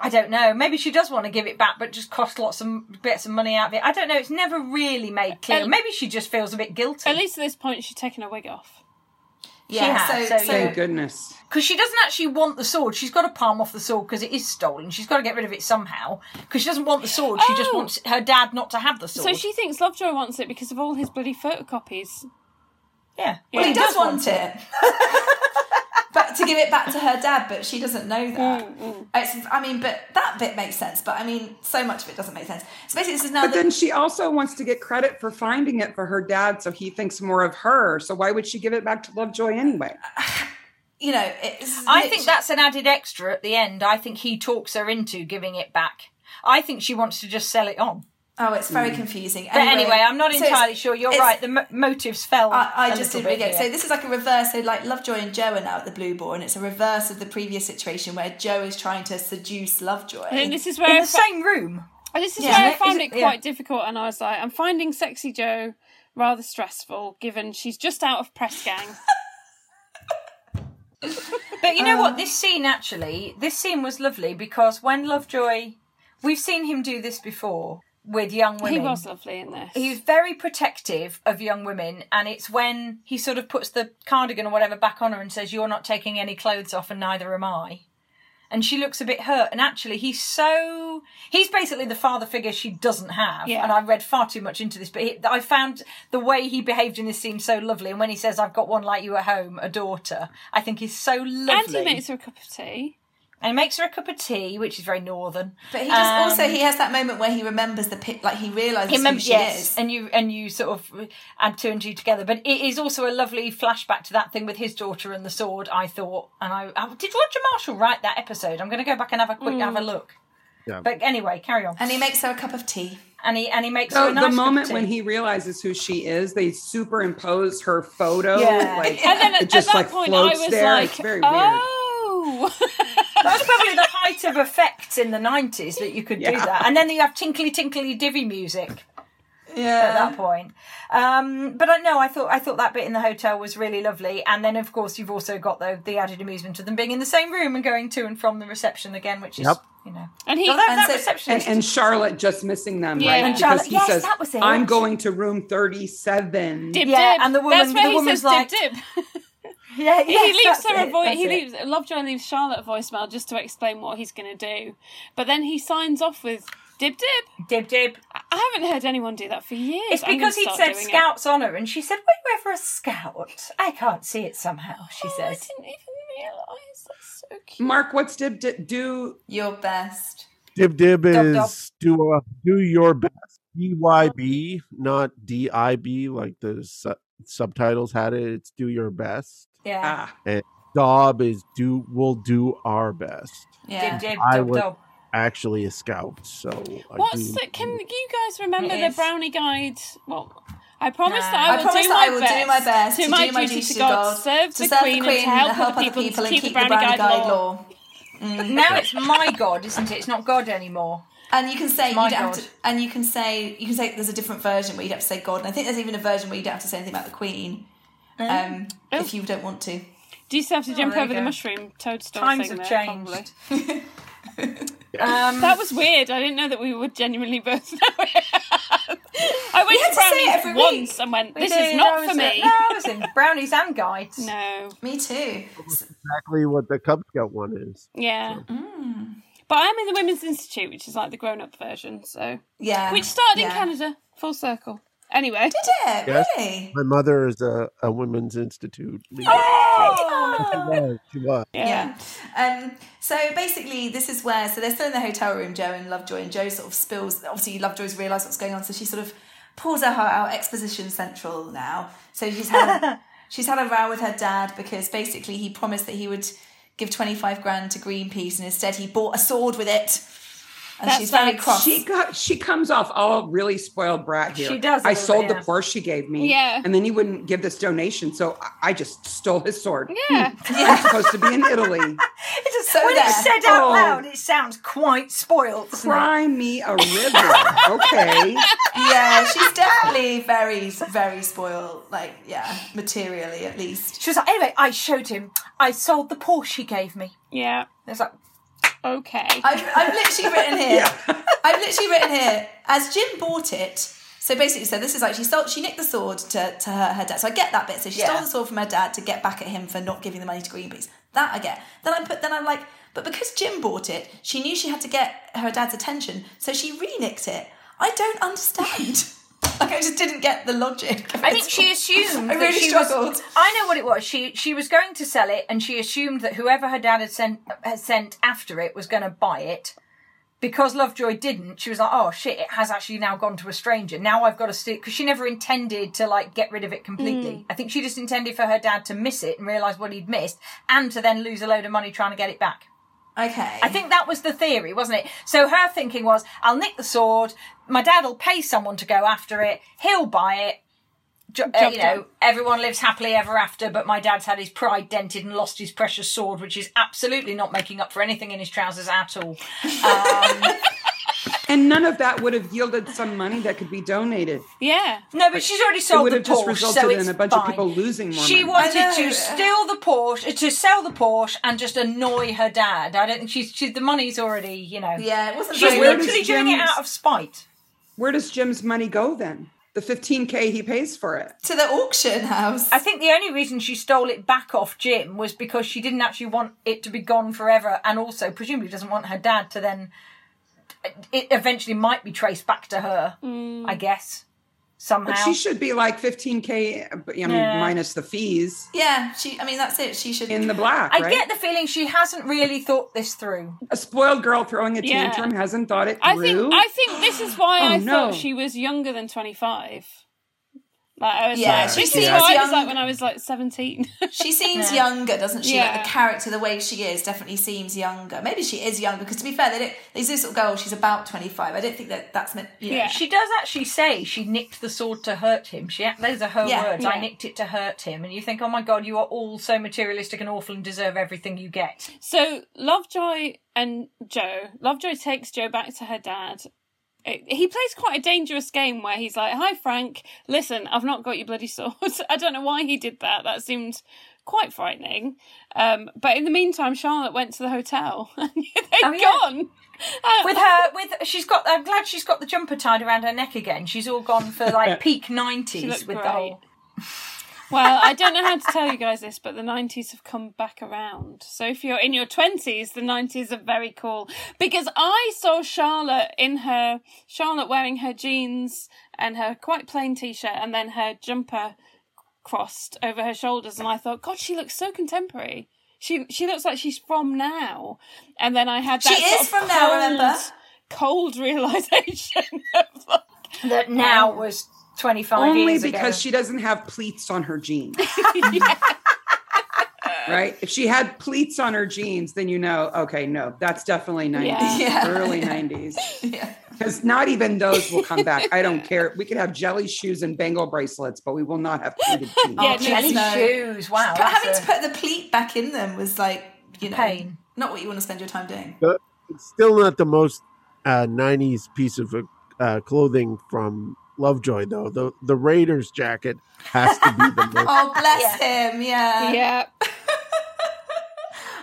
D: i don't know maybe she does want to give it back but just cost lots of bits of money out of it i don't know it's never really made clear
A: At-
D: maybe she just feels a bit
A: At
D: guilty
A: least at this point, she'd taken her wig off.
B: Yeah,
D: has,
B: so,
D: so
B: so,
D: yeah.
F: Thank goodness.
D: because she doesn't actually want the sword she's got to palm off the sword because it is stolen she's got to get rid of it somehow because she doesn't want the sword she just
A: Oh.
D: wants her dad not to have the sword
A: So she thinks Lovejoy wants it because of all his bloody photocopies.
D: yeah
B: well, he does want it. but to give it back to her dad, but she doesn't know that.
D: Mm,
B: It's, I mean, but that bit makes sense. But I mean, so much of it doesn't make sense. So basically, this is now.
F: But
B: the-
F: then she also wants to get credit for finding it for her dad, so he thinks more of her. So why would she give it back to Lovejoy anyway?
B: you know, it's
D: I think that's an added extra at the end. I think he talks her into giving it back. I think she wants to just sell it on.
B: oh, it's very confusing.
D: But anyway, I'm not
B: so it's-
D: entirely sure. You're
B: it's-
D: right. The mo- motives fell.
B: I, I
D: a
B: just
D: little
B: didn't really
D: bit
B: get it. So
D: here.
B: this is like a reverse. So like Lovejoy and Joe are now at the Blue Ball, and it's a reverse of the previous situation where Joe is trying to seduce Lovejoy.
A: And this is
D: in
A: where I
D: the
A: fi-
D: same room.
A: this is
B: Yeah.
A: where
D: Is
A: I
D: it-
A: found
D: is
A: it,
D: it- yeah.
A: quite difficult, and I was like, I'm finding sexy Joe rather stressful, given she's just out of press gang.
D: But you know
B: um,
D: what? This scene actually, this scene was lovely because when Lovejoy, we've seen him do this before with young
A: He
D: women.
A: was lovely in this.
D: He's very protective of young women, and it's when he sort of puts the cardigan or whatever back on her and says, "You're not taking any clothes off, and neither am I." And she looks a bit hurt, and actually, he's so—he's basically the father figure she doesn't have.
A: Yeah.
D: And I read far too much into this, but he, I found the way he behaved in this scene so lovely. And when he says, "I've got one like you at home, a daughter," I think he's so lovely.
A: and he makes her a cup of tea.
D: And he makes her a cup of tea, which is very northern.
B: But he just
D: Um,
B: also he has that moment where he remembers the pic, like he realizes
D: He remem-
B: who she is.
D: and you and you sort of add two and two together. But it is also a lovely flashback to that thing with his daughter and the sword. I thought, and I, I did Roger Marshall write that episode. I'm going to go back and have a quick have a
F: Mm.
D: look.
E: Yeah.
D: But anyway, carry on.
B: And he makes her a cup of tea.
D: And he and he makes her
F: So
D: a nice
F: Oh, the
D: cup of
F: moment
D: tea.
F: when he realizes who she is, they superimpose her photo.
D: Yeah.
F: Like,
A: And then at,
F: it just
A: at that
F: like
A: point, I
F: floats
A: was
F: there.
A: like,
F: it's very weird.
A: oh.
D: that was probably the height of effects in the 90s that you could do
F: Yeah.
D: that. And then you have tinkly tinkly divvy music. at
B: Yeah.
D: that point. Um, but I no, I thought I thought that bit in the hotel was really lovely. And then of course you've also got the the added amusement of them being in the same room and going to and from the reception again, which is
E: Yep.
D: you know.
A: and he,
D: Oh, that,
B: And
D: that
B: so-
F: And,
D: receptionist.
F: and Charlotte just missing them,
A: Yeah.
F: right?
A: And
D: Charlotte-
F: because
D: yes,
F: he says,
D: that was it.
F: I'm going to room 37.
A: dib,
D: Yeah,
A: dib.
D: and the woman-
A: That's where
D: the
A: he
D: woman's
A: says
D: like-
A: dib, dib.
D: yeah,
A: he
D: yes,
A: leaves
D: that's
A: her a
D: it,
A: voice.
D: that's
A: He
D: it.
A: leaves Lovejoy leaves Charlotte a voicemail just to explain what he's going to do, but then he signs off with dib dib.
D: dib dib.
A: I haven't heard anyone do that for years.
D: It's
A: I'm gonna
D: because he
A: start
D: said
A: doing it.
D: scouts on her, and she said, "Were you ever a scout? I can't see it somehow." She
A: Oh, I
D: says,
A: didn't even realise. That's so cute.
F: Mark, what's Dib Dib do?
B: Your best.
E: Dib dib
D: Dub, dub.
E: is do uh, do your best. D Y B, not D I B, like the su- subtitles had it. It's do your best.
D: "Yeah,
F: Ah,
E: Dob is do will do our best.
B: Yeah.
D: dib dib
E: I
D: dob
E: would-
D: dob."
E: Actually, a scout. So I
A: What's
E: do-
A: the, can you guys remember
D: It
A: the
D: is.
A: brownie guide? Well, I promise
D: No.
A: that I
B: Um, I
A: will,
B: promise
A: do,
B: that
A: my
B: I will do my best
A: to my duty, to God, serve,
B: to
A: the,
B: serve
A: queen,
B: the Queen,
A: and to help, other people,
B: people
A: to
B: and
A: keep, the brownie, guide, law.
B: law.
A: Mm.
D: Now it's my god, isn't it? It's not god anymore.
B: And you can say you
D: My
B: don't have
D: God.
B: to, and you can say you can say there's a different version where you don't have to say God. And I think there's even a version where you don't have to say anything about the Queen.
A: Eh?
B: Um,
A: Oh.
B: if you don't want to.
A: Do you still have to jump
D: there you
A: over the
D: go.
A: mushroom toadstool
D: Times
A: thing
D: have
A: there,
D: changed.
A: probably?
D: Um,
A: That was weird. I didn't know that we would genuinely both know it. I went
B: had
A: to
B: to say it every
A: brownies
B: week.
A: once and went,
D: we
A: this
D: did,
A: is
D: I
A: not for
D: was at-
A: me.
D: No, I was in brownies and guides.
A: No.
B: Me too.
E: exactly what the Cub Scout one is?
A: Yeah. But I'm in the Women's Institute, which is like the grown up version, so.
B: Yeah.
A: Which started in
B: Ah, Yeah.
A: Canada, full circle. Anyway.
B: Yeah,
E: Yes.
B: really.
E: My mother is a, a women's institute. leader.
D: Ah! Oh,
E: She was. She was.
B: Yeah. Um, so basically, this is where so they're still in the hotel room, Joe and Lovejoy, and Joe sort of spills. Obviously, Lovejoy's realised what's going on, so she sort of pulls her heart out. Exposition central now. So she's had she's had a row with her dad because basically he promised that he would give twenty five grand to Greenpeace, and instead he bought a sword with it. And
A: That's
B: she's very
A: right.
B: cross.
F: she got she comes off all really spoiled brat here.
D: She does a
F: I
D: little
F: sold
D: bit, yeah.
F: the Porsche she gave me.
A: Yeah.
F: And then he wouldn't give this donation, so I, I just stole his sword.
A: Yeah.
F: I'm supposed to be in Italy.
D: It just,
B: So
D: when
B: there.
D: it's said out
F: Oh.
D: loud, it sounds quite spoiled. doesn't it?
F: Cry me a river. Okay.
B: yeah, she's definitely very very spoiled. Like yeah, materially at least.
D: She was like, anyway, I showed him. I sold the Porsche he gave me.
A: Yeah.
D: It's like,
A: Okay.
B: I've, I've literally written here. I've literally written here as Jim bought it. So basically, so this is like she stole, she nicked the sword to, to her, her dad. So I get that bit. So she
D: Yeah.
B: stole the sword from her dad to get back at him for not giving the money to Greenpeace. That I get. Then I put, then I'm like, but because Jim bought it, she knew she had to get her dad's attention, so she re-nicked it. I don't understand. like I just didn't get the logic. of
D: I
B: it
D: think
B: all.
D: she assumed.
B: I
D: that
B: really
D: she
B: struggled.
D: Was, I know what it was. She she was going to sell it, and she assumed that whoever her dad had sent had sent after it was going to buy it. Because Lovejoy didn't, she was like, "Oh shit! It has actually now gone to a stranger. Now I've got to steal." Because she never intended to like get rid of it completely. I think she just intended for her dad to miss it and realize what he'd missed, and to then lose a load of money trying to get it back.
B: Okay.
D: I think that was the theory, wasn't it? So her thinking was, I'll nick the sword. My dad will pay someone to go after it. He'll buy it. Jo- uh,
A: Job
D: you
A: done.
D: know, everyone lives happily ever after, but my dad's had his pride dented and lost his precious sword, which is absolutely not making up for anything in his trousers at all. Um,
F: and none of that would have yielded some money that could be donated.
A: Yeah.
D: No, but she's already
F: It
D: sold
F: would
D: the
F: have just
D: Porsche, so
F: resulted
D: it's
F: in a bunch
D: fine.
F: of people losing more
D: She
F: money.
D: wanted
B: know.
D: to steal the Porsche, to sell the Porsche, and just annoy her dad. I don't think she's, she's the money's already, you know.
B: Yeah, it wasn't
D: She's
B: very
F: where
B: much-
D: literally
F: does
D: doing it
F: Jim's-
D: out of spite.
F: Where does Jim's money go then? The 15K he pays for it.
B: to the auction house.
D: I think the only reason she stole it back off Jim was because she didn't actually want it to be gone forever, and also presumably doesn't want her dad to then. It eventually might be traced back to her, I guess, somehow.
F: But she should be like 15K, I mean,
D: Yeah.
F: minus the fees
B: yeah, she. I mean, that's it. She should.
F: in the black,
D: I
F: right?
D: get the feeling she hasn't really thought this through.
F: a spoiled girl throwing a
A: Yeah.
F: tantrum hasn't thought it through.
A: I think I think this is why
F: Oh,
A: I
F: no.
A: thought she was younger than twenty five. Like I was
B: Yeah,
A: like,
B: she
A: this
B: seems
A: is why I
B: young.
A: was like when I was like seventeen.
B: she seems
D: Yeah.
B: younger, doesn't she? Like
A: Yeah.
B: the character, the way she is, definitely seems younger. Maybe she is younger because, to be fair, they don't. They do sort of go, oh, she's about twenty five. I don't think that that's meant. You know,
A: Yeah.
D: She does actually say she nicked the sword to hurt him. She those are her
B: Yeah,
D: words. I
A: yeah.
D: nicked it to hurt him, and you think, oh my god, you are all so materialistic and awful and deserve everything you get.
A: so Lovejoy and Joe. Lovejoy takes Joe back to her dad. It- He plays quite a dangerous game where he's like, "Hi Frank, listen, I've not got your bloody sword." I don't know why he did that. That seemed quite frightening. Um, but in the meantime, Charlotte went to the hotel and they're
B: Oh,
D: yeah.
A: gone. Uh,
D: With her, with she's got. I'm glad she's got the jumper tied around her neck again. She's all gone for like peak nineties
A: looked
D: with the
A: great.
D: whole.
A: Well, I don't know how to tell you guys this, but the 90s have come back around. So if you're in your 20s, the 90s are very cool. Because I saw Charlotte in her, Charlotte wearing her jeans and her quite plain t shirt and then her jumper crossed over her shoulders. And I thought, God, she looks so contemporary. She, she looks like she's from now. And then I had that.
B: She
A: sort
B: is
A: of
B: from now, remember?
A: Cold realization of like,
D: That now was twenty five.
F: Only
D: years ago.
F: because she doesn't have pleats on her jeans. Right? If she had pleats on her jeans, then you know, okay, no, that's definitely 90s,
B: Yeah.
F: early 90s.
B: yeah.
F: Because not even those will come back. I don't care. We could have jelly shoes and bangle bracelets, but we will not have pleated jeans.
A: Yeah,
D: Oh,
A: no,
D: jelly
B: no.
D: shoes. Wow,
B: But
D: that's
B: having to
D: a-
B: put the pleat back in them was like, you know,
D: Pain.
B: Not what you want to spend your time doing.
E: But it's still not the most uh, 90s piece of uh, clothing from Lovejoy, though. The the Raiders jacket has to be the most.
B: Oh, bless him. Yeah.
A: yeah.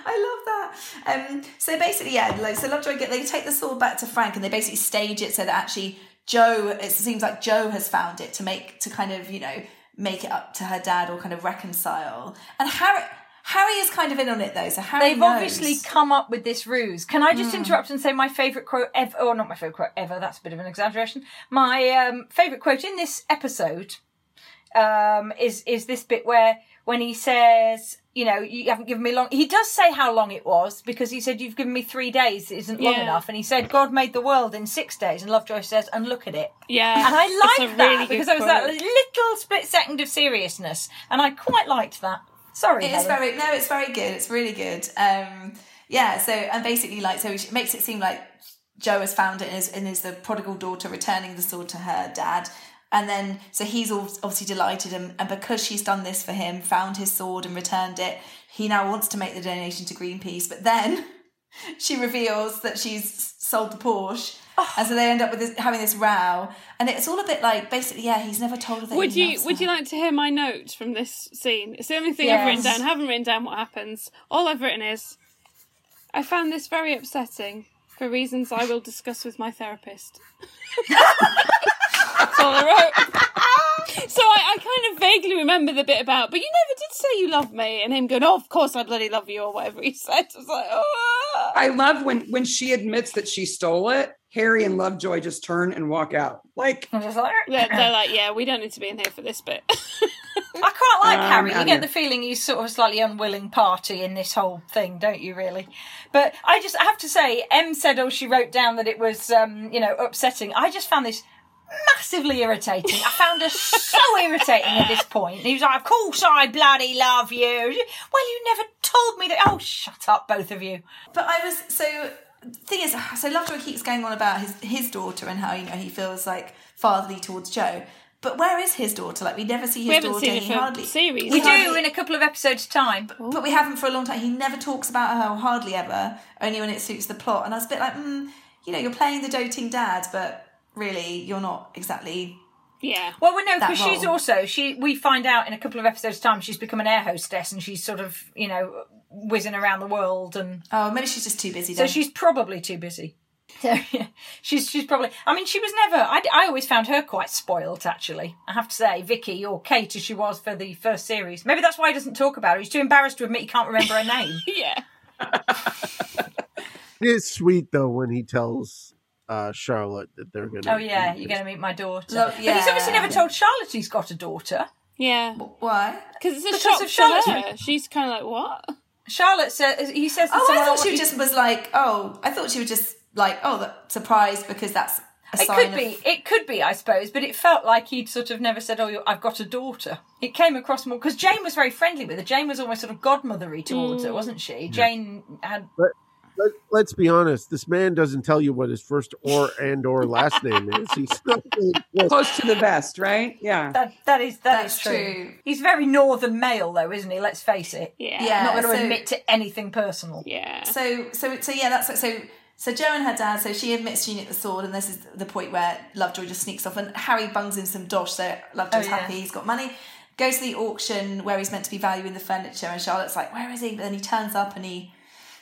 B: I love that. Um, so basically, yeah, like so Lovejoy get they take the sword back to Frank and they basically stage it so that actually Joe it seems like Joe has found it to make to kind of, you know, make it up to her dad or kind of reconcile. And Harry Harry is kind of in on it though, so Harry
D: They've
B: knows.
D: obviously come up with this ruse. Can I
A: Hmm.
D: just interrupt and say my favourite quote ever? Or not my favourite quote ever. That's a bit of an exaggeration. My um, favourite quote in this episode um, is is this bit where when he says, "You know, you haven't given me long." He does say how long it was because he said, "You've given me three days. It isn't long
A: Yeah.
D: enough." And he said, "God made the world in six days." And Lovejoy says, "And look at it."
A: Yeah.
D: And I
A: It's a
D: liked that
A: really good
D: because there was
A: quote.
D: that little split second of seriousness, and I quite liked that. Sorry,
B: It is
D: Helen.
B: very no, it's very good. It's really good. Um, yeah. So and basically, like, so it makes it seem like Joe has found it and is, and is the prodigal daughter returning the sword to her dad. And then, so he's al- obviously delighted, and, and because she's done this for him, found his sword and returned it, he now wants to make the donation to Greenpeace. But then she reveals that she's sold the Porsche,
A: Oh.
B: and so they end up with this, having this row. And it's all a bit like basically, yeah, he's never told her that.
A: Would
B: he
A: you
B: loves
A: Would
B: her.
A: you like to hear my note from this scene? It's the only thing I've written
D: Yes.
A: down. I haven't written down what happens. All I've written is, I found this very upsetting for reasons I will discuss with my therapist. That's all I wrote. So I, I kind of vaguely remember the bit about, but you never did say you love me, and him going, "Oh, of course I bloody love you," or whatever he said. I was like, "Oh."
F: I love when when she admits that she stole it. Harry and Lovejoy just turn and walk out. Like
D: I'm just like,
A: They're, they're like, "Yeah, we don't need to be in here for this bit."
D: I quite like
F: Um,
D: Harry.
F: I
D: You get
F: know.
D: the feeling he's sort of a slightly unwilling party in this whole thing, don't you? Really, but I just I have to say, Em said, "Oh, she wrote down that it was, um, you know, upsetting." I just found this massively irritating. I found her so irritating at this point. He was like, "Of course, I bloody love you." Well, you never told me that. Oh, shut up, both of you.
B: But I was so thing is so Lovejoy keeps going on about his his daughter and how you know he feels like fatherly towards Joe. But where is his daughter? Like we never see his
A: We haven't
B: daughter.
A: seen it
B: he
A: for
B: hardly
A: series.
D: We
A: We
D: do in a couple of episodes' time.
B: but we haven't for a long time. He never talks about her, or hardly ever. Only when it suits the plot. And I was a bit like, mm, you know, you're playing the doting dad, but really you're not exactly
A: Yeah.
D: Well, we know
B: that
D: because she's
B: role.
D: also she. We find out in a couple of episodes' time she's become an air hostess, and she's sort of you know whizzing around the world, and
B: Oh, maybe she's just too busy.
D: so
B: Then.
D: she's probably too busy. So yeah, she's she's probably. I mean, she was never. I, I always found her quite spoilt, actually. I have to say, Vicky or Kate, as she was for the first series. Maybe that's why he doesn't talk about her. He's too embarrassed to admit he can't remember her name.
A: Yeah.
E: It is sweet though when he tells uh, Charlotte that they're gonna.
D: oh yeah, you're going to meet my daughter.
B: Lo-
D: But he's obviously
B: yeah.
D: never told Charlotte he's got a daughter.
A: Yeah.
B: why?
A: Because it's a
D: Because
A: shock
D: of
A: to
D: Charlotte.
A: her. She's kind of like, what?
D: Charlotte says he says. to
B: Oh, I
D: someone,
B: thought she
D: you-
B: just was like, oh, I thought she was just like, oh, that, surprised because that's a
D: It
B: sign
D: could
B: of
D: be. It could be, I suppose, but it felt like he'd sort of never said, "Oh, you- I've got a daughter." It came across more because Jane was very friendly with her. Jane was almost sort of godmothery towards her, wasn't she? Jane had.
E: Let, let's be honest. This man doesn't tell you what his first or and or last name is. He's not really close.
F: Close to the vest, right? Yeah.
D: That that is
B: That's
D: That's true.
B: true.
D: He's very northern male, though, isn't he? Let's face it.
A: Yeah.
B: Yeah.
D: Not going to
B: so-
D: admit to anything personal.
A: Yeah.
B: So so so yeah, that's so so Joe and her dad. So she admits she knit the sword, and this is the point where Lovejoy just sneaks off, and Harry bungs in some dosh. So Lovejoy's
D: Oh, yeah.
B: happy, he's got money. Goes to the auction where he's meant to be valuing the furniture, and Charlotte's like, "Where is he?" But then he turns up and he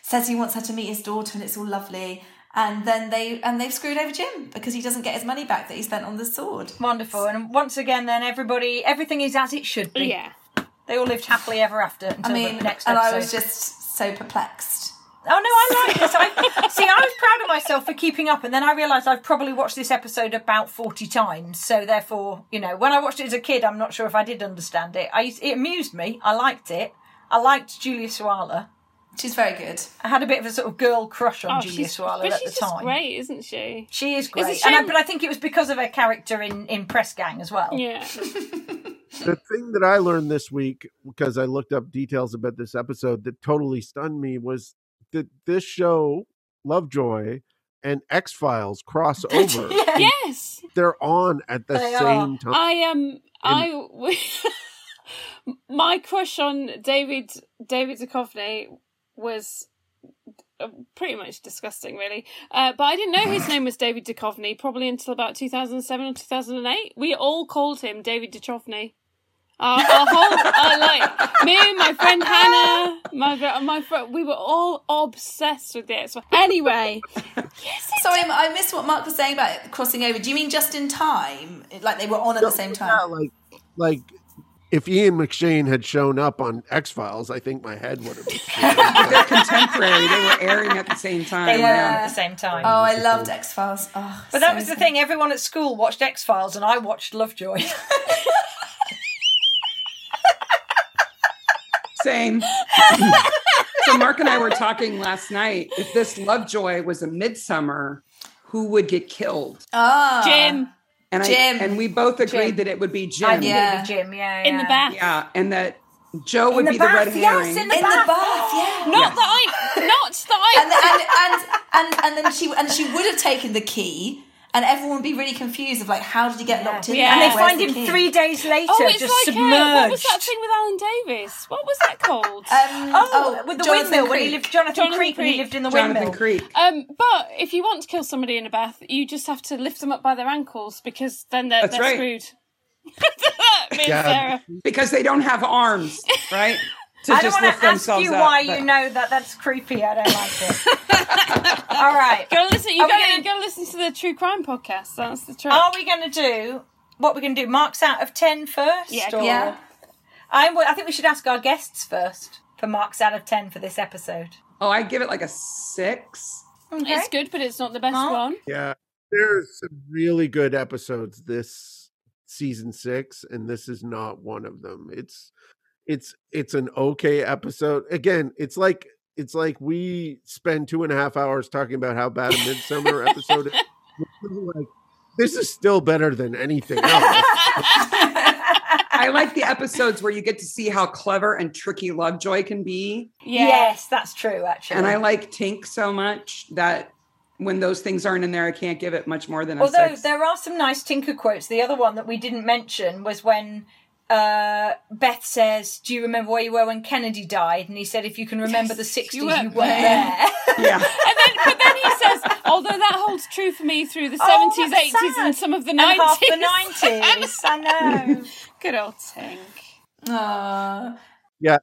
B: says he wants her to meet his daughter, and it's all lovely. And then they and they've screwed over Jim because he doesn't get his money back that he spent on the sword.
D: Wonderful. And once again, then everybody, everything is as it should be.
A: Yeah.
D: They all lived happily ever after until
B: I mean,
D: the next
B: and
D: episode.
B: I was just so perplexed.
D: Oh no, I like this. I, see, I was proud of myself for keeping up, and then I realised I've probably watched this episode about forty times. So therefore, you know, when I watched it as a kid, I'm not sure if I did understand it. I it amused me. I liked it. I liked Julia Swala.
B: She's very good.
D: I had a bit of a sort of girl crush on
A: Oh,
D: Julia
A: she's,
D: Swala
A: but
D: at
A: she's
D: the
A: just
D: time.
A: great, isn't she?
D: She is
A: a
D: great, and I,
A: shame-
D: but I think it was because of her character in in Press Gang as well.
A: Yeah.
E: The thing that I learned this week because I looked up details about this episode that totally stunned me was that this show, Lovejoy, and X Files cross over.
D: Yeah.
A: yes.
E: They're on at the
D: They are.
E: same time.
A: I um I w- my crush on David David Duchovny was uh, pretty much disgusting, really. Uh, but I didn't know his name was David Duchovny probably until about 2007 or 2008. We all called him David Duchovny. Our, our whole, uh, like me and my friend Hannah, my my friend, we were all obsessed with this. Anyway,
B: Sorry, I missed what Mark was saying about it crossing over. Do you mean just in time? Like they were on at the same
E: Yeah,
B: time?
E: like like if Ian McShane had shown up on X Files, I think my head would have. Been
F: They're contemporary. They were airing at the same time.
D: They were
B: Yeah.
D: at the same time.
B: Oh, I loved X Files. Oh,
D: but that was the thing. Everyone at school watched X Files, and I watched Lovejoy.
F: Same. so Mark and I were talking last night. If this Lovejoy was a midsummer, who would get killed?
B: Ah,
A: Jim
F: And
B: Jim.
F: I and we both agreed
D: Oh, Jim.
F: that it would be
D: I
F: Jim.
D: think
B: Yeah.
D: it'd be Jim. Yeah,
A: in the
D: yeah.
A: bath.
F: Yeah, and that Joe would
D: the
F: be the red
D: bath, yes,
F: herring.
D: in
B: in the bath, yeah.
A: Not that I, not that I
B: And, and, and, and, and then she and she would have taken the key, and everyone would be really confused of like, how did he get locked in?
A: Yeah.
D: And
B: there?
A: Yeah.
D: they
B: Where's
D: find
B: the
D: him
B: key?
D: three days later,
A: Oh, it's
D: just
A: like uh,
D: submerged.
A: what was that thing with Alan Davis? What was that called?
B: Um,
D: Oh, with the
B: Jonathan
D: windmill when he
B: Creek.
D: lived Jonathan,
A: Jonathan
D: Creek, when he
A: Creek.
D: lived in the
F: Jonathan
D: windmill.
F: Creek.
A: um, but if you want to kill somebody in a bath, you just have to lift them up by their ankles because then they're,
F: That's
A: they're
F: right.
A: screwed. Me and
E: Yeah.
A: Sarah.
F: Because they don't have arms, right? To
D: I don't
F: just
D: want
F: lift
D: to ask
F: themselves
D: you
F: up,
D: why
F: but-
D: you know that. That's creepy. I don't like it. All right.
A: Go listen. You
D: Are we
A: gotta,
D: gonna-
A: you gotta listen to the true crime podcast. That's the truth.
D: Are we going to do what we're going to do? Marks out of 10 first?
A: Yeah,
D: or-
B: Yeah.
D: I'm, I think we should ask our guests first for marks out of 10 for this episode.
F: Oh, I give it like a six.
D: Okay.
A: It's good, but it's not the best
D: Mark?
A: one.
E: yeah, there's some really good episodes this season six, and this is not one of them. It's it's it's an okay episode. Again, it's like it's like we spend two and a half hours talking about how bad a midsummer episode is. We're Like, this is still better than anything else.
F: I like the episodes where you get to see how clever and tricky Lovejoy can be.
A: Yeah.
D: Yes, that's true, actually.
F: And I like Tink so much that when those things aren't in there, I can't give it much more than a
D: Although
F: six.
D: there are some nice Tinker quotes. The other one that we didn't mention was when uh, Beth says, "Do you remember where you were when Kennedy died?" And he said, "If you can remember the '60s, you
A: weren't
D: weren't
A: there."
D: there."
F: Yeah.
A: And then, but then he says, although that holds true for me through the
D: Oh,
A: seventies,
D: that's
A: eighties, and
D: sad.
A: some of the
D: And half the
A: nineties.
D: nineties. I know.
A: Good old Tink.
B: Aw.
E: I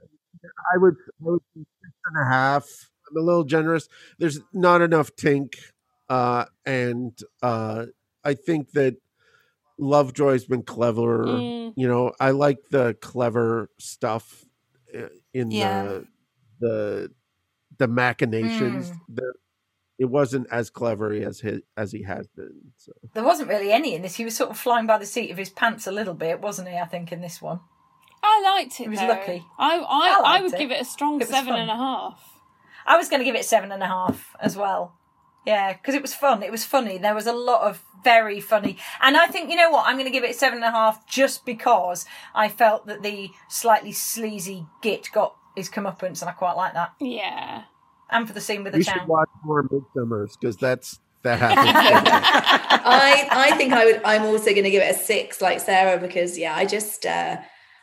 E: would, I would do six and a half. I'm a little generous. There's not enough Tink, uh, and uh, I think that Lovejoy's been cleverer.
A: Mm.
E: You know, I like the clever stuff uh, in
B: Yeah.
E: the the the machinations. There- it wasn't as clever as he, as he has been. So.
D: there wasn't really any in this. He was sort of flying by the seat of his pants a little bit, wasn't he? I think in this one.
A: I liked it.
D: He was
A: though.
D: lucky.
A: I I,
D: I
A: I,
D: liked
A: would
D: it.
A: give it a strong
D: It was
A: seven
D: fun.
A: and a half.
D: I was going to give it seven and a half as well. Yeah, because it was fun. It was funny. There was a lot of very funny. And I think, you know what? I'm going to give it seven and a half just because I felt that the slightly sleazy git got his comeuppance, and I quite like that.
A: Yeah.
D: And for the scene with the
E: We should
D: town.
E: watch more Midsummers because that's that happens.
B: I I think I would. I'm also going to give it a six, like Sarah, because yeah, I just uh,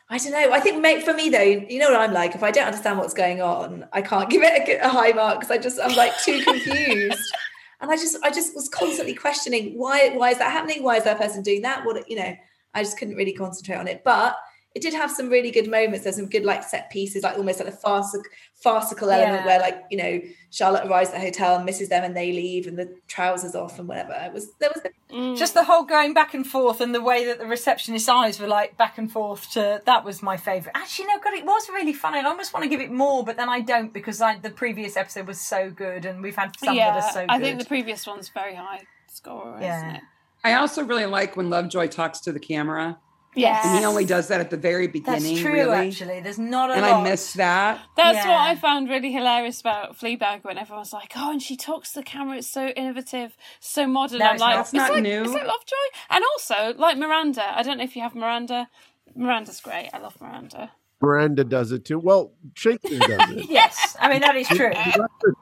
B: I don't know. I think make for me though, you know what I'm like. If I don't understand what's going on, I can't give it a, g- a high mark because I just I'm like too confused, and I just I just was constantly questioning why why is that happening? Why is that person doing that? What you know? I just couldn't really concentrate on it, but. It did have some really good moments. There's some good like set pieces, like almost like the farcic- farcical element
D: Yeah.
B: where like you know Charlotte arrives at the hotel and misses them, and they leave, and the trousers off and whatever. It was there was
A: Mm.
D: Just the whole going back and forth and the way that the receptionist's eyes were like back and forth to that was my favourite. Actually, no, God, it was really fun. I almost want to give it more, but then I don't because I, the previous episode was so good and we've had some
A: yeah.
D: that are so good.
A: I think the previous one's very high score, isn't
D: Yeah.
A: it?
F: I also really like when Lovejoy talks to the camera,
A: Yes.
F: and he only does that at the very
D: That's
F: beginning.
D: true,
F: really.
D: actually. There's not a
F: And
D: lot.
F: I miss that.
A: That's what
D: Yeah.
A: I found really hilarious about Fleabag when everyone's like, "Oh, and she talks to the camera. It's so innovative, so modern."
D: No,
A: I'm
D: it's
A: like,
D: not.
F: That's not
A: like,
F: new.
A: Is it Lovejoy? And also, like Miranda. I don't know if you have Miranda. Miranda's great. I love Miranda.
E: Miranda does it too. Well, Shakespeare does it.
D: Yes, I mean that is true.
E: Director-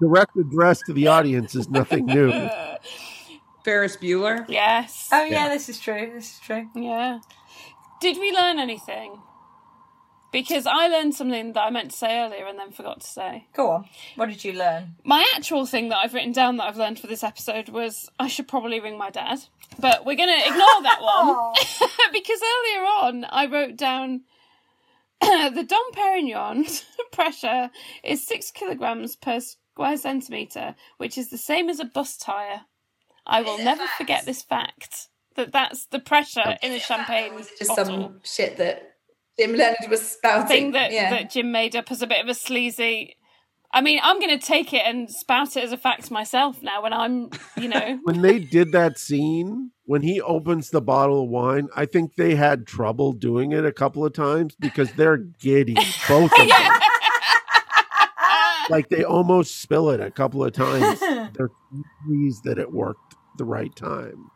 E: Direct address to the audience is nothing new.
F: Ferris Bueller.
A: Yes.
D: Oh yeah, this is true. This is true.
A: Yeah. Did we learn anything? Because I learned something that I meant to say earlier and then forgot to say.
D: Go on. What did you learn?
A: My actual thing that I've written down that I've learned for this episode was I should probably ring my dad, but we're going to ignore that one because earlier on I wrote down the Dom Perignon pressure is six kilograms per square centimeter, which is the same as a bus tire. I will never forget this fact that that's the pressure in a champagne
B: just
A: bottle
B: some shit that Jim Leonard was spouting.
A: thing that,
B: yeah.
A: that Jim made up as a bit of a sleazy. I mean, I'm going to take it and spout it as a fact myself now when I'm, you know.
E: When they did that scene, when he opens the bottle of wine, I think they had trouble doing it a couple of times because they're giddy, both of them. Like they almost spill it a couple of times. They're pleased that it worked the right time.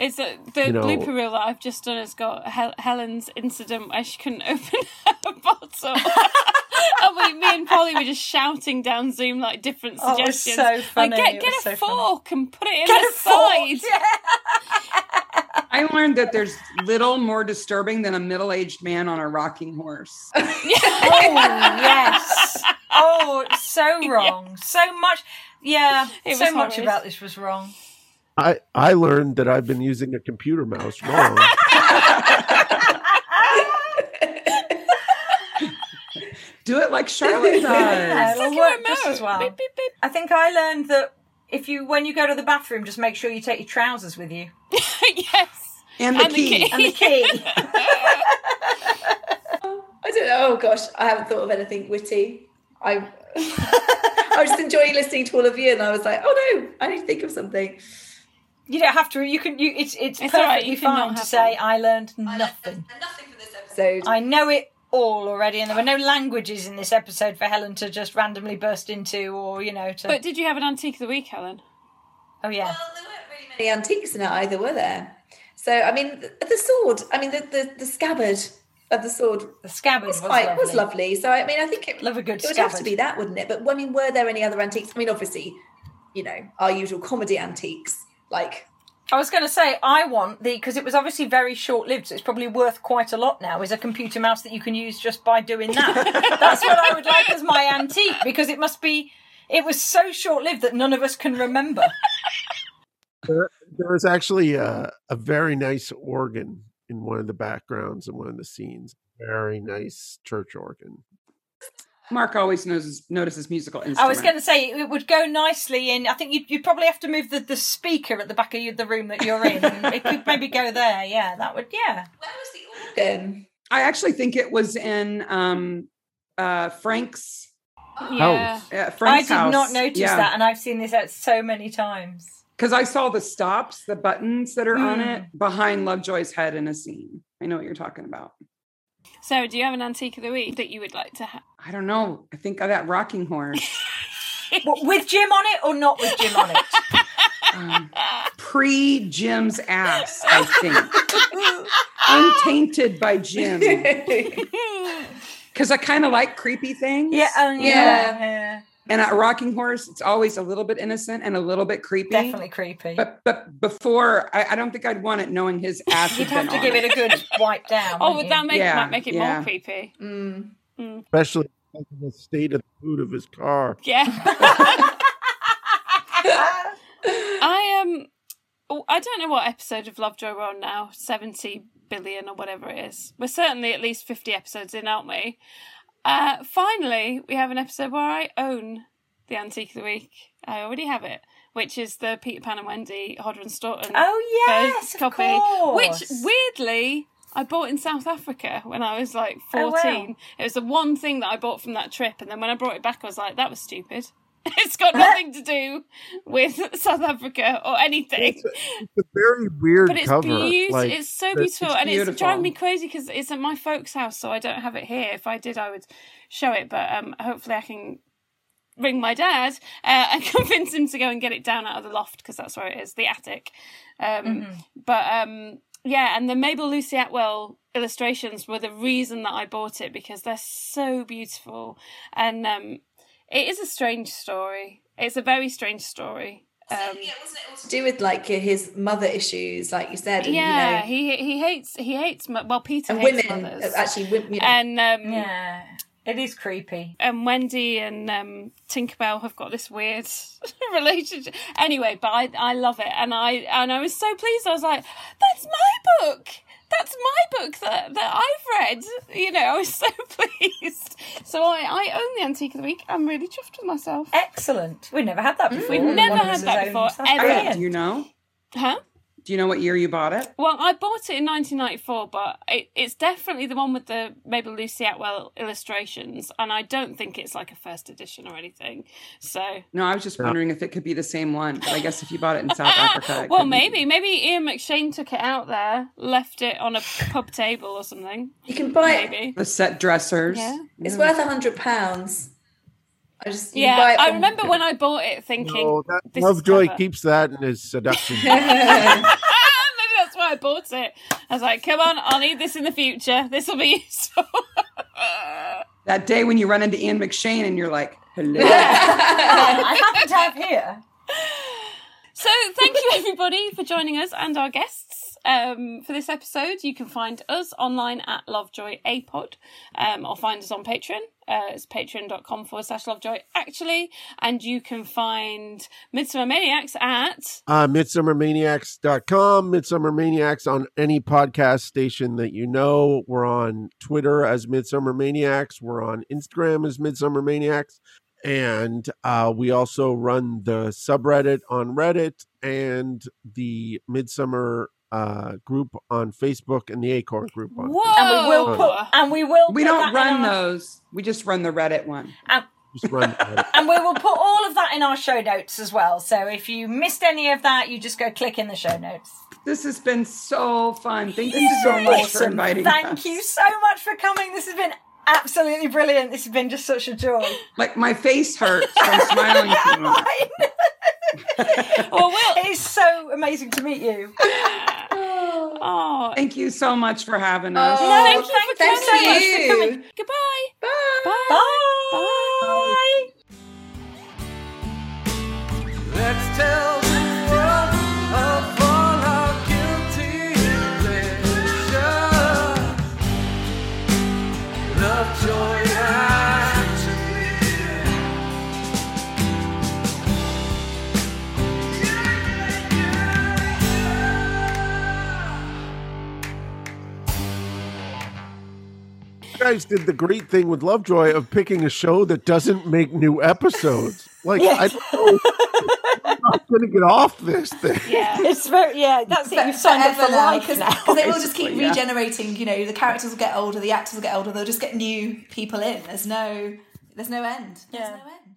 A: It's a, the
E: You know-
A: blooper reel that I've just done has got Hel- Helen's incident where she couldn't open her bottle. and we, me and Polly were just shouting down Zoom like different
D: Oh, it was
A: suggestions.
D: so funny.
A: Like,
D: It
A: get, get
D: was
A: a
D: so funny.
A: fork and put it in
D: Get
A: the
D: a fork,
A: side.
D: yeah.
F: I learned that there's little more disturbing than a middle-aged man on a rocking horse.
D: Oh yes. Oh, it's so wrong. So much. Yeah.
A: It
D: so
A: was
D: much
A: horrid.
D: about this was wrong.
E: I, I learned that I've been using a computer mouse wrong.
F: Do it like Charlotte
D: Yeah,
F: does.
D: it'll
A: Like a
D: work just
A: remote.
D: as well.
A: Beep, beep, beep.
D: I think I learned that if you when you go to the bathroom, just make sure you take your trousers with you
A: yes.
F: And the
A: And the
F: key.
A: key.
D: and the key.
B: I don't know. Oh gosh, I haven't thought of anything witty. I I was just enjoying listening to all of you, and I was like, oh no, I need to think of something.
D: you don't have to. You can. You. It's it's,
A: It's all
D: perfectly
A: right, you can not
D: fine to
A: have
D: say
A: one.
D: I learned nothing.
B: Nothing for this episode.
D: I know it all already, and there were no languages in this episode for Helen to just randomly burst into, or you know, to.
A: But did you have an antique of the week, Helen?
D: oh yeah,
B: Well, there weren't really many antiques in it either, were there? So I mean, the, the sword. I mean, the, the the scabbard of the sword
D: the scabbard was,
B: was quite
D: lovely.
B: was lovely. So I mean, I think it
D: Love a good
B: It would have to
D: scabbard.
B: be that, wouldn't it? But I mean, were there any other antiques? I mean, obviously, you know, our usual comedy antiques like
D: I was going to say, I want the because it was obviously very short lived, so it's probably worth quite a lot now. Is a computer mouse that you can use just by doing that? That's what I would like as my antique because it must be. It was so short lived that none of us can remember.
E: There, there was actually a, a very nice organ in one of the backgrounds in one of the scenes. Very nice church organ.
F: Mark always knows notices musical instruments.
D: I was going to say it would go nicely in. I think you'd, you'd probably have to move the, the speaker at the back of you, the room that you're in. it could maybe go there. Yeah, that would. Yeah.
B: Where was the organ?
F: I actually think it was in um, uh, Frank's.
A: Yeah.
F: Uh,
D: I
F: Frank's
D: did
F: house.
D: not notice
F: Yeah.
D: that, and I've seen this out so many times.
F: because I saw the stops, the buttons that are on
D: Hmm.
F: it behind Lovejoy's head in a scene. I know what you're talking about.
A: Sarah, do you have an antique of the week that you would like to have?
F: I don't know. I think of that rocking horse.
D: What, with Jim on it or not with Jim on it?
F: Um, Pre Jim's ass, I think. Untainted by Jim. Because I kind of like creepy things.
D: yeah, oh, yeah,
B: Yeah.
D: yeah.
F: And a rocking horse, it's always a little bit innocent and a little bit creepy.
D: Definitely creepy.
F: But but before, I, I don't think I'd want it knowing his ass.
D: You'd
F: had
D: have
F: been
D: to
F: on
D: give it a good wipe down.
A: Oh,
D: wouldn't
A: would
D: you?
A: that make
F: Yeah,
A: might make it
F: yeah.
A: more creepy?
B: Mm.
E: especially because of the state of the boot of his car.
A: Yeah. I um oh, I don't know what episode of Lovejoy we're on now, seventy billion or whatever it is. We're certainly at least fifty episodes in, aren't we? Uh finally we have an episode where I own the Antique of the Week. I already have it. Which is the Peter Pan and Wendy Hodder and Stoughton
D: Oh yes,
A: first
D: of
A: which
D: course.
A: weirdly I bought in South Africa when I was like
D: Oh,
A: 14.
D: wow.
A: It was the one thing that I bought from that trip, and then when I brought it back, I was like, that was stupid. It's got nothing to do with South Africa or anything,
E: It's a very weird
A: but it's
E: cover.
A: beautiful.
E: like,
A: it's so
E: it's- it's
A: beautiful, and it's
F: beautiful.
A: driving me crazy because it's at my folks' house, so I don't have it here. If I did, I would show it, but um, hopefully, I can ring my dad uh, and convince him to go and get it down out of the loft because that's where it is, the attic. Um,
E: Mm-hmm.
A: But um, yeah, and the Mabel Lucy Atwell illustrations were the reason that I bought it because they're so beautiful, and um, it is a strange story. It's a very strange story. Um,
B: yeah, wasn't it all to do with like his mother issues, like you said? And,
A: yeah,
B: you know,
A: he he hates he hates mo- well Peter
B: and
A: hates
B: women uh,
A: mothers
B: actually, women, you know,
A: and um,
D: yeah, it is creepy.
A: and Wendy and um, Tinkerbell have got this weird relationship. Anyway, but I, I love it, and I and I was so pleased. I was like, "That's my book. That's my book that that I've read." You know, I was so pleased. So I, I own the Antique of the Week. I'm really chuffed with myself.
D: Excellent. We've never had that before.
A: Mm. We've never
D: One of
A: had
D: us
A: that
D: has
A: before,
D: owned- that's
A: ever.
F: Hey,
D: brilliant.
F: do you know?
A: Huh?
F: Do you know what year you bought it?
A: Well, I bought it in 1994, but it, it's definitely the one with the Mabel Lucy Atwell illustrations, and I don't think it's like a first edition or anything. So
F: No, I was just wondering if it could be the same one. But I guess if you bought it in South Africa, it
A: Well,
F: couldn't
A: maybe.
F: be.
A: Maybe Ian McShane took it out there, left it on a pub table or something.
B: you can buy it.
A: Maybe.
F: the set dressers.
A: Yeah.
B: It's
D: Mm.
B: worth a hundred pounds. I just you buy
A: Yeah,
B: it
A: I
B: from-
A: remember when I bought it thinking.
E: no, that
A: this is
E: Lovejoy
A: clever.
E: keeps that in his seduction.
A: Maybe that's why I bought it. I was like, come on, I'll need this in the future. This will be useful.
F: That day when you run into Ian McShane and you're like, hello.
D: I happen to have here.
A: So, thank you everybody for joining us and our guests um, for this episode. You can find us online at Lovejoy Apod um, or find us on Patreon. Uh, it's patreon.com forward slash Lovejoy, actually. And you can find Midsummer Maniacs at
E: uh, midsummermaniacs.com, Midsummer Maniacs on any podcast station that you know. We're on Twitter as Midsummer Maniacs. We're on Instagram as Midsummer Maniacs. And uh, we also run the subreddit on Reddit and the Midsummer uh, group on Facebook and the Acorn group on
A: Whoa!
D: And we will put. And we will.
F: Oh. we
D: put
F: don't
D: that in
F: run
D: our-
F: those. We just run the Reddit one.
D: And,
E: Just run Reddit.
D: and we will put all of that in our show notes as well. So if you missed any of that, you just go click in the show notes.
F: This has been so fun. Thank you so much for inviting
D: Thank
F: us.
D: you so much for coming. This has been absolutely brilliant. This has been just such a joy.
F: Like my face hurts from smiling too much.
A: Well, we'll.
D: It is so amazing to meet you.
A: Oh,
F: Thank you so much for having us.
B: Oh,
A: thank you for
B: thanks
A: coming.
B: to you.
A: Thanks for coming. Goodbye. Bye. Bye.
D: Bye.
C: Let's tell the tale of all
E: guys did the great thing with Lovejoy of picking a show that doesn't make new episodes. Like I don't know, I'm not going to get off this thing.
A: Yeah.
D: It's very yeah. That's it. You've signed up for life
B: because
D: now.
B: they will just keep
F: basically, yeah.
B: regenerating. You know, the characters will get older, the actors will get older. They'll just get new people in. There's no, there's no end.
D: Yeah.
B: There's no end.